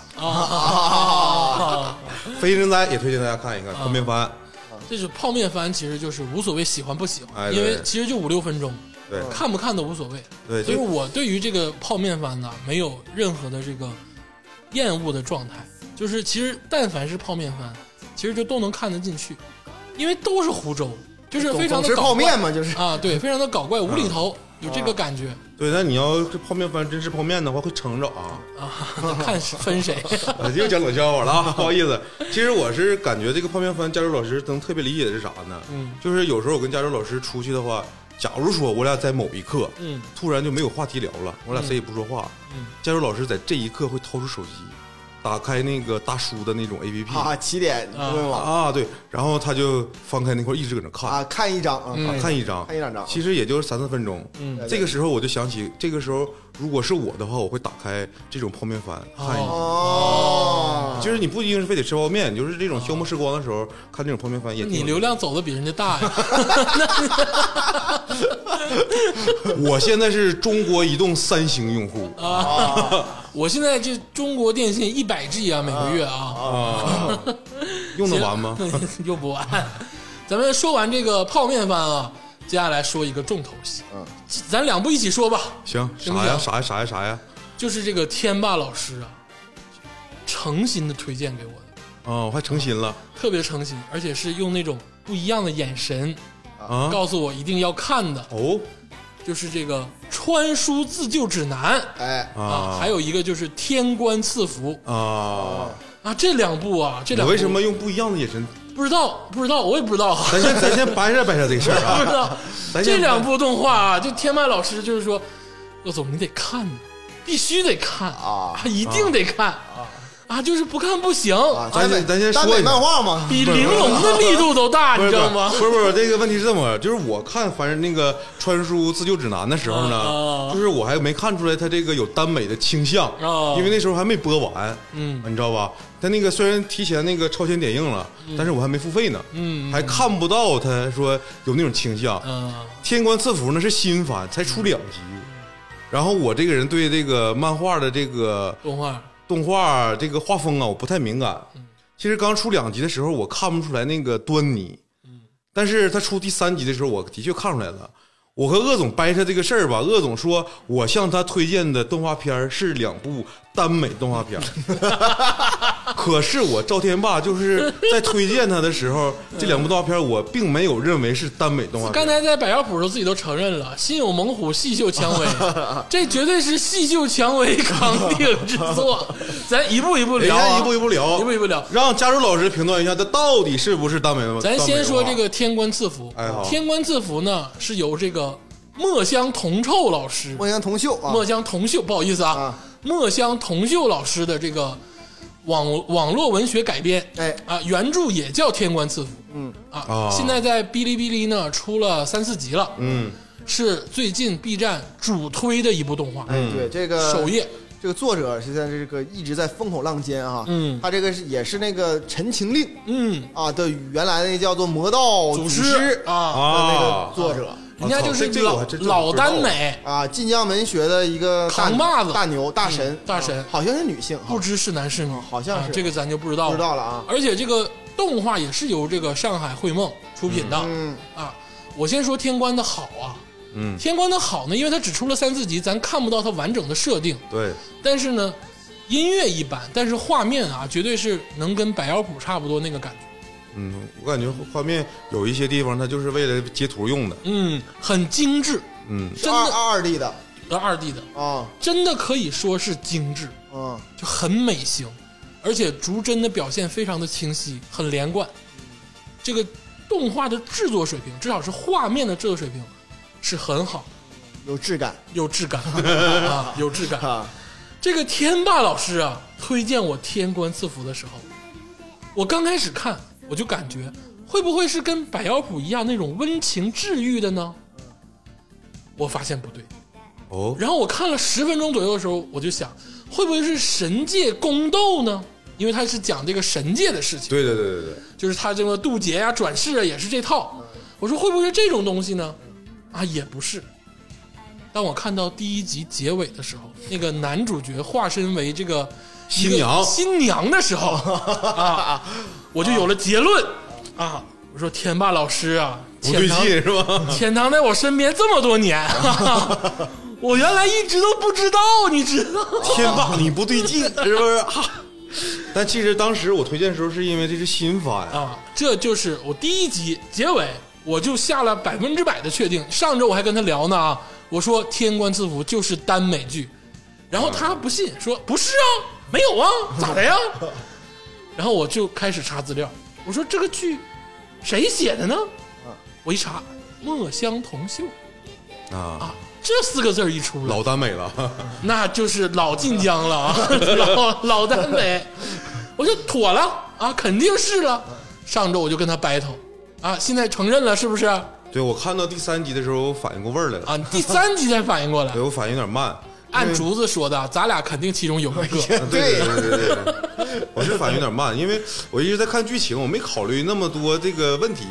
啊，
非人哉也推荐大家看一看，昆明番，
这是泡面番，其实就是无所谓喜欢不喜欢，
哎对
因为其实就五六分钟，
对
看不看都无所谓。
对
所以
就
我对于这个泡面番呢，没有任何的这个厌恶的状态，就是其实但凡是泡面番，其实就都能看得进去，因为都是湖州，就是非常
总
的
吃
搞
泡面
怪
嘛，嗯就是
啊，对，非常的搞怪无厘头，有这个感觉
对，那你要这泡面番真吃泡面的话会撑着啊。
啊，看是分 谁
啊 又讲冷笑话了啊，不好意思。其实我是感觉这个泡面番，加州老师能特别理解的是啥呢？
嗯，
就是有时候我跟加州老师出去的话，假如说我俩在某一刻，
嗯
突然就没有话题聊了，我俩谁也不说话，
嗯，
佳茹老师在这一刻会掏出手机，打开那个大叔的那种 A P P
啊，起点
啊
互联网
嗯啊，对，然后他就翻开那块儿一直搁那看，
啊，看一张啊，
嗯
啊看一张，
看一两张
其实也就是三四分钟。
嗯
这个时候我就想起，这个时候如果是我的话，我会打开这种泡面番
哦
看一眼。
啊
哦，
就是你不一定是非得吃泡面，就是这种消磨时光的时候看这种泡面番也挺
你
有
流量走的比人家大呀，
我现在是中国移动三星用户
啊我现在这中国电信一百 G 啊，每个月啊，
啊，用得 完吗？
用不完。咱们说完这个泡面番啊，接下来说一个重头戏，
嗯
咱两部一起说吧，
行，
行不
啥呀？
行
啥呀？啥呀？啥呀？
就是这个天霸老师啊，诚心的推荐给我的，
啊，我还成心了
特别诚心，而且是用那种不一样的眼神
啊！
告诉我一定要看的，
哦
就是这个《穿书自救指南》
哎，
啊，
啊
还有一个就是《天官赐福
啊！》
啊，这两部啊，这
我
两部
为什么用不一样的眼神？
不知道？不知道，我也不知道啊。
咱先咱先掰扯掰扯这个事儿
不
啊！
知道
咱先
这两部动画啊，就天麦老师就是说，鄂总你得看，必须得看
啊
一定得看啊就是不看不行，
啊，
咱
耽
先
美
咱先
耽
说
美
一下
漫画嘛，
比玲珑的力度都大，
不
你
是
知
不
道
是
吗？
不是不是，这个问题是这么，就是我看反正那个《穿书自救指南》的时候
啊啊
呢，就是我还没看出来他这个有耽美的倾向
啊，
因为那时候还没播完，
嗯
你知道吧？他那个虽然提前那个超前点映了，但是我还没付费呢，
嗯
还看不到他说有那种倾向。
嗯、
天官赐福呢是新番，才出两集。然后我这个人对这个漫画的这个
动画
动画这个画风啊，我不太敏感。其实刚出两集的时候，我看不出来那个端倪。但是他出第三集的时候，我的确看出来了。我和鄂总掰扯这个事儿吧，鄂总说我向他推荐的动画片儿是两部耽美动画片儿， 可是我赵天霸就是在推荐他的时候，这两部动画片儿我并没有认为是耽美动画片
刚
儿。
才在百药谱的时候自己都承认了，心有猛虎，细嗅 蔷薇，这绝对是细嗅蔷薇扛鼎之 作。咱一步一步
人
聊、啊，
家哎一步一步聊，
一步一步聊。
让加州老师评断一下，他到底是不是耽美动画？
咱先说
耽
这
美动
个天官赐福，
哎好
天官赐福呢是由这个墨香铜臭老师，
梦阳同秀啊，
墨香铜臭，不好意思啊
啊，
墨香铜臭老师的这个网网络文学改编，
哎
啊，原著也叫天官赐福，嗯啊
哦，
现在在哔哩哔哩呢出了三四集了，
嗯，
是最近 B 站主推的一部动画，
嗯
哎，对这个
首页，
这个作者现在这个一直在风口浪尖啊，
嗯
他这个是也是那个《陈情令》
嗯，
啊的原来那叫做魔
哦
道
祖
师
师啊，
的
啊
那个作者
人家就是
哦这这个我
老
还真
老
不知道哦
耽美，
啊，晋江文学的一个大
扛把子
大牛大神
嗯大神
啊好像是女性啊，
不知是男是女，
好像
啊
是
这个咱就不知道
不
了
知道了啊，
而且这个动画也是由这个上海绘梦出品的、
嗯
啊。我先说天官的好啊，
嗯
天官的好呢，因为它只出了三四集，咱看不到它完整的设定，
对，
但是呢，音乐一般，但是画面啊，绝对是能跟百妖谱差不多那个感觉，
嗯，我感觉画面有一些地方它就是为了截图用的，
嗯，很精致，
嗯，
真
二
的
二二 D 的
呃二 D 的，
啊
真的可以说是精致，
啊，
就很美型，而且逐帧的表现非常的清晰，很连贯。这个动画的制作水平，至少是画面的制作水平是很好，
有质感
有质感啊，有质感。
啊，
这个天霸老师啊，推荐我《天官赐福》的时候，我刚开始看我就感觉，会不会是跟百妖谱一样那种温情治愈的呢？我发现不对，
哦，
然后我看了十分钟左右的时候，我就想，会不会是神界宫斗呢？因为它是讲这个神界的事情，
对对对对对，
就是它这个渡劫呀、转世啊，也是这套。我说会不会是这种东西呢？啊，也不是。当我看到第一集结尾的时候，那个男主角化身为这个
新娘
一个新娘的时 候啊，我就有了结论啊。我说天霸老师啊，
不对
潜藏
劲是吧？
潜藏在我身边这么多 年，我原来一直都不知道，你知道？
天霸你不对劲是不是？啊但其实当时我推荐的时候，是因为这是新番啊，
啊， 这就是我第一集结尾我就下了百分之百的确定。上周我还跟他聊呢啊，我说《天官赐福》就是耽美剧，然后他不信，说不是啊，没有啊，咋 的呀？然后我就开始查资料，
嗯
我说这个剧谁写的呢？我一查，墨香铜臭，
啊，
这四个字儿一出来，
老耽美了，
那就是老晋江了啊，老老耽美，我就妥了啊，肯定是了。上周我就跟他 battle 啊，现在承认了是不是？啊，
对我看到第三集的时候，我反应过味儿来了，
第三集才反应过来
对，我反应有点慢，啊
按竹子说的，咱俩肯定其中有一
哎
个。
对对对对，我是反应有点慢，因为我一直在看剧情，我没考虑那么多这个问题。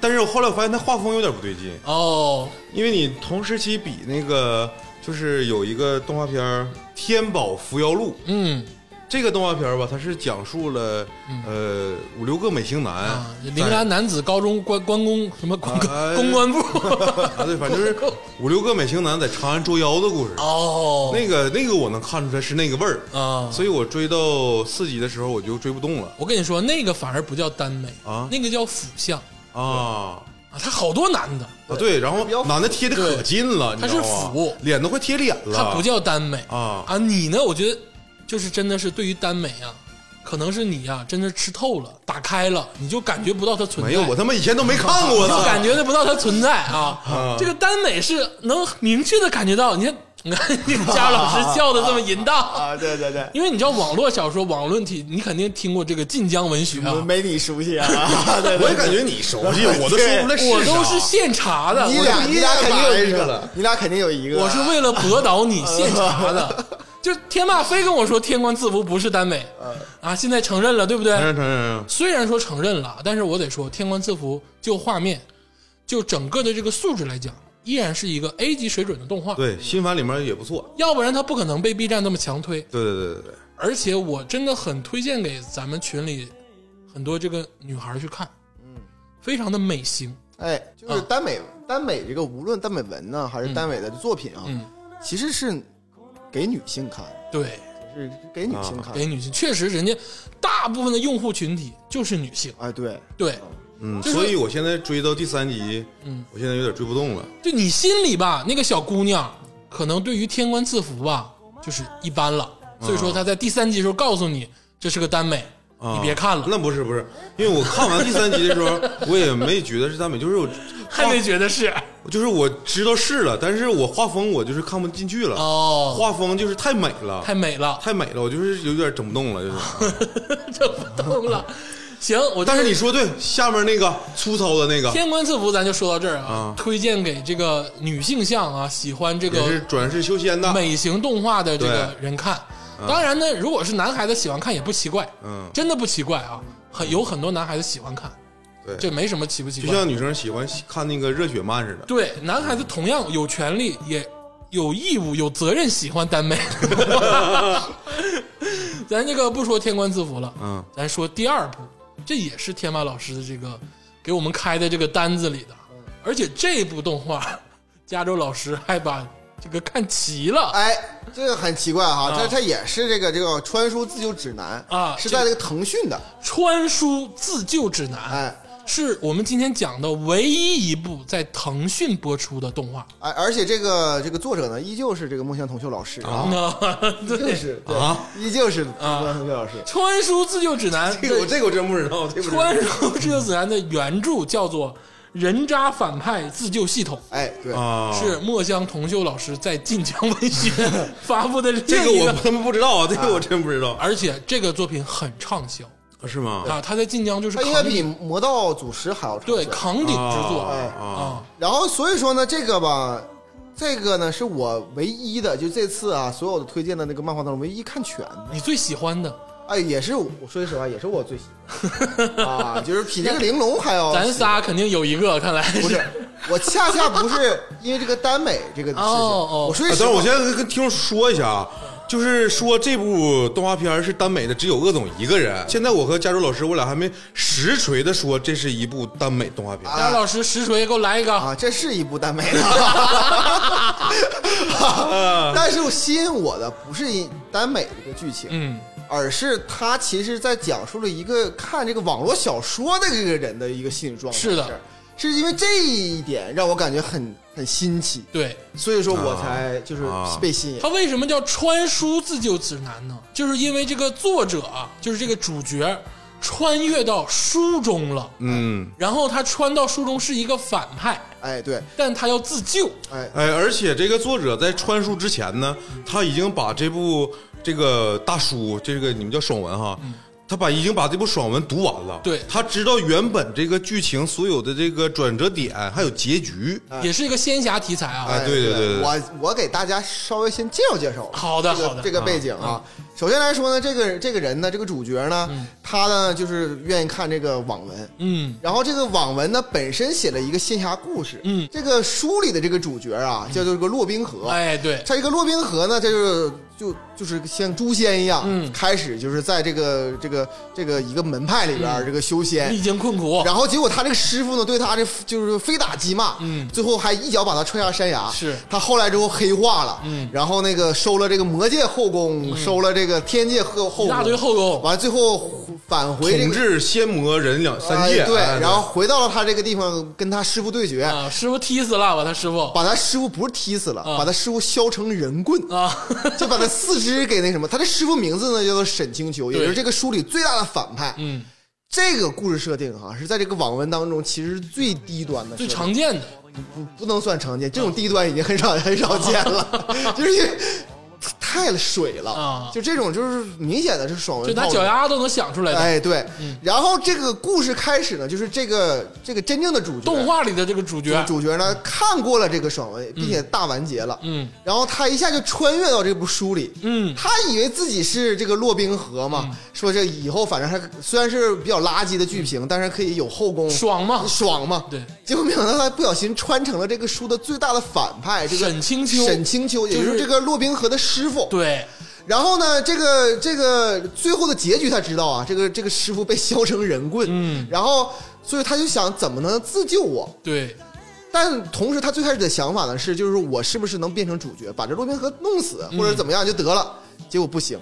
但是我后来发现他画风有点不对劲，
哦，
因为你同时期比那个就是有一个动画片儿《天宝扶摇录》，
嗯
这个动画片儿吧，它是讲述了呃五六个美型男
啊，铃兰男子高中关关公什么公
哎
公关 部，
啊，对，反正 就是五六个美型男在长安捉妖的故事。
哦，
那个那个我能看出来是那个味儿
啊
所以我追到四集的时候我就追不动了
我跟你说，那个反而不叫耽美
啊
那个叫腐向
啊
啊，他好多男的，
啊！对，然后
较
男的贴的可近了，你知道
他是
吗
腐？
脸都快贴脸了，
它不叫耽美
啊
啊！你呢？我觉得就是真的是对于耽美啊，可能是你啊，真的吃透了，打开了，你就感觉不到它存在，
没有，我他妈以前都没看过
你就感
呢。
觉得不到它存在啊。这个耽美是能明确的感觉到，你看，你看， 你家老师笑的这么淫荡。
啊，对对 对，
因为你知道网络小说、网论体，你肯定听过这个晋江文学啊，
没你熟悉啊，对对
我也感觉你熟悉，我都说不出来
我
是啊啥。
都是现查的，
你
我
俩
我就
你俩肯定有一
一眼
个
白着了，
你俩肯定有一
啊
个。
我是为了博导你现查的。就是天马飞跟我说天官赐福不是耽 美，啊，现在承认了，对不对？
承认承认承认
虽然说承认了，但是我得说，《天官赐福》就画面，就整个的这个素质来讲，依然是一个 A 级水准的动画。
对，新番里面也不错。
要不然它不可能被 B 站这么强推。
对对对对对，
而且我真的很推荐给咱们群里很多这个女孩去看，嗯，非常的美型。
哎，
啊
就是耽美，耽美这个无论耽美文呢，还是耽美的作品啊，
嗯
其实是给女性看，
对，
是给女性看。
给女性确实，人家大部分的用户群体就是女性。
哎，对，
对，
嗯，
就是
所以我现在追到第三集，
嗯，
我现在有点追不动了。
就你心里吧，那个小姑娘可能对于天官赐福吧，就是一般了。
嗯
所以说她在第三集的时候告诉你，这是个耽美，
啊
你别看了，
那不是不是，因为我看完第三集的时候，我也没觉得是耽美，就是我
还没觉得是
就是我知道是了，但是我画风我就是看不进去了，
哦，
画风就是太美
太
了，
啊
太
美了，
美了，我就是有点整不动了，就是。
这不动了。行，我
但是你
说
说对，下面那个粗糙的那个
天官赐福，咱就说到这儿啊
啊。
推荐给这个女性向啊，喜欢这
也是
个
转世修仙的，
美型动画的这个人看。当然呢，如果是男孩子喜欢看也不奇怪，
嗯
真的不奇怪啊。很有很多男孩子喜欢看，
对
这没什么奇不奇
就
怪。
像女生喜欢看那个热血漫似的。
对，男孩子同样有权利，也有义务、有责任喜欢耽美。 咱这个不说天官赐福了，
嗯，
咱说第二部，这也是天马老师的这个给我们开的这个单子里的，而且这部动画，加州老师还把这个看齐了。
哎，这个很奇怪哈，
啊
它它也是这个这个《穿书自救指南》
啊
是在这个腾讯的，
川书自救指南
哎
是我们今天讲的唯一一部在腾讯播出的动画
哎，而且这个这个作者呢，依旧是这个孟乡同秀老师啊，
对，
是
啊，
依旧是孟乡同秀老师。
川书自救指南，
这个我这个我真不知道，这
《
个
川流这自然》的原著叫做《人渣反派自救系统
哎，对，》，
啊，
是墨香铜臭老师在晋江文学发布的另
这
一
个我他妈不知道啊，这个我真不知道，
而且这个作品很畅销
是吗？
啊，他在晋江就是
它应该
扛
比
鼎，
《魔道祖师》还要长。
对扛鼎之作
哎
啊
啊，
然后所以说呢，这个吧，这个呢是我唯一的，就这次啊，所有的推荐的那个漫画当中唯一看全的。
你最喜欢的，
哎，也是我我说句实话，也是我最喜 欢的啊，就是比这个玲珑还要。
咱仨肯定有一个，看来
哦不是，我恰恰不是因为这个耽美这个事情。
哦哦
我说
啊
句实
但是我
话，
现在跟听众说一下啊，就是说这部动画片是耽美的，只有鄂总一个人。现在我和加州老师，我俩还没实锤的说这是一部耽美动画片。
大家老师实锤给我来一个，
啊，这是一部 耽美 的，
嗯
但是吸引我的不是因耽美这个剧情，
嗯
而是它其实在讲述了一个看这个网络小说的这个人的一个心理状态。
是的，
是因为这一点让我感觉很很新奇，
对，
所以说我才就是
啊
被吸引。
它为什么叫《穿书自救指南》呢？就是因为这个作者啊，就是这个主角，穿越到书中了，
嗯，
然后他穿到书中是一个反派，
哎，对，
但他要自救，
哎，
哎，而且这个作者在穿书之前呢，他已经把这部这个大书，这个你们叫爽文哈，他把已经把这部爽文读完了。
对
他知道原本这个剧情所有的这个转折点还有结局。
哎
也是一个仙侠题材啊。
哎对啊对对对
我我给大家稍微先介绍介绍吧。
好的
这个
好的
这个背景啊。首先来说呢，这个这个人呢，这个主角呢，他呢就是愿意看这个网文。
嗯
然后这个网文呢本身写了一个仙侠故事，
嗯
这个书里的这个主角啊叫做这个洛冰河，
哎，对，
他这个洛宾河呢，他就是就就是像诛仙一样，
嗯
开始就是在这个这个这个一个门派里
嗯
边儿、这个修仙，
历经困苦，
然后结果他这个师傅呢，对他这就是非打即骂，
嗯
最后还一脚把他踹下山崖。
是
他后来之后黑化了，
嗯
然后那个收了这个魔界后宫，收了这个天界后后
一
宫，
大堆后宫，
完了最后返回这
统
个。
治仙魔人两三界，
哎对，
哎
然后回到了他这个地方，跟他师傅对决，
啊，师傅踢死了，把他师傅
把他师傅不是踢死了，
啊
把他师傅削成人棍，
啊，
就把他四肢给那什么。他的师傅名字呢叫做沈清秋，也
对
就是这个书里最大的反派。
嗯，
这个故事设定啊哈、是在这个网文当中其实是最低端的设
最
定，
常哦见的，
不不能算常见，这种低端已经很少很少见 了，就是因为太水了
啊
就这种就是明显的是爽
就
文
拿
套路
脚。丫嗯都能想出来的。
哎，对，然后这个故事开始呢，就是这个这个真正的主角
动画里的这个主角，
主角呢看过了这个爽文，并且大完结了，
嗯
然后他一下就穿越到这部书里，
嗯
他以为自己是这个洛冰河嘛，说这以后反正他虽然是比较垃圾的剧评，但是可以有后宫，
嗯爽嘛
爽嘛。
对，
结果没想到他不小心穿成了这个书的最大的反派，这个
沈清秋
沈清秋，也就是这个洛冰河的师傅。
对，
然后呢，这个这个最后的结局他知道啊，这个这个师傅被削成人棍，
嗯，
然后所以他就想怎么能自救我？
对，
但同时，他最开始的想法呢是，就是我是不是能变成主角，把这洛宾河弄死或者怎么样就得了？结果不行，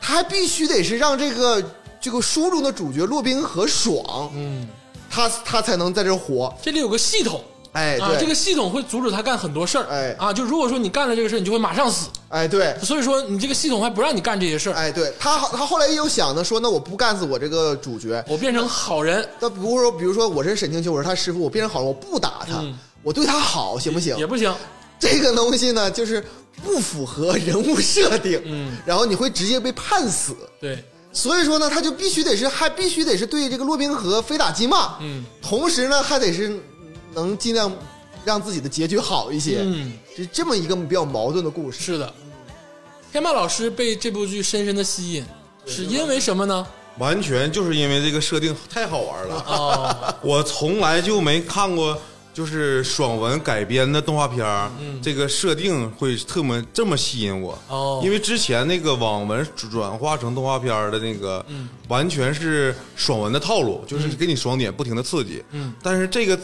他还必须得是让这个这个书中的主角洛宾河爽，
嗯，
他他才能在这儿活。
这里有个系统。
哎，对，
啊，这个系统会阻止他干很多事儿，
哎
啊，就如果说你干了这个事儿，你就会马上死，
哎对。
所以说你这个系统还不让你干这些事儿，
哎，对他，他后来也有想呢，说那我不干死我这个主角，
我变成好人
那比如说，比如说我是沈清秋，我是他师傅，我变成好人，我不打他，
嗯
我对他好行不行？
也不行，
这个东西呢，就是不符合人物设定，
嗯，
然后你会直接被判死，
对，
所以说呢，他就必须得是还必须得是对这个洛宾河非打即骂，
嗯
同时呢，还得是能尽量让自己的结局好一些，
嗯，
是这么一个比较矛盾的故事。
是的。天霸老师被这部剧深深的吸引，是因为什么呢？
完全就是因为这个设定太好玩了。
哦，
我从来就没看过就是爽文改编的动画片儿，
嗯
这个设定会特么这么吸引我。
哦
因为之前那个网文转化成动画片儿的那个，
嗯
完全是爽文的套路，就是给你爽点，不停的刺激。
嗯，
但是这个。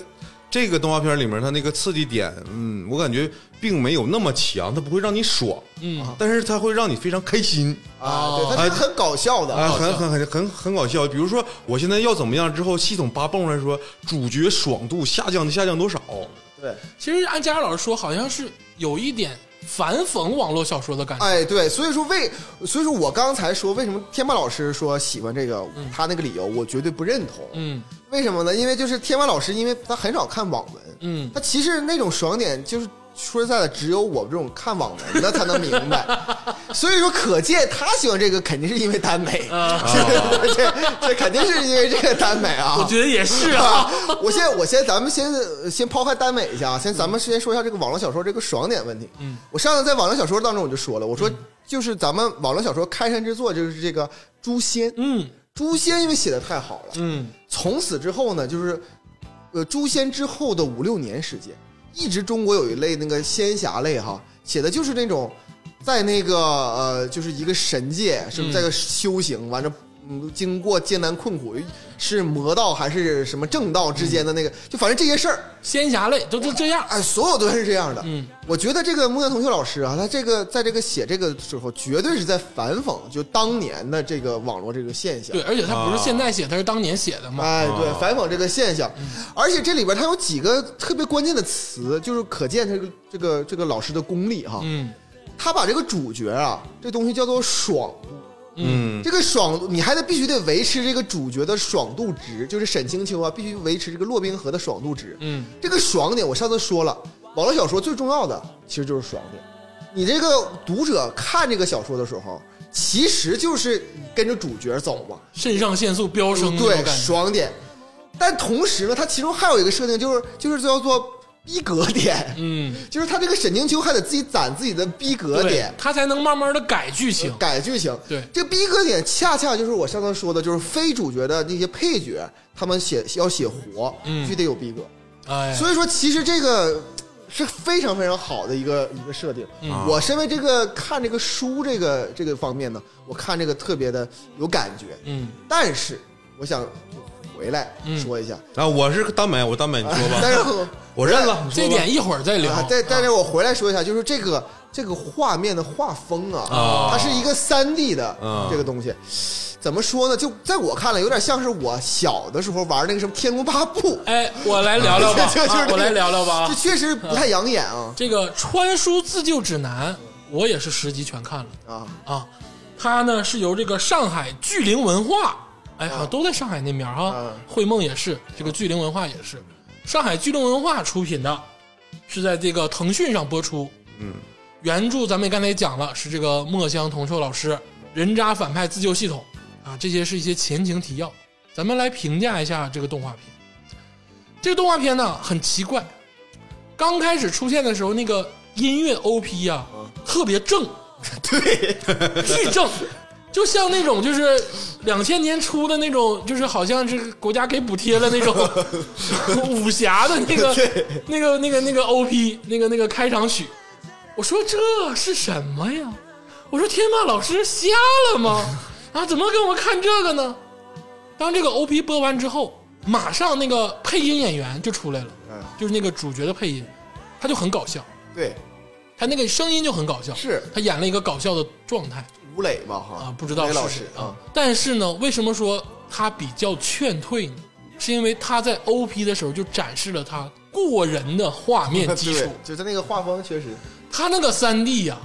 这个动画片里面，它那个刺激点，嗯，我感觉并没有那么强，它不会让你爽，
嗯，
但是它会让你非常开心。
哦
啊，对，他是很搞笑的，
啊，
搞
很
笑
很很很很搞笑。比如说，我现在要怎么样之后，系统扒蹦出来说，主角爽度下降下降多 少？啊
对，
其实按佳老师说，好像是有一点反讽网络小说的感觉，
哎，对，所以说为，所以说我刚才说为什么天霸老师说喜欢这个，他那个理由我绝对不认同。
嗯
为什么呢？因为就是天霸老师，因为他很少看网文，
嗯，
他其实那种爽点就是。说实在的，只有我这种看网文的才能明白， 所以说可见他喜欢这个肯定是因为耽美，
啊
这这这肯定是因为这个耽美啊。
我觉得也是啊
啊，， 我先我先咱们先呃先抛开耽美一下啊，先咱们先说一下这个网络小说这个爽点问题。
嗯，
我上次在网络小说当中我就说了，我说就是咱们网络小说开山之作就是这个《诛仙》，《
嗯
诛仙》因为写的太好了，
嗯，
从此之后呢，就是呃《诛仙》之后的五六年时间，一直中国有一类那个仙侠类哈，写的就是那种在那个呃就是一个神界，是
嗯
不是在个修行完了。嗯，经过艰难困苦，是魔道还是什么正道之间的
嗯
那个，就反正这些事儿，
仙侠类都都这样，
哎，所有都是这样的。
嗯，
我觉得这个木原同学老师啊，他这个在这个写这个时候，绝对是在反讽就当年的这个网络这个现象
对，。而且他不是现在写，他是当年写的嘛，嗯
哎，对
啊，
反讽这个现象，而且这里边它有几个特别关键的词，就是可见这个这个这个老师的功力哈。
嗯
他把这个主角啊，这东西叫做爽，
嗯
这个爽度，你还得必须得维持这个主角的爽度值，就是沈清秋啊，必须维持这个洛冰河的爽度值。
嗯，
这个爽点，我上次说了，网络小说最重要的其实就是爽点。你这个读者看这个小说的时候，其实就是跟着主角走嘛，
肾上腺素飙升那种
嗯对，
感觉，
爽点。但同时呢，它其中还有一个设定，就是就是叫做逼格点，
嗯，
就是他这个沈清秋还得自己攒自己的逼格
对
点，，
他才能慢慢的改剧情，
改剧情。
对
这个逼格点恰恰就是我上头说的，就是非主角的那些配角，他们写要写活，
嗯
必须得有逼格。
哎，
所以说，其实这个是非常非常好的一个一个设定。
嗯
我身为这个看这个书这个这个方面呢，我看这个特别的有感觉。
嗯，
但是我想回来
嗯
说一下，
啊，我是耽美，我耽美，你说吧，
但是
我认了，你说
这
吧
点一会儿再聊
啊，，但但是我回来说一下，就是这个这个画面的画风啊，
啊
它是一个三 D 的
嗯
啊
这个东西，怎么说呢？就在我看来，有点像是我小的时候玩那个什么《天龙八部
哎，我来聊聊吧，
就就是
啊
这个
我来聊聊吧》，
这
啊，
确实不太养眼啊
这个《穿书自救指南》，我也是十集全看了
啊！
啊，它呢是由这个上海巨灵文化，哎，好像都在上海那面儿哈
啊，
汇梦也是，这个巨灵文化也是，上海巨灵文化出品的，是在这个腾讯上播出，
嗯，
原著咱们也刚才也讲了，是这个墨香铜臭老师人渣反派自救系统啊，这些是一些前情提要。咱们来评价一下这个动画片。这个动画片呢很奇怪，刚开始出现的时候，那个音乐 OP 啊特别正，对，巨正，就像那种就是两千年初的那种，就是好像是国家给补贴的 那种武侠的那个那个那个那个 OP 那个那个开场曲。我说这是什么呀？我说天霸老师瞎了吗？啊，怎么给我们看这个呢？当这个 OP 播完之后，马上那个配音演员就出来了，
嗯
就是那个主角的配音，他就很搞笑，
对，
他那个声音就很搞笑，
是
他演了一个搞笑的状态
吴磊吧？哈
啊，不知道
吴
是
磊老
谁
师
啊
啊，。
但是呢，为什么说他比较劝退呢？是因为他在 OP 的时候就展示了他过人的画面基础
对，，就他那个画风确实，
他那个三 D 呀、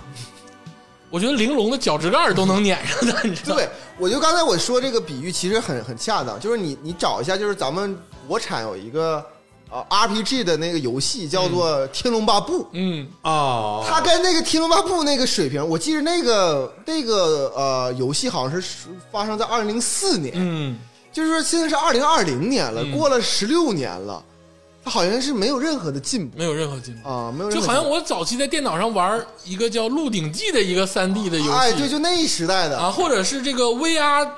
我觉得玲珑的脚趾盖儿都能撵上他，你知道吗？
对，我就刚才我说这个比喻其实很很恰当，就是你你找一下，就是咱们国产有一个呃 RPG 的那个游戏叫做《天龙八部》，
嗯，
啊，
它跟那个《天龙八部》那个水平，我记得那个那个呃游戏好像是发生在二零零四年，
嗯，
就是说现在是二零二零年了，
嗯
过了十六年了，它好像是没有任何的进步
没有任何进步。
啊，没有任
就
何
好像
进步
我早期在电脑上玩一个叫《鹿鼎记》的一个三 D 的游戏，
哎，对，就那一时代的，
啊，或者是这个 VR，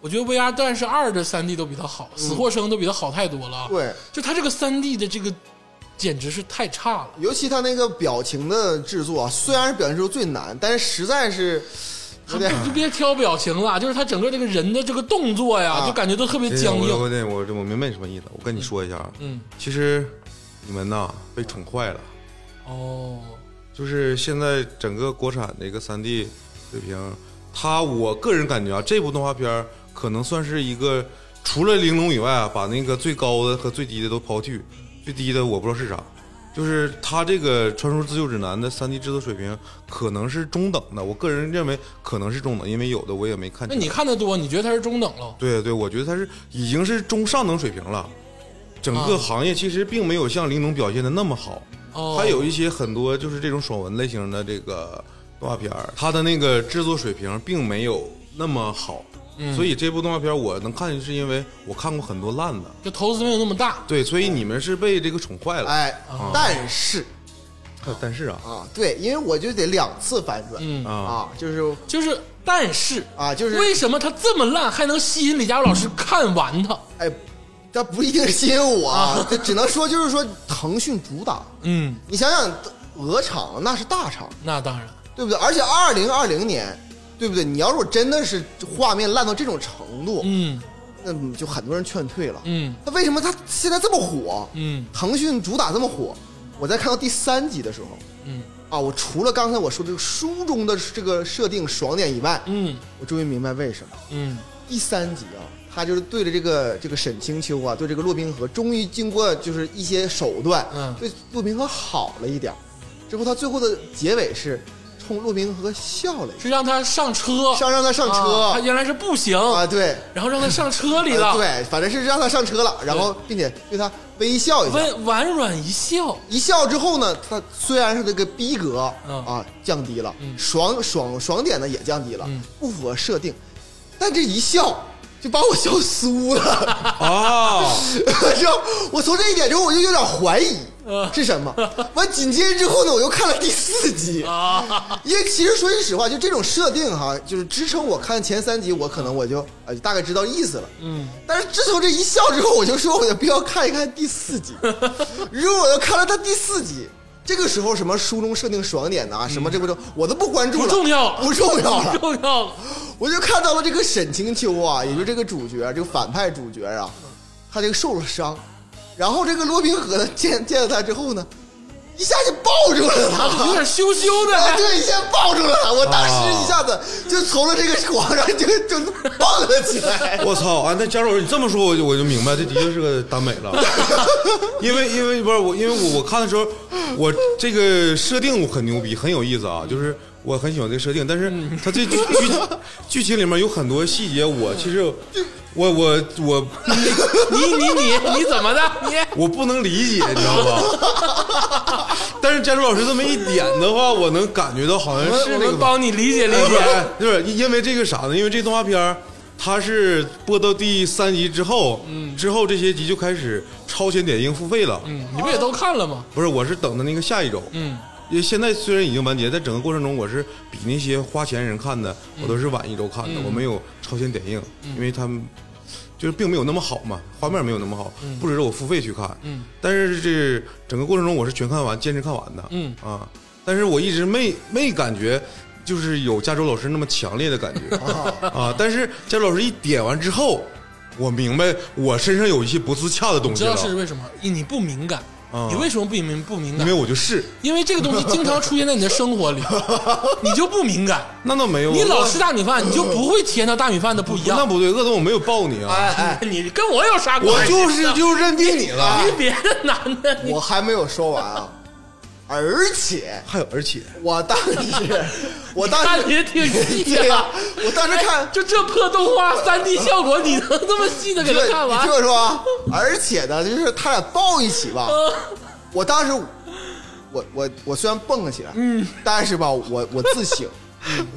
我觉得 VR 战士二的三 D 都比它好，
嗯
死或生都比它好太多了。，啊
对，
就它这个三 D 的这个简直是太差了。
尤其他那个表情的制作啊，虽然是表情制作最难，但是实在是有点。
就别挑表情了， 就是他整个这个人的这个动作呀，
啊
就感觉都特别
这
僵
我
硬。
我我我明白你什么意思，我跟你说一下啊，
嗯，
其实你们呐被宠坏了，
哦，
就是现在整个国产的一个三 D 水平，它我个人感觉啊，这部动画片儿可能算是一个除了玲珑以外啊，把那个最高的和最低的都抛去，最低的我不知道是啥。就是它这个《传说自救指南》的三 D 制作水平可能是中等的，我个人认为可能是中等，因为有的我也没看
那
清。
你看的多，你觉得他是中等了？
对对，我觉得它是已经是中上等水平了。整
啊
个行业其实并没有像玲珑表现的那么好，
哦，
它有一些很多就是这种爽文类型的这个动画片儿，它的那个制作水平并没有那么好，所以这部动画片儿我能看，是因为我看过很多烂的。
就投资没有那么大。
对，所以你们是被这个宠坏了。
哎，但是
但是啊，
啊，对，因为我就得两次反转，
嗯
啊，
啊，就是
就是，但是
啊，就是
为什么他这么烂还能吸引李佳茹老师看完他？
哎，他不一定是吸引我啊，这只能说就是说腾讯主打，
嗯，
你想想，鹅厂那是大厂，
那当然。
对不对？而且二零二零年，对不对？你要如果真的是画面烂到这种程度，
嗯
那么就很多人劝退了。
嗯
那为什么它现在这么火？
嗯
腾讯主打这么火，我在看到第三集的时候，
嗯
啊，我除了刚才我说这个书中的这个设定爽点以外，
嗯
我终于明白为什么
嗯
第三集啊，他就是对着这个这个沈清秋啊，对这个骆冰河，终于经过就是一些手段，
嗯
对骆冰河好了一点儿。之后他最后的结尾是冲骆宾河笑了一
是让他上车，
下，上让他上
啊他
车
原来是不行，
啊，对，
然后让他上车里
呃
了，
对，反正是让他上车了，然后并且对他微笑一下，
温婉软一笑，
一笑之后呢，他虽然是这个逼格、
嗯
啊降低了，
嗯
爽爽爽点呢也降低了，
嗯
不符合设定，但这一笑就把我笑酥了，
哦
啊，
然后我从这一点之后我就有点怀疑。
嗯
是什么？完，紧接着之后呢，我又看了第四集，
啊
因为其实说句实话，就这种设定哈，就是支撑我看前三集，我可能我就呃大概知道意思了。
嗯，
但是自从这一笑之后，我就说我有必要看一看第 四集。如果我要看了他第四集，这个时候什么书中设定爽点呐、什么这不就我都不关注
嗯
了，
不重要了
不重要
不
了。
重要了，
我就看到了这个沈清秋啊，也就是这个主角，这个反派主角啊，他这个受了伤，然后这个罗宾河呢见见到他之后呢，一下就抱住了他，
有点羞羞
哎，
的，
啊对，一下抱住了他，我当时一下子就从了这个床上就就蹦了起来。
我操！啊，那假如你这么说，我就我就明白，这的确是个耽美了。 因为因为不是我，因为我我看的时候，我这个设定我很牛逼，很有意思啊，就是我很喜欢这个设定。但是它这剧剧剧情里面有很多细节，我其实我我我
你你你你怎么的？你
我不能理解，你知道吧？ 但是佳茹老师这么一点的话，我能感觉到好像
我
是
们
那
我
个
们帮你理解理
哎
解，
就是因为这个啥呢？因为这动画片儿它是播到第三集之后，之后这些集就开始超前点映付费了。
嗯，你不也都看了吗？
不是，我是等的那个下一周。
嗯，
因为现在虽然已经完结，在整个过程中，我是比那些花钱人看的，
嗯
我都是晚一周看的，我没有超前点映，因为他们就是并没有那么好嘛，画面没有那么好，不值得我付费去看。
嗯，
但是这整个过程中我是全看完，坚持看完的。
嗯
啊，但是我一直没没感觉。就是有加州老师那么强烈的感 觉啊！但是加州老师一点完之后，我明白我身上有一些不自洽的东
你
西
知
了
道，是为什么？你不敏感，
啊
你为什么不敏不敏
因为
感？
我就是
因为这个东西经常出现在你的生活里，你就不敏感。
那倒没有
你
我
老吃大米饭，你就不会体验到大米饭的不一
那
样。
不对，恶总我没有抱你啊，
哎
你跟我有啥关系？
我就是就认定你 了。
你别的男的，
哎，我还没有说完啊，而且
还有，而且
我当时，我当
看
时
你也挺细
对呀、
呀。
我当时看
就这破动画三 D 效果，你能这么细的给他
对，
看
你
完
听？我说啊，而且呢，就是他俩抱一起吧，我当时，我我我虽然蹦了起来，嗯，但是吧，我我自省，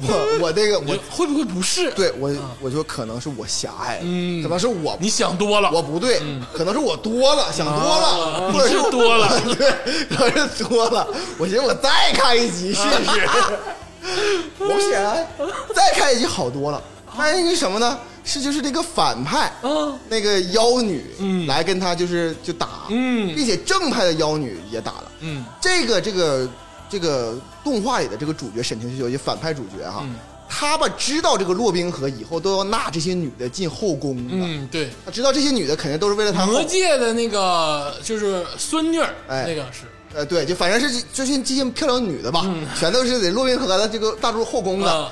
我我这个
我
我
会不会不是？
对我我说可能是我狭隘了，
嗯
可能是我
你想多了，
我不对，可能是我多了，想多
啊
了，或者是
你是多了
对，可能是多了。我寻思我再看一集试试， 我显然再看一集好多
哦
了。发现是什么呢？是就是这个反派，
啊
那个妖女，
嗯
来跟他就是就打，
嗯
并且正派的妖女也打了，
嗯
这个这个这个动画里的这个主角沈清秀，也反派主角哈。
嗯
他吧知道这个骆宾河以后都要纳这些女的进后宫的，
嗯，对，
他知道这些女的肯定都是为了他
魔
后，
界的那个就是孙女儿，
哎
那个是
呃，对，就反正是这些这些漂亮女的吧，
嗯
全都是得骆宾河的这个纳入后宫的。
啊，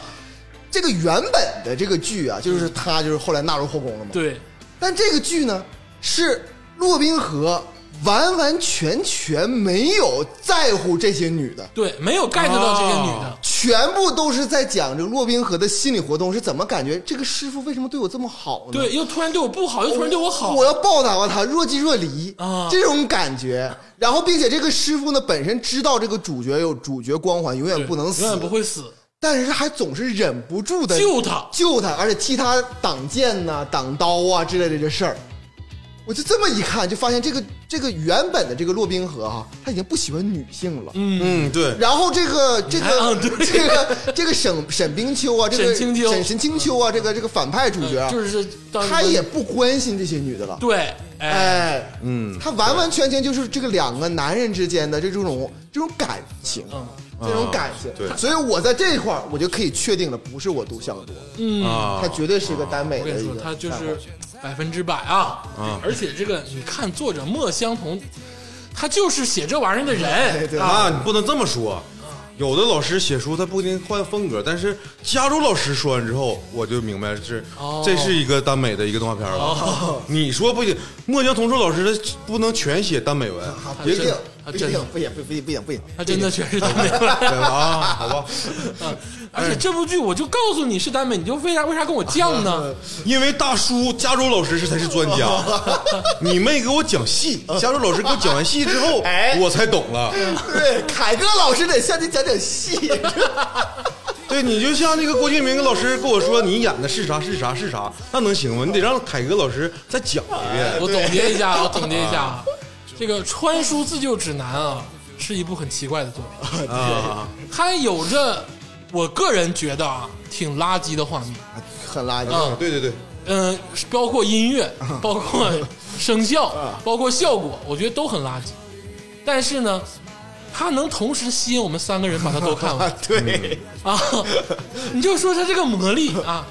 这个原本的这个剧啊，就是他就是后来纳入后宫了嘛。
对，
但这个剧呢，是骆宾河完完全全没有在乎这些女的，
对，没有 get 到这些女的
哦，
啊全部都是在讲这个骆宾河的心理活动是怎么感觉这个师傅为什么对我这么好呢？
对，又突然对我不好，又突然对我好
我，要报答他，若即若离
啊
这种感觉。然后，并且这个师傅呢，本身知道这个主角有主角光环，永
对
远不能死，
永远不会死，
但是还总是忍不住的
救他，
救他，而且替他挡剑呐、挡刀啊之类的这事儿。我就这么一看，就发现这个这个原本的这个骆宾河哈、他已经不喜欢女性了。
嗯，对，
然后这个这个、
啊对
这个这个沈沈冰秋啊，这个
沈清秋嗯
沈沈清秋啊，这个这个反派主角啊，
就是当
他也不关心这些女的了。
对，哎，
哎，
嗯，
他完完全全就是这个两个男人之间的这种这种感情，
嗯
这种感情。
嗯
对
所以我在这一块儿我就可以确定了，不是我独享多，
嗯，
啊，
他绝对是一个耽美
我
的
跟你
一个
说，
漫画。
他就是百分之百啊
啊，
而且这个你看作者莫相同，他就是写这玩意儿的
哎对对
人啊，
啊，你不能这么说。有的老师写书他不一定换风格，但是加州老师说完之后，我就明白是、
哦
这是一个耽美的一个动画片哦了。你说不行，墨江同寿老师他不能全写耽美文，
他不
也
一定
可
啊，
不
真的
行，不行，不行，不行，不行，
他真的全是耽美 了。
对吧啊，好吧，
而且这部剧我就告诉你是耽美，你就为啥为啥跟我犟
哎
呢？
因为大叔加州老师是才是专 家，你妹给我讲戏，加州老师给我讲完戏之后，
哎
我才懂了。
嗯
对，凯哥老师得向你讲讲戏，
对你就像那个郭敬明老师跟我说你演的是啥是啥是啥，那能行吗？你得让凯歌老师再讲一遍。
我总结一下，我总结一下啊，这个《穿书自救指南》啊，是一部很奇怪的作品，
啊，
它有着我个人觉得啊挺垃圾的画面，
很垃圾。
嗯
对对 对，
嗯、包括音乐，包括声效，包括效果，我觉得都很垃圾。但是呢，它能同时吸引我们三个人把它都看 完。
嗯
对，
啊，你就说他这个魔力啊，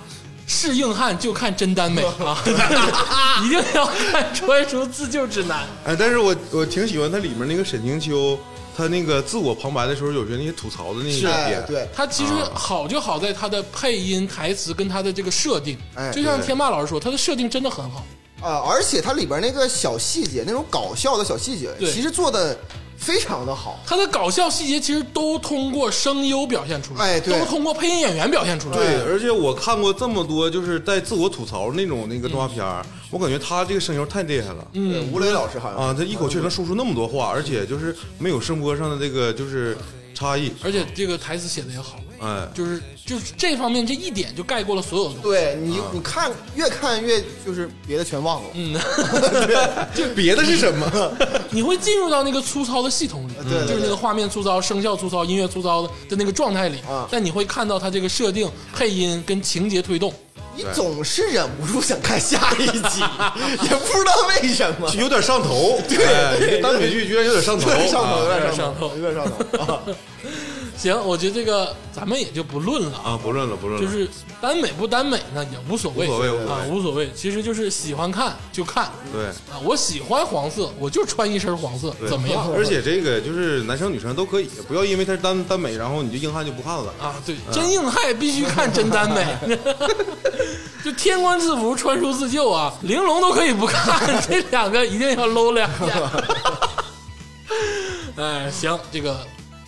是硬汉就看真耽美啊， 一定要看《穿书自救指南
哎，但是我我挺喜欢它里面那个沈清秋，她那个自我旁白的时候，有些那些吐槽的那一
哎
点，，
对》。，
它其实
啊
好就好在它的配音、台词跟它的这个设定，
哎
就像天霸老师说，它的设定真的很好。
啊，而且它里边那个小细节，那种搞笑的小细节，
对
其实做的非常的好。
它的搞笑细节其实都通过声优表现出来，
哎对
都通过配音演员表现出来。
对，而且我看过这么多就是带自我吐槽那种那个动画片儿，我感觉他这个声优太厉害了。
对
嗯
吴磊老师好像
啊，他一口气能说出那么多话，而且就是没有声波上的这个就是差异，
而且这个台词写的也好，
啊
哎，
就是就是这方面这一点就盖过了所有的东西。
对你，
啊
你看越看越就是别的全忘了。
嗯。
这别的是什 么？
你会进入到那个粗糙的系统里，
啊对对
就是那个画面粗糙、声效粗糙、音乐粗糙的的那个状态里。
啊
但你会看到它这个设定、配音跟情节推动。
你总是忍不住想看下一集， 也不知道为什 么。
有点上头，对，这个耽美剧居然有点上头，
有点上头，有
啊
点
上
上
头
头，有点上头。啊
行，我觉得这个咱们也就不论了啊，
啊！不论了，不论了，
就是耽美不耽美呢也无所谓，
无所谓无所谓
啊，无所谓。其实就是喜欢看就看
对。
啊，我喜欢黄色，我就穿一身黄色，
对
怎么样？
而且这个就是男生女生都可以，不要因为他是耽耽美，然后你就硬汉就不看了。
啊，对，真硬汉必须看真耽美，
嗯
就天官赐福、穿书自救啊，玲珑都可以不看， 这两个一定要搂两下。哎，行，这个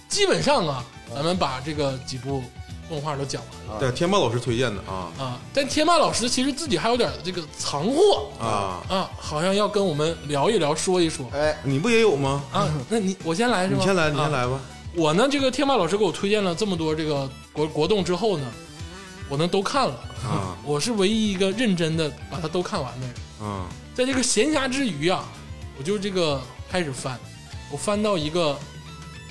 基本上啊，咱们把这个几部动画都讲完
啊
对，天霸老师推荐的啊
了啊。但天霸老师其实自己还有点这个藏货
啊，
啊，好像要跟我们聊一聊、说一说
哎，
你不也有吗？
啊。 那你我先来是吗？
你先来，你
啊
先来吧。
我呢，这个天霸老师给我推荐了这么多这个国国动之后呢，我呢都看了
啊
我是唯一一个认真的把它都看完的人。
嗯，
在这个闲暇之余啊，我就这个开始翻，我翻到一个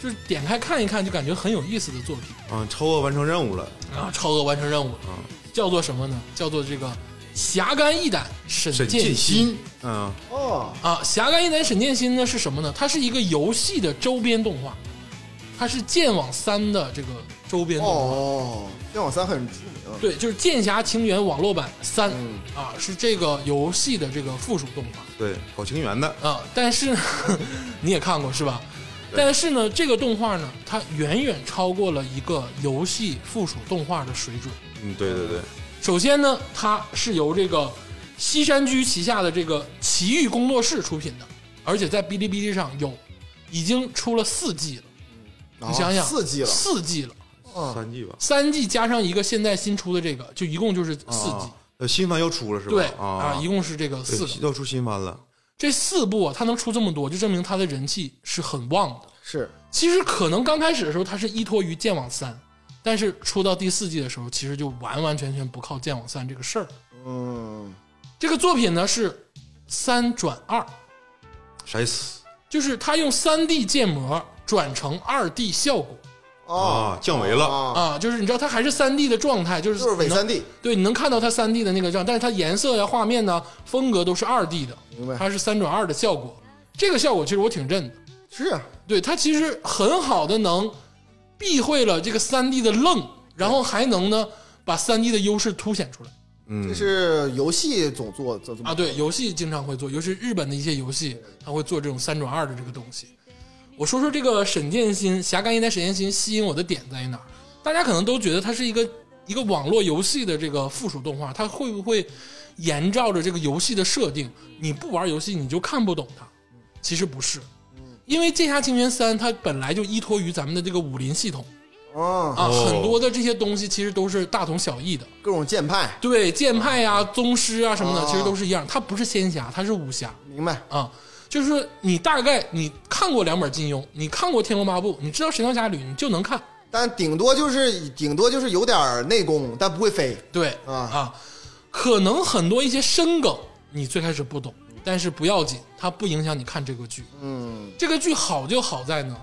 就是点开看一看就感觉很有意思的作品
啊，超额完成任务了，
啊，超额完成任务了
嗯
叫做什么呢？叫做这个侠肝义胆沈
沈
剑
剑
心。
心，嗯
哦，
啊，《侠肝义胆沈剑心》呢是什么呢？它是一个游戏的周边动画，它是《剑网三》的这个周边动画。
哦，剑网三很著名。
对，就是《剑侠情缘》网络版三、啊，是这个游戏的这个附属动画
对，搞情缘的，
啊。但是 你也看过是吧？但是呢，这个动画呢，它远远超过了一个游戏附属动画的水准。
嗯，对对对，
首先呢，它是由这个西山居旗下的这个奇遇工作室出品的，而且在哔哩哔哩上有，已经出了四季了。你想想，
啊四季了
四季了，
三季吧，
三季加上一个现在新出的这个，就一共就是四季。
啊呃，新番要出了是吧？
对
啊，
一共是这个四
对
个，
要出新番了，
这四部啊，它能出这么多，就证明它的人气是很旺的。
是
其实可能刚开始的时候，它是依托于《剑网三》，但是出到第四季的时候，其实就完完全全不靠《剑网三》这个事儿。
嗯，
这个作品呢是三转二，
啥意思
就是它用三 D 建模转成二 D 效果
啊？
哦，
降维了，
啊，
啊，嗯就是你知道它还是三 D 的状态，就是
就是伪
你能
三 D，
对，你能看到它三 D 的那个样，但是它颜色呀、画面呐、风格都是二 D 的，
明白
它是三转二的效果。这个效果其实我挺认的，
是啊
对它其实很好的能避讳了这个三 D 的愣，然后还能呢把三 D 的优势凸显出来
嗯
这，是游戏总做做
啊。对，游戏经常会做，尤其日本的一些游戏，它会做这种三转二的这个东西。我说说这个沈剑心，《侠肝义胆沈剑心》吸引我的点在于哪儿？大家可能都觉得它是一个一个网络游戏的这个附属动画，它会不会沿照着这个游戏的设定，你不玩游戏你就看不懂它？其实不是，因为《剑侠情缘三》它本来就依托于咱们的这个武林系统
啊，
啊，
哦
很多的这些东西其实都是大同小异的。
各种剑派，
对，剑派呀、宗师啊什么的，
哦
其实都是一样。它不是仙侠，它是武侠
明白？
啊。就是说你大概你看过两本金庸，你看过《天龙八部》，你知道《神雕侠侣》，你就能看。
但顶多就是顶多就是有点内功，但不会飞。
对
啊
可能很多一些深梗你最开始不懂，但是不要紧，它不影响你看这个剧。
嗯，
这个剧好就好在呢，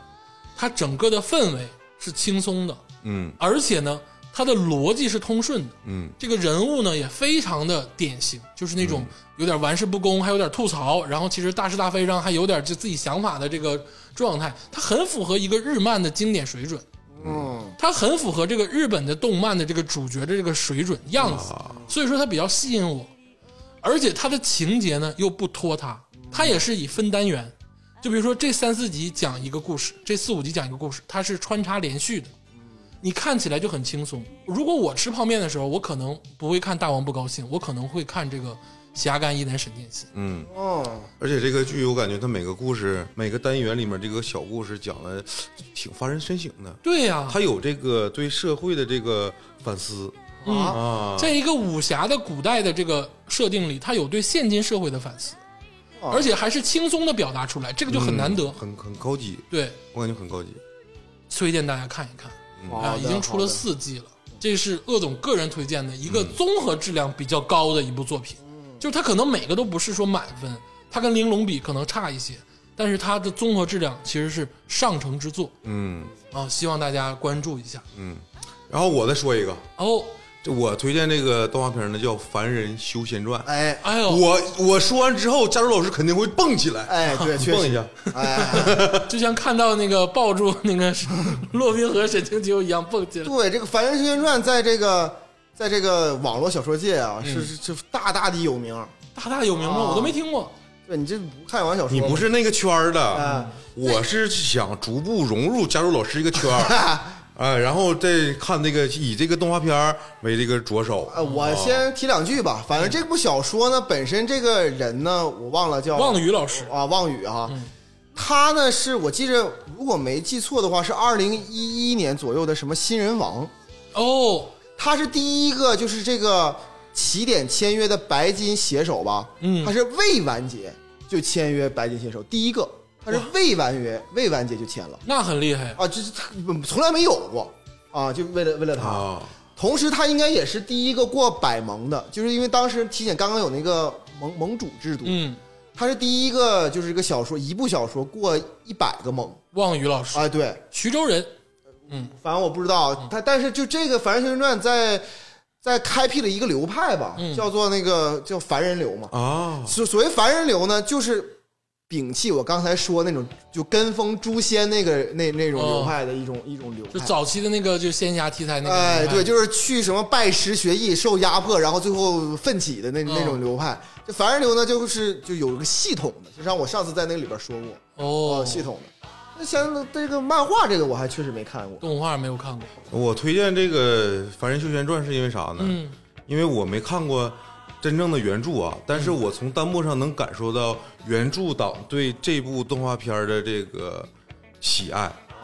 它整个的氛围是轻松的，
嗯
而且呢，它的逻辑是通顺的。
嗯
这个人物呢也非常的典型，就是那种有点玩世不恭，还有点吐槽，然后其实大是大非上还有点就自己想法的这个状态，它很符合一个日漫的经典水准。嗯，它很符合这个日本的动漫的这个主角的这个水准样子，
啊
所以说它比较吸引我，而且它的情节呢又不拖沓，它也是以分单元，就比如说这三四集讲一个故事，这四五集讲一个故事，它是穿插连续的，你看起来就很轻松。如果我吃泡面的时候，我可能不会看《大王不高兴》，我可能会看这个《侠肝义胆沈殿信》。
嗯，
哦，
而且这个剧我感觉它每个故事每个单元里面这个小故事讲的挺发人深省的，
对呀、
它有这个对社会的这个反思
嗯，
啊，
在一个武侠的古代的这个设定里，它有对现今社会的反思，而且还是轻松的表达出来，这个就很难得。
啊嗯很很高级，
对，
我感觉很高级。
推荐大家看一看啊、
好的嗯
已经出了四季了。这是鄂总个人推荐的一个综合质量比较高的一部作品，就是它可能每个都不是说满分，它跟《玲珑》比可能差一些，但是它的综合质量其实是上乘之作
嗯
啊，希望大家关注一下。
嗯，然后我再说一个，
哦，
这我推荐这个动画片呢叫《凡人修仙传》。
哎
哎呦，
我我说完之后，加州老师肯定会蹦起来，
哎，对，确
蹦一
实，
下。
哎，
就像看到那个抱住那 个骆宾和沈清秋一样蹦起来。
对，这个《凡人修仙传》在这个在这个网络小说界啊，是是是大大的有名。
大大有名吗？
啊
我都没听过。
对你这不看网络小说，
你不是那个圈儿的
啊，
我是想逐步融入加州老师一个圈儿，啊，然后再看那个以这个动画片儿为这个着手。
呃，我先提两句吧。反正这部小说呢，本身这个人呢，我忘了叫
望宇老师，
啊，望宇哈
嗯，
他呢是我记着，如果没记错的话，是二零一一年左右的什么新人王，
哦，
他是第一个就是这个起点签约的白金写手吧？
嗯
他是未完结就签约白金写手，第一个，他是未完约未完结就签了
那很厉害。
啊，就是他从来没有过啊，就为了为了他。
啊，
同时，他应该也是第一个过百盟的，就是因为当时体检刚刚有那个盟盟主制度，
嗯，
他是第一个就是一个小说一部小说过一百个盟
望宇老师，
啊，对，
徐州人。
反正我不知
嗯
道他，但是就这个《凡人修仙传》在在开辟了一个流派吧，
嗯
叫做那个叫凡人流嘛。
啊，
所所谓凡人流呢，就是摒弃我刚才说那种就跟风诛仙那个那那种流派的一种、一种流
哦就
派。
早期的那个就仙侠题材那个年代，
哎哎，对，就是去什么拜师学艺，受压迫，然后最后奋起的那那种流派。这凡人流呢，就是就有一个系统的，就像我上次在那个里边说过，
哦
呃，系统的。那像这个漫画这个，我还确实没看过。
动画没有看过，
我推荐这个《凡人修仙传》是因为啥呢？
嗯
因为我没看过真正的原著啊，但是我从弹幕上能感受到原著党对这部动画片儿的这个喜爱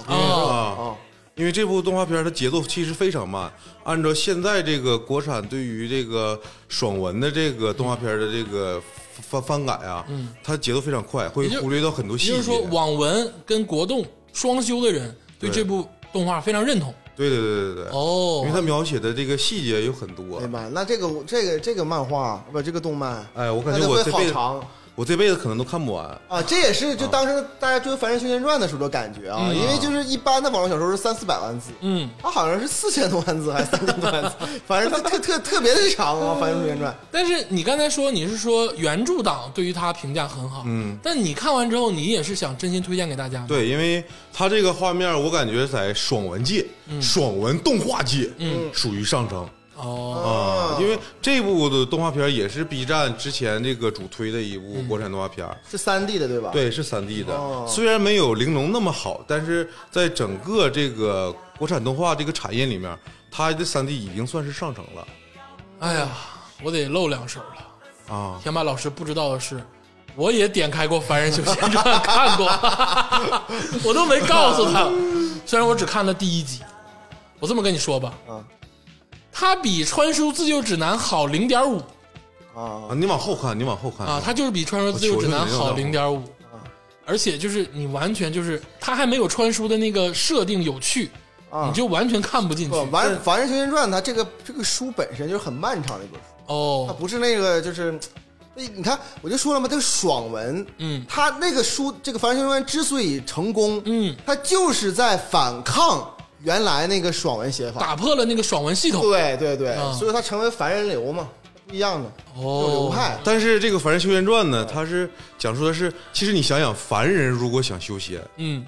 啊，
啊。因为这部动画片儿的节奏其实非常慢，按照现在这个国产对于这个爽文的这个动画片儿的这个翻翻改啊，
嗯
它节奏非常快，会
也就
忽略到很多
也
细啊
就是
节
说。网文跟国动双修的人对
对
这部动画非常认同
对对对对对，因为它
哦，
描写的这个细节有很多
哎呀。妈，那这个这个这个漫画不这个动漫，
哎，我
那
感觉
得
我
会
这
好
辈子
长
我这辈子可能都看不完。
啊！这也是就当时大家追《凡人修仙传》的时候的感觉啊，
嗯
因为就是一般的网络小说是三四百万字，
嗯，
它好像是四千多万字还是三千多万字，反正它特特特别的长啊，《凡人修仙传》。
但是你刚才说你是说原著党对于他评价很好，嗯，但你看完之后，你也是想真心推荐给大家吗，
对，因为它这个画面，我感觉在爽文界、爽文动画界，
嗯
属于上乘
哦，
啊
啊。
因为这部的动画片也是 B 站之前这个主推的一
嗯
部国产动画片，
是三 D 的对吧？，
对，是三 D 的。
哦
虽然没有《玲珑》那么好，但是在整个这个国产动画这个产业里面，它的三 D 已经算是上乘了
哎呀，我得露两手了。
啊。
天霸老师不知道的是，我也点开过《凡人修仙传》看过， 我都没告诉他。虽然我只看了第一集，我这么跟你说吧，
啊
它比《穿书自救指南》好零点五
啊，
啊
你往后看，你往后看
啊，它就是比《穿书自救指南》好零点五，
啊
而且就是你完全就是它还没有《穿书》的那个设定有趣，
啊！
你就完全看不进去
不，完
嗯
《凡人修仙传》它这个这个书本身就是很漫长的一本书，它
哦。
不是那个就是，哎你看我就说了嘛，这个爽文，
嗯
它那个书这个《凡人修仙传》之所以成功，
嗯，
它就是在反抗原来那个爽文写法，
打破了那个爽文系统
对对对，
啊
所以它成为凡人流嘛，不一样的这种
哦
流，派。
但是这个《凡人修仙传》呢，它是讲述的是，其实你想想，凡人如果想修仙，
嗯，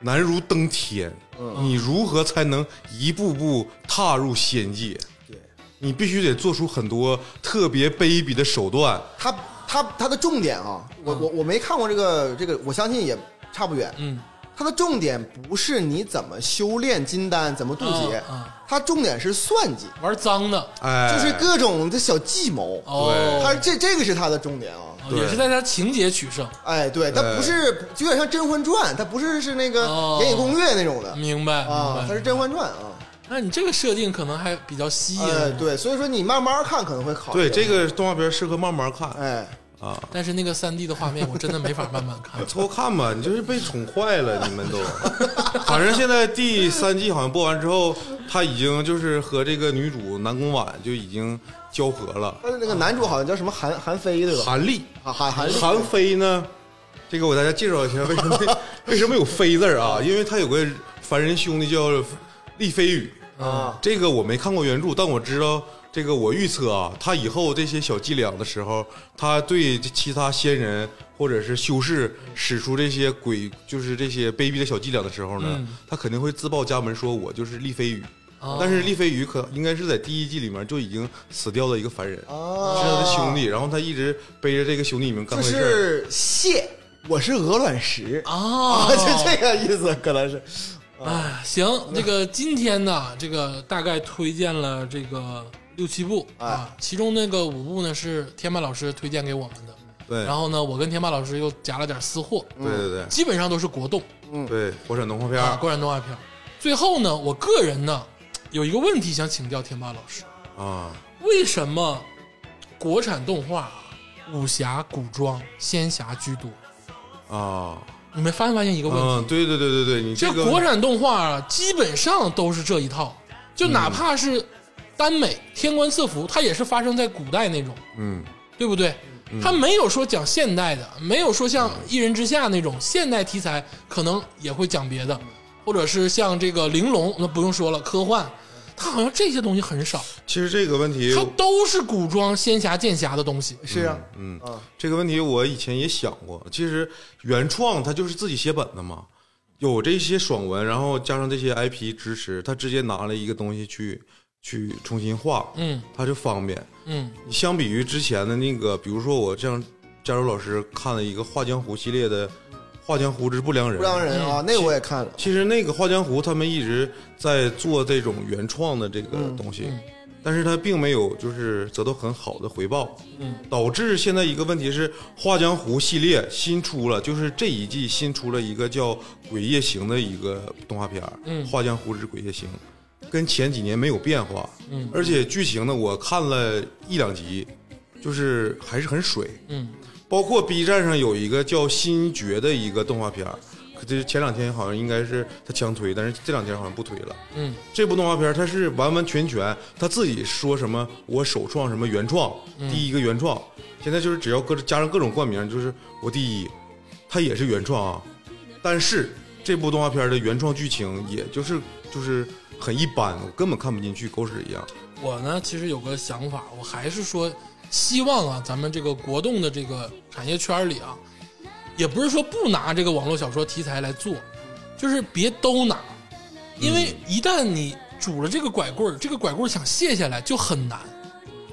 难如登天，
嗯
你如何才能一步步踏入仙界？
对，
你必须得做出很多特别卑鄙的手段。
它它它的重点啊，我我我没看过这个这个，我相信也差不远。
嗯，
它的重点不是你怎么修炼金丹，怎么渡劫
啊啊，
它重点是算计，
玩脏的
哎，
就是各种的小计谋。
哦，
它这这个是它的重点啊。
哦也是在他情节取胜，
哎，对，它不是就有点像《甄嬛传》，它不是是那个
哦
《延禧攻略》那种的
明白
啊，
明
它
白。
是《甄嬛传》啊。
那你这个设定可能还比较吸引，
哎，对，所以说你慢慢看可能会好。
对，这，个动画片适合慢慢看
哎，
啊，。
但是那个三 D 的画面我真的没法慢慢看
凑合看 吧。你就是被宠坏了，你们都。 反正现在第三季好像播完之后，他已经就是和这个女主南宫婉就已经交合了。
但是那个男主好像叫什么韩韩非对吧？
韩立，
韩韩韩立
韩非呢，这个我给大家介绍一下，为什么 为什么有非字儿啊？因为他有个凡人兄弟叫立飞羽，
啊，
这个我没看过原著，但我知道这个我预测啊，他以后这些小伎俩的时候，他对其他仙人或者是修士使出这些鬼，就是这些卑鄙的小伎俩的时候呢，
嗯
他肯定会自报家门，说我就是立飞羽。
哦
但是立飞羽可应该是在第一季里面就已经死掉的一个凡人，
啊
是他的兄弟，然后他一直背着这个兄弟你们干
就
坏事儿。
是蟹，我是鹅卵石
啊
啊，就 这个意思，可能是
哎，行，这个今天呢，这个大概推荐了这个六七部
哎
啊，其中那个五部呢是天霸老师推荐给我们的，
对，
然后呢，我跟天霸老师又夹了点私货，
嗯
对对对、
基本上都是国动
对，国产动画片
嗯啊，
儿
国产动画片。最后呢，我个人呢有一个问题想请教天霸老师，
啊，
为什么国产动画啊武侠、古装、仙侠居多？
啊，
你们发没发现一个问题？
嗯，对对对对对，你
这
个
国产动画啊，基本上都是这一套，
嗯
就哪怕是耽美、天官赐福，它也是发生在古代那种，
嗯
对不对？它没有说讲现代的，没有说
嗯
像《一人之下》那种现代题材，可能也会讲别的，或者是像这个玲珑，那不用说了，科幻，它好像这些东西很少，
其实这个问题
它都是古装、仙侠、剑侠的东西。
是啊，
嗯
啊，
这个问题我以前也想过。其实原创它就是自己写本的嘛，有这些爽文，然后加上这些 IP 支持，他直接拿了一个东西去去重新画，
嗯
他就方便。
嗯
相比于之前的那个，比如说我像加州老师看了一个《画江湖》系列的《画江湖之不良人》，
不良人啊，
嗯
那个我也看了，
其实那个《画江湖》他们一直在做这种原创的这个东西，
嗯
但是他并没有就是得到很好的回报，
嗯
导致现在一个问题是，《画江湖》系列新出了，就是这一季新出了一个叫《鬼夜行》的一个动画片儿
嗯
画江湖之鬼夜行》，跟前几年没有变化，
嗯
而且剧情呢，我看了一两集，就是还是很水，
嗯
包括 B 站上有一个叫《新觉》的一个动画片儿，可这是前两天好像应该是他强推，但是这两天好像不推了。
嗯，
这部动画片儿它是完完全全他自己说什么我首创什么原创，
嗯
第一个原创，现在就是只要各加上各种冠名，就是我第一，它也是原创啊。但是这部动画片儿的原创剧情，也就是就是很一般，我根本看不进去，狗屎一样。
我呢，其实有个想法，我还是说，希望啊，咱们这个国动的这个产业圈里啊，也不是说不拿这个网络小说题材来做，就是别都拿，
嗯
因为一旦你拄了这个拐棍儿，这个拐棍儿想卸下来就很难。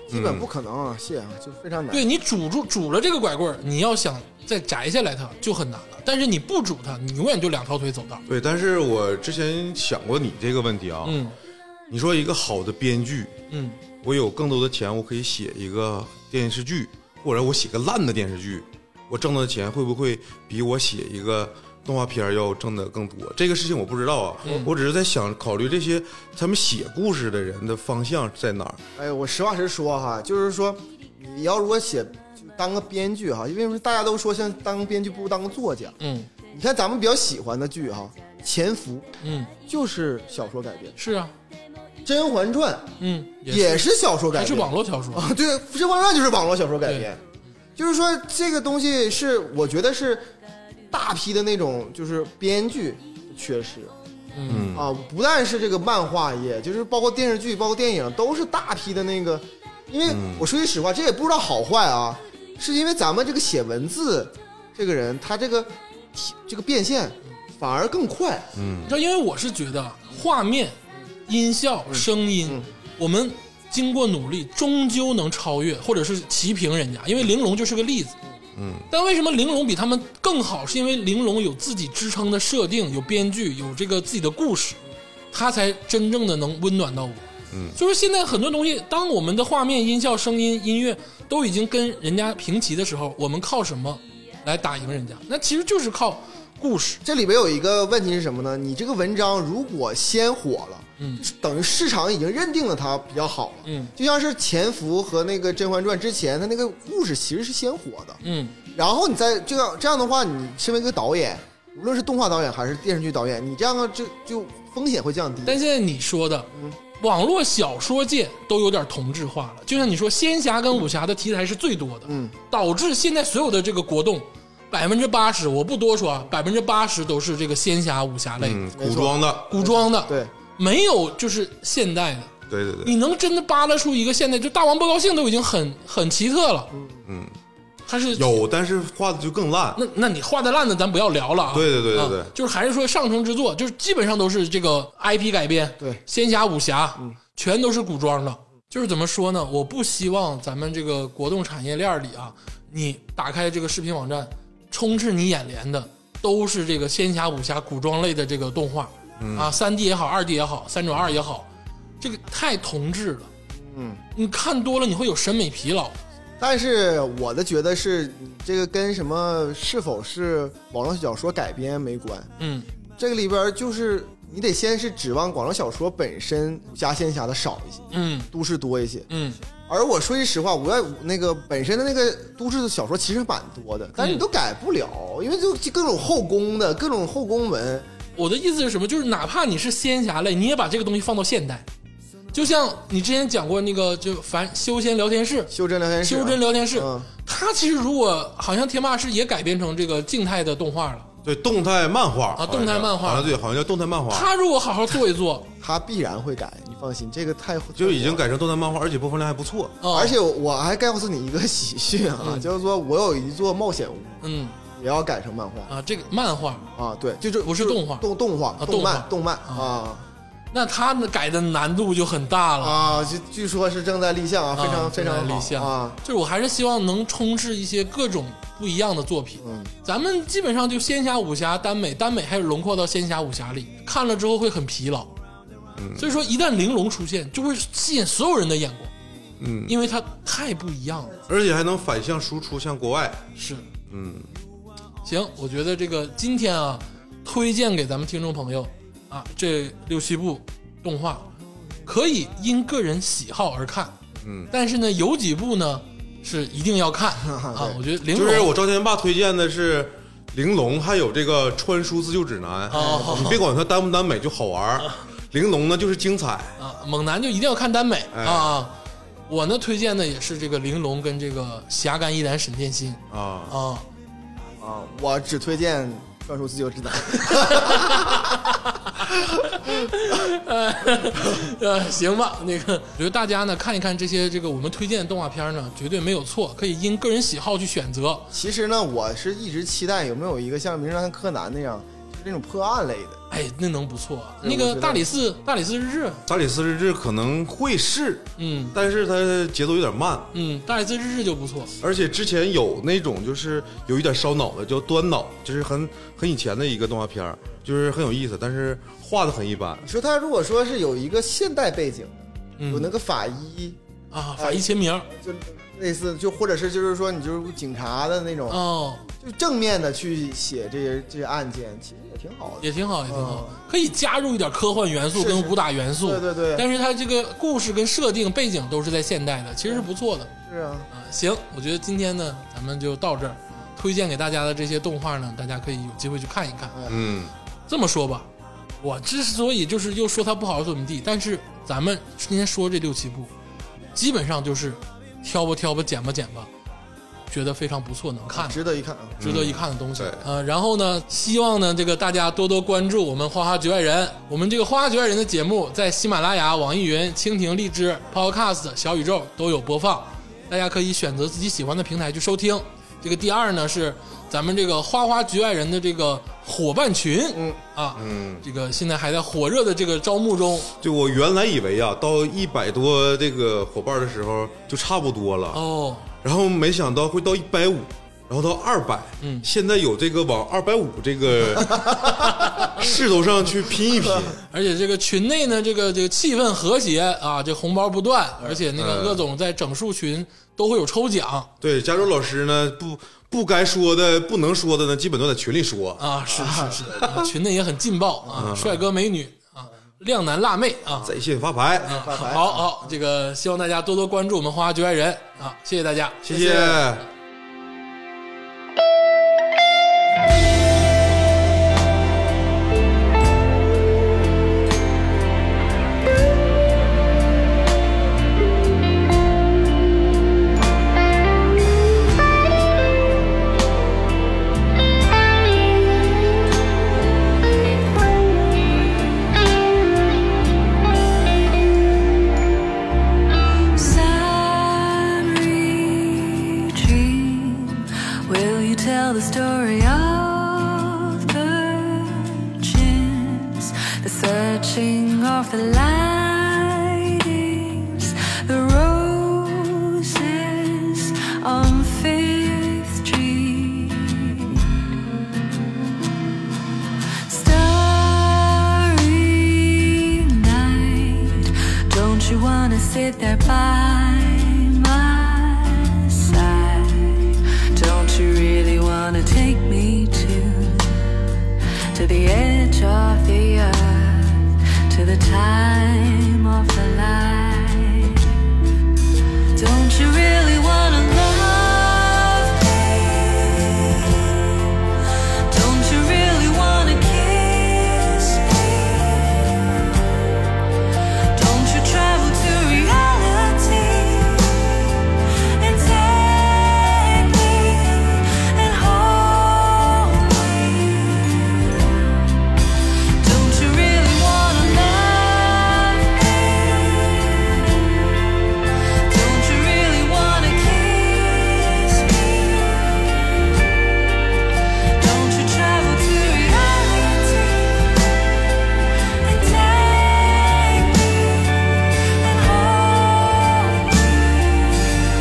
基
嗯
本不可能啊，蟹啊，就非常难。
对你拄住拄了这个拐棍儿，你要想再摘下来它就很难了。但是你不拄它，你永远就两条腿走道。
对，但是我之前想过你这个问题啊，
嗯
你说一个好的编剧，
嗯
我有更多的钱，我可以写一个电视剧，或者我写个烂的电视剧，我挣的钱会不会比我写一个动画片儿要挣的更多？这个事情我不知道啊，
嗯
我只是在想考虑这些他们写故事的人的方向在哪儿。
哎，我实话实说哈，就是说，你要如果写就当个编剧哈，因为大家都说像当个编剧不如当个作家。
嗯
你看咱们比较喜欢的剧哈，《潜伏
嗯，》
就是小说改编，
是啊，
《甄嬛传》
嗯，
也是小说改
还是
编，
网络小说，
啊， 对，《甄嬛传》就是网络小说改编，就是说这个东西是我觉得是大批的那种就是编剧缺失
嗯
啊，不但是这个漫画业，就是包括电视剧、包括电影，都是大批的那个。因为
嗯
我说句实话，这也不知道好坏啊，是因为咱们这个写文字这个人，他这个体这个变现反而更快。
嗯
你知道，因为我是觉得画面、音效、声
嗯
音，我们经过努力，终究能超越，或者是齐平人家。因为玲珑就是个例子。
嗯，
但为什么玲珑比他们更好？是因为玲珑有自己支撑的设定，有编剧，有这个自己的故事，它才真正的能温暖到我。
嗯
就是现在很多东西，当我们的画面、音效、声音、音乐都已经跟人家平齐的时候，我们靠什么来打赢人家？那其实就是靠故事。
这里边有一个问题是什么呢？你这个文章如果先火了，
嗯
就是等于市场已经认定了它比较好了，
嗯
就像是《潜伏》和那个《甄嬛传》之前，它那个故事其实是先火的，
嗯
然后你再这样这样的话，你身为一个导演，无论是动画导演还是电视剧导演，你这样就就风险会降低。
但现在你说的，
嗯
网络小说界都有点同质化了。就像你说，仙侠跟武侠的题材是最多的，
嗯，
导致现在所有的这个国动，百分之八十，我不多说啊，百分之八十都是这个仙侠武侠类的、
嗯，古装的，
古装的，
对，
没有就是现代的。
对对对，
你能真的扒拉出一个现代，就大王不高兴都已经很很奇特了，
嗯，
他是
有，但是画的就更烂。
那那你画的烂的咱不要聊了啊。
对对对对
啊
对
就是还是说上乘之作，就是基本上都是这个 IP 改编，
对，嗯
仙侠、武侠，全都是古装的。就是怎么说呢？我不希望咱们这个国动产业链里啊，你打开这个视频网站，充斥你眼帘的都是这个仙侠、武侠、古装类的这个动画、
嗯
啊，三 D 也好，二 D 也好，三转二也好，这个太同质了。
嗯，
你看多了你会有审美疲劳。
但是我的觉得是，你这个跟什么是否是网络小说改编没关，
嗯
这个里边就是你得先是指望网络小说本身武侠仙侠的少一些，
嗯
都市多一些。
嗯，
而我说句实话，我要那个本身的那个都市的小说其实蛮多的，但是你都改不了，因为就就各种后宫的各种后宫文，
我的意思是什么？就是哪怕你是仙侠类，你也把这个东西放到现代。就像你之前讲过那个，就凡修仙聊天室、
修真聊天室啊，
修真聊天室，
嗯
它其实如果好像天霸是也改编成这个静态的动画了，
对，动态漫画
啊动态漫画
啊，对，好像叫动态漫画，
它如果好好做一 做，
他必然会改，你放心，这个太
就已经。改成动态漫画，而且播放量还不错。
哦、
而且我还告诉你一个喜讯啊，就是说我有一座冒险屋，
嗯
也要改成漫画
啊，这个漫画，
啊，对，就这
不是
就
动画
动动画、
啊
动漫、
动
动漫啊
那它改的难度就很大了。
啊，就据说是正在立项啊，非常非常好
理想
啊，
就是我还是希望能充斥一些各种不一样的作品。
嗯，
咱们基本上就仙侠、武侠、耽美，耽美还有轮廓到仙侠、武侠里，看了之后会很疲劳。嗯，所以说一旦玲珑出现，就会吸引所有人的眼光。
嗯，
因为它太不一样了。
而且还能反向输出，向国外。
是，
嗯，
行，我觉得这个今天啊，推荐给咱们听众朋友啊，这六七部动画可以因个人喜好而看，
嗯，
但是呢，有几部呢是一定要看 啊。我觉得玲珑
就是我赵天霸推荐的是《玲珑》，还有这个《穿书自救指南》
哦
你别管它耽不耽美，就好玩儿。玲珑》呢就是精彩，
啊，猛男就一定要看耽美、
哎
啊。我呢推荐的也是这个玲珑跟这个侠肝义胆沈殿鑫
啊，
啊，
啊，我只推荐《专属自由之啊男》。
呃，行吧，那个，我觉得大家呢看一看这些这个我们推荐的动画片呢，绝对没有错，可以因个人喜好去选择。
其实呢，我是一直期待有没有一个像《名侦探柯南》那样，就是那种破案类的。
哎，那能不错啊。
对
那
我觉
个
得
大理寺，大理寺日志，
《大理寺日志》可能会是，
嗯
但是它节奏有点慢，
嗯，大理寺日志就不错。
而且之前有那种就是有一点烧脑的，叫端脑，就是很很以前的一个动画片儿，就是很有意思，但是画的很一般。
你说他如果说是有一个现代背景，有那
嗯
个法医，
啊，法医秦明，
就类似就或者是就是说你就是警察的那种，
哦，
就正面的去写这些这些案件，其实也挺好的。
也挺好，也挺好，可以加入一点科幻元素跟武打元素。
哦对对对，
但是它这个故事跟设定背景都是在现代的，其实是不错的。
是啊，
啊，行，我觉得今天呢，咱们就到这儿。推荐给大家的这些动画呢，大家可以有机会去看一啊看。
嗯，
这么说吧，我之所以就是又说它不好怎么地，但是咱们今天说这六七部，基本上就是挑吧挑吧，捡吧捡吧，觉得非常不错，能看的。
值得一看啊。
值得一看的东西
对。
呃，然后呢，希望呢这个大家多多关注我们《花花局外人》，我们这个《花花局外人》的节目在喜马拉雅、网易云、蜻蜓、荔枝、Podcast、小宇宙都有播放，大家可以选择自己喜欢的平台去收听。这个第二呢是咱们这个《花花局外人》的这个伙伴群，嗯啊，嗯，这个现在还在火热的这个招募中
就我原来以为啊，到一百多这个伙伴的时候就差不多了，
哦，
然后没想到会到一百五，然后到二百，嗯，现在有这个往二百五这 个势头上去拼一 拼，
而且这个群内呢，这个这个气氛和谐啊，这红包不断，而且那个鄂总在整数群都会有抽奖，
对，加州老师呢，不不该说的、不能说的呢，基本都在群里说。
啊，是是是，啊群内也很劲爆
嗯
啊，帅哥美女啊，靓男辣妹啊，
在线发牌，
好好，这个希望大家多多关注我们花花局外人啊，谢谢大家，
谢
谢
谢
Sun reaching, will you tell the story of virgins? The searching of the lightings, the roses on Fifth Street. Starry night, don't you wanna sit there by my side? Don't you really wanna take me to to the edge of the earth, to the time of the light? Don't you really wanna love me? Don't you really wanna kiss me? Don't you travel to reality and take me and hold me? Don't you really wanna love me? Don't you really wanna kiss me? Don't you travel to reality and take me and hold me?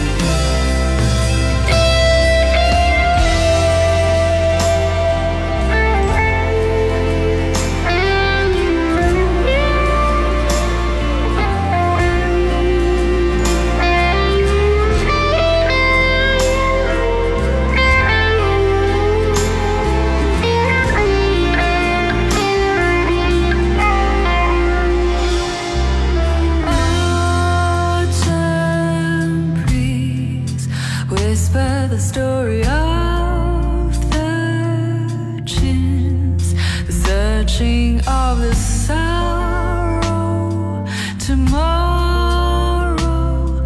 Autumn breeze whisper the story of virgins, the searching of the sorrow. Tomorrow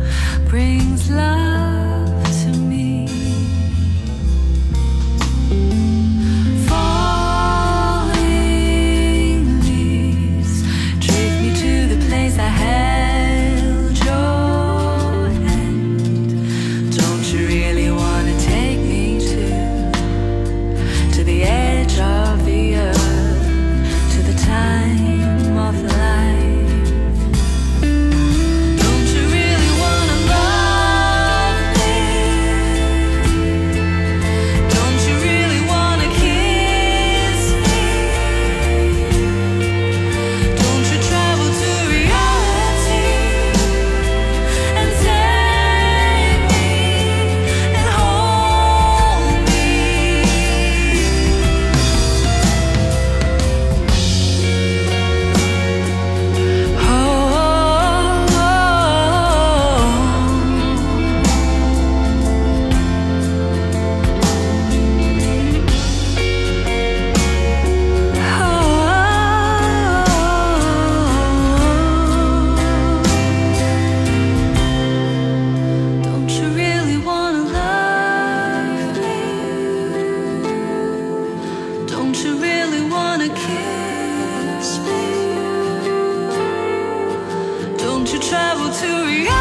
brings love to me. Falling leaves trick me to the place I held your hand. Don't you really wanna take me to to the edge of the earth, to the time Oh, oh, Don't you really wanna kiss me? Don't you travel to Rio? oh,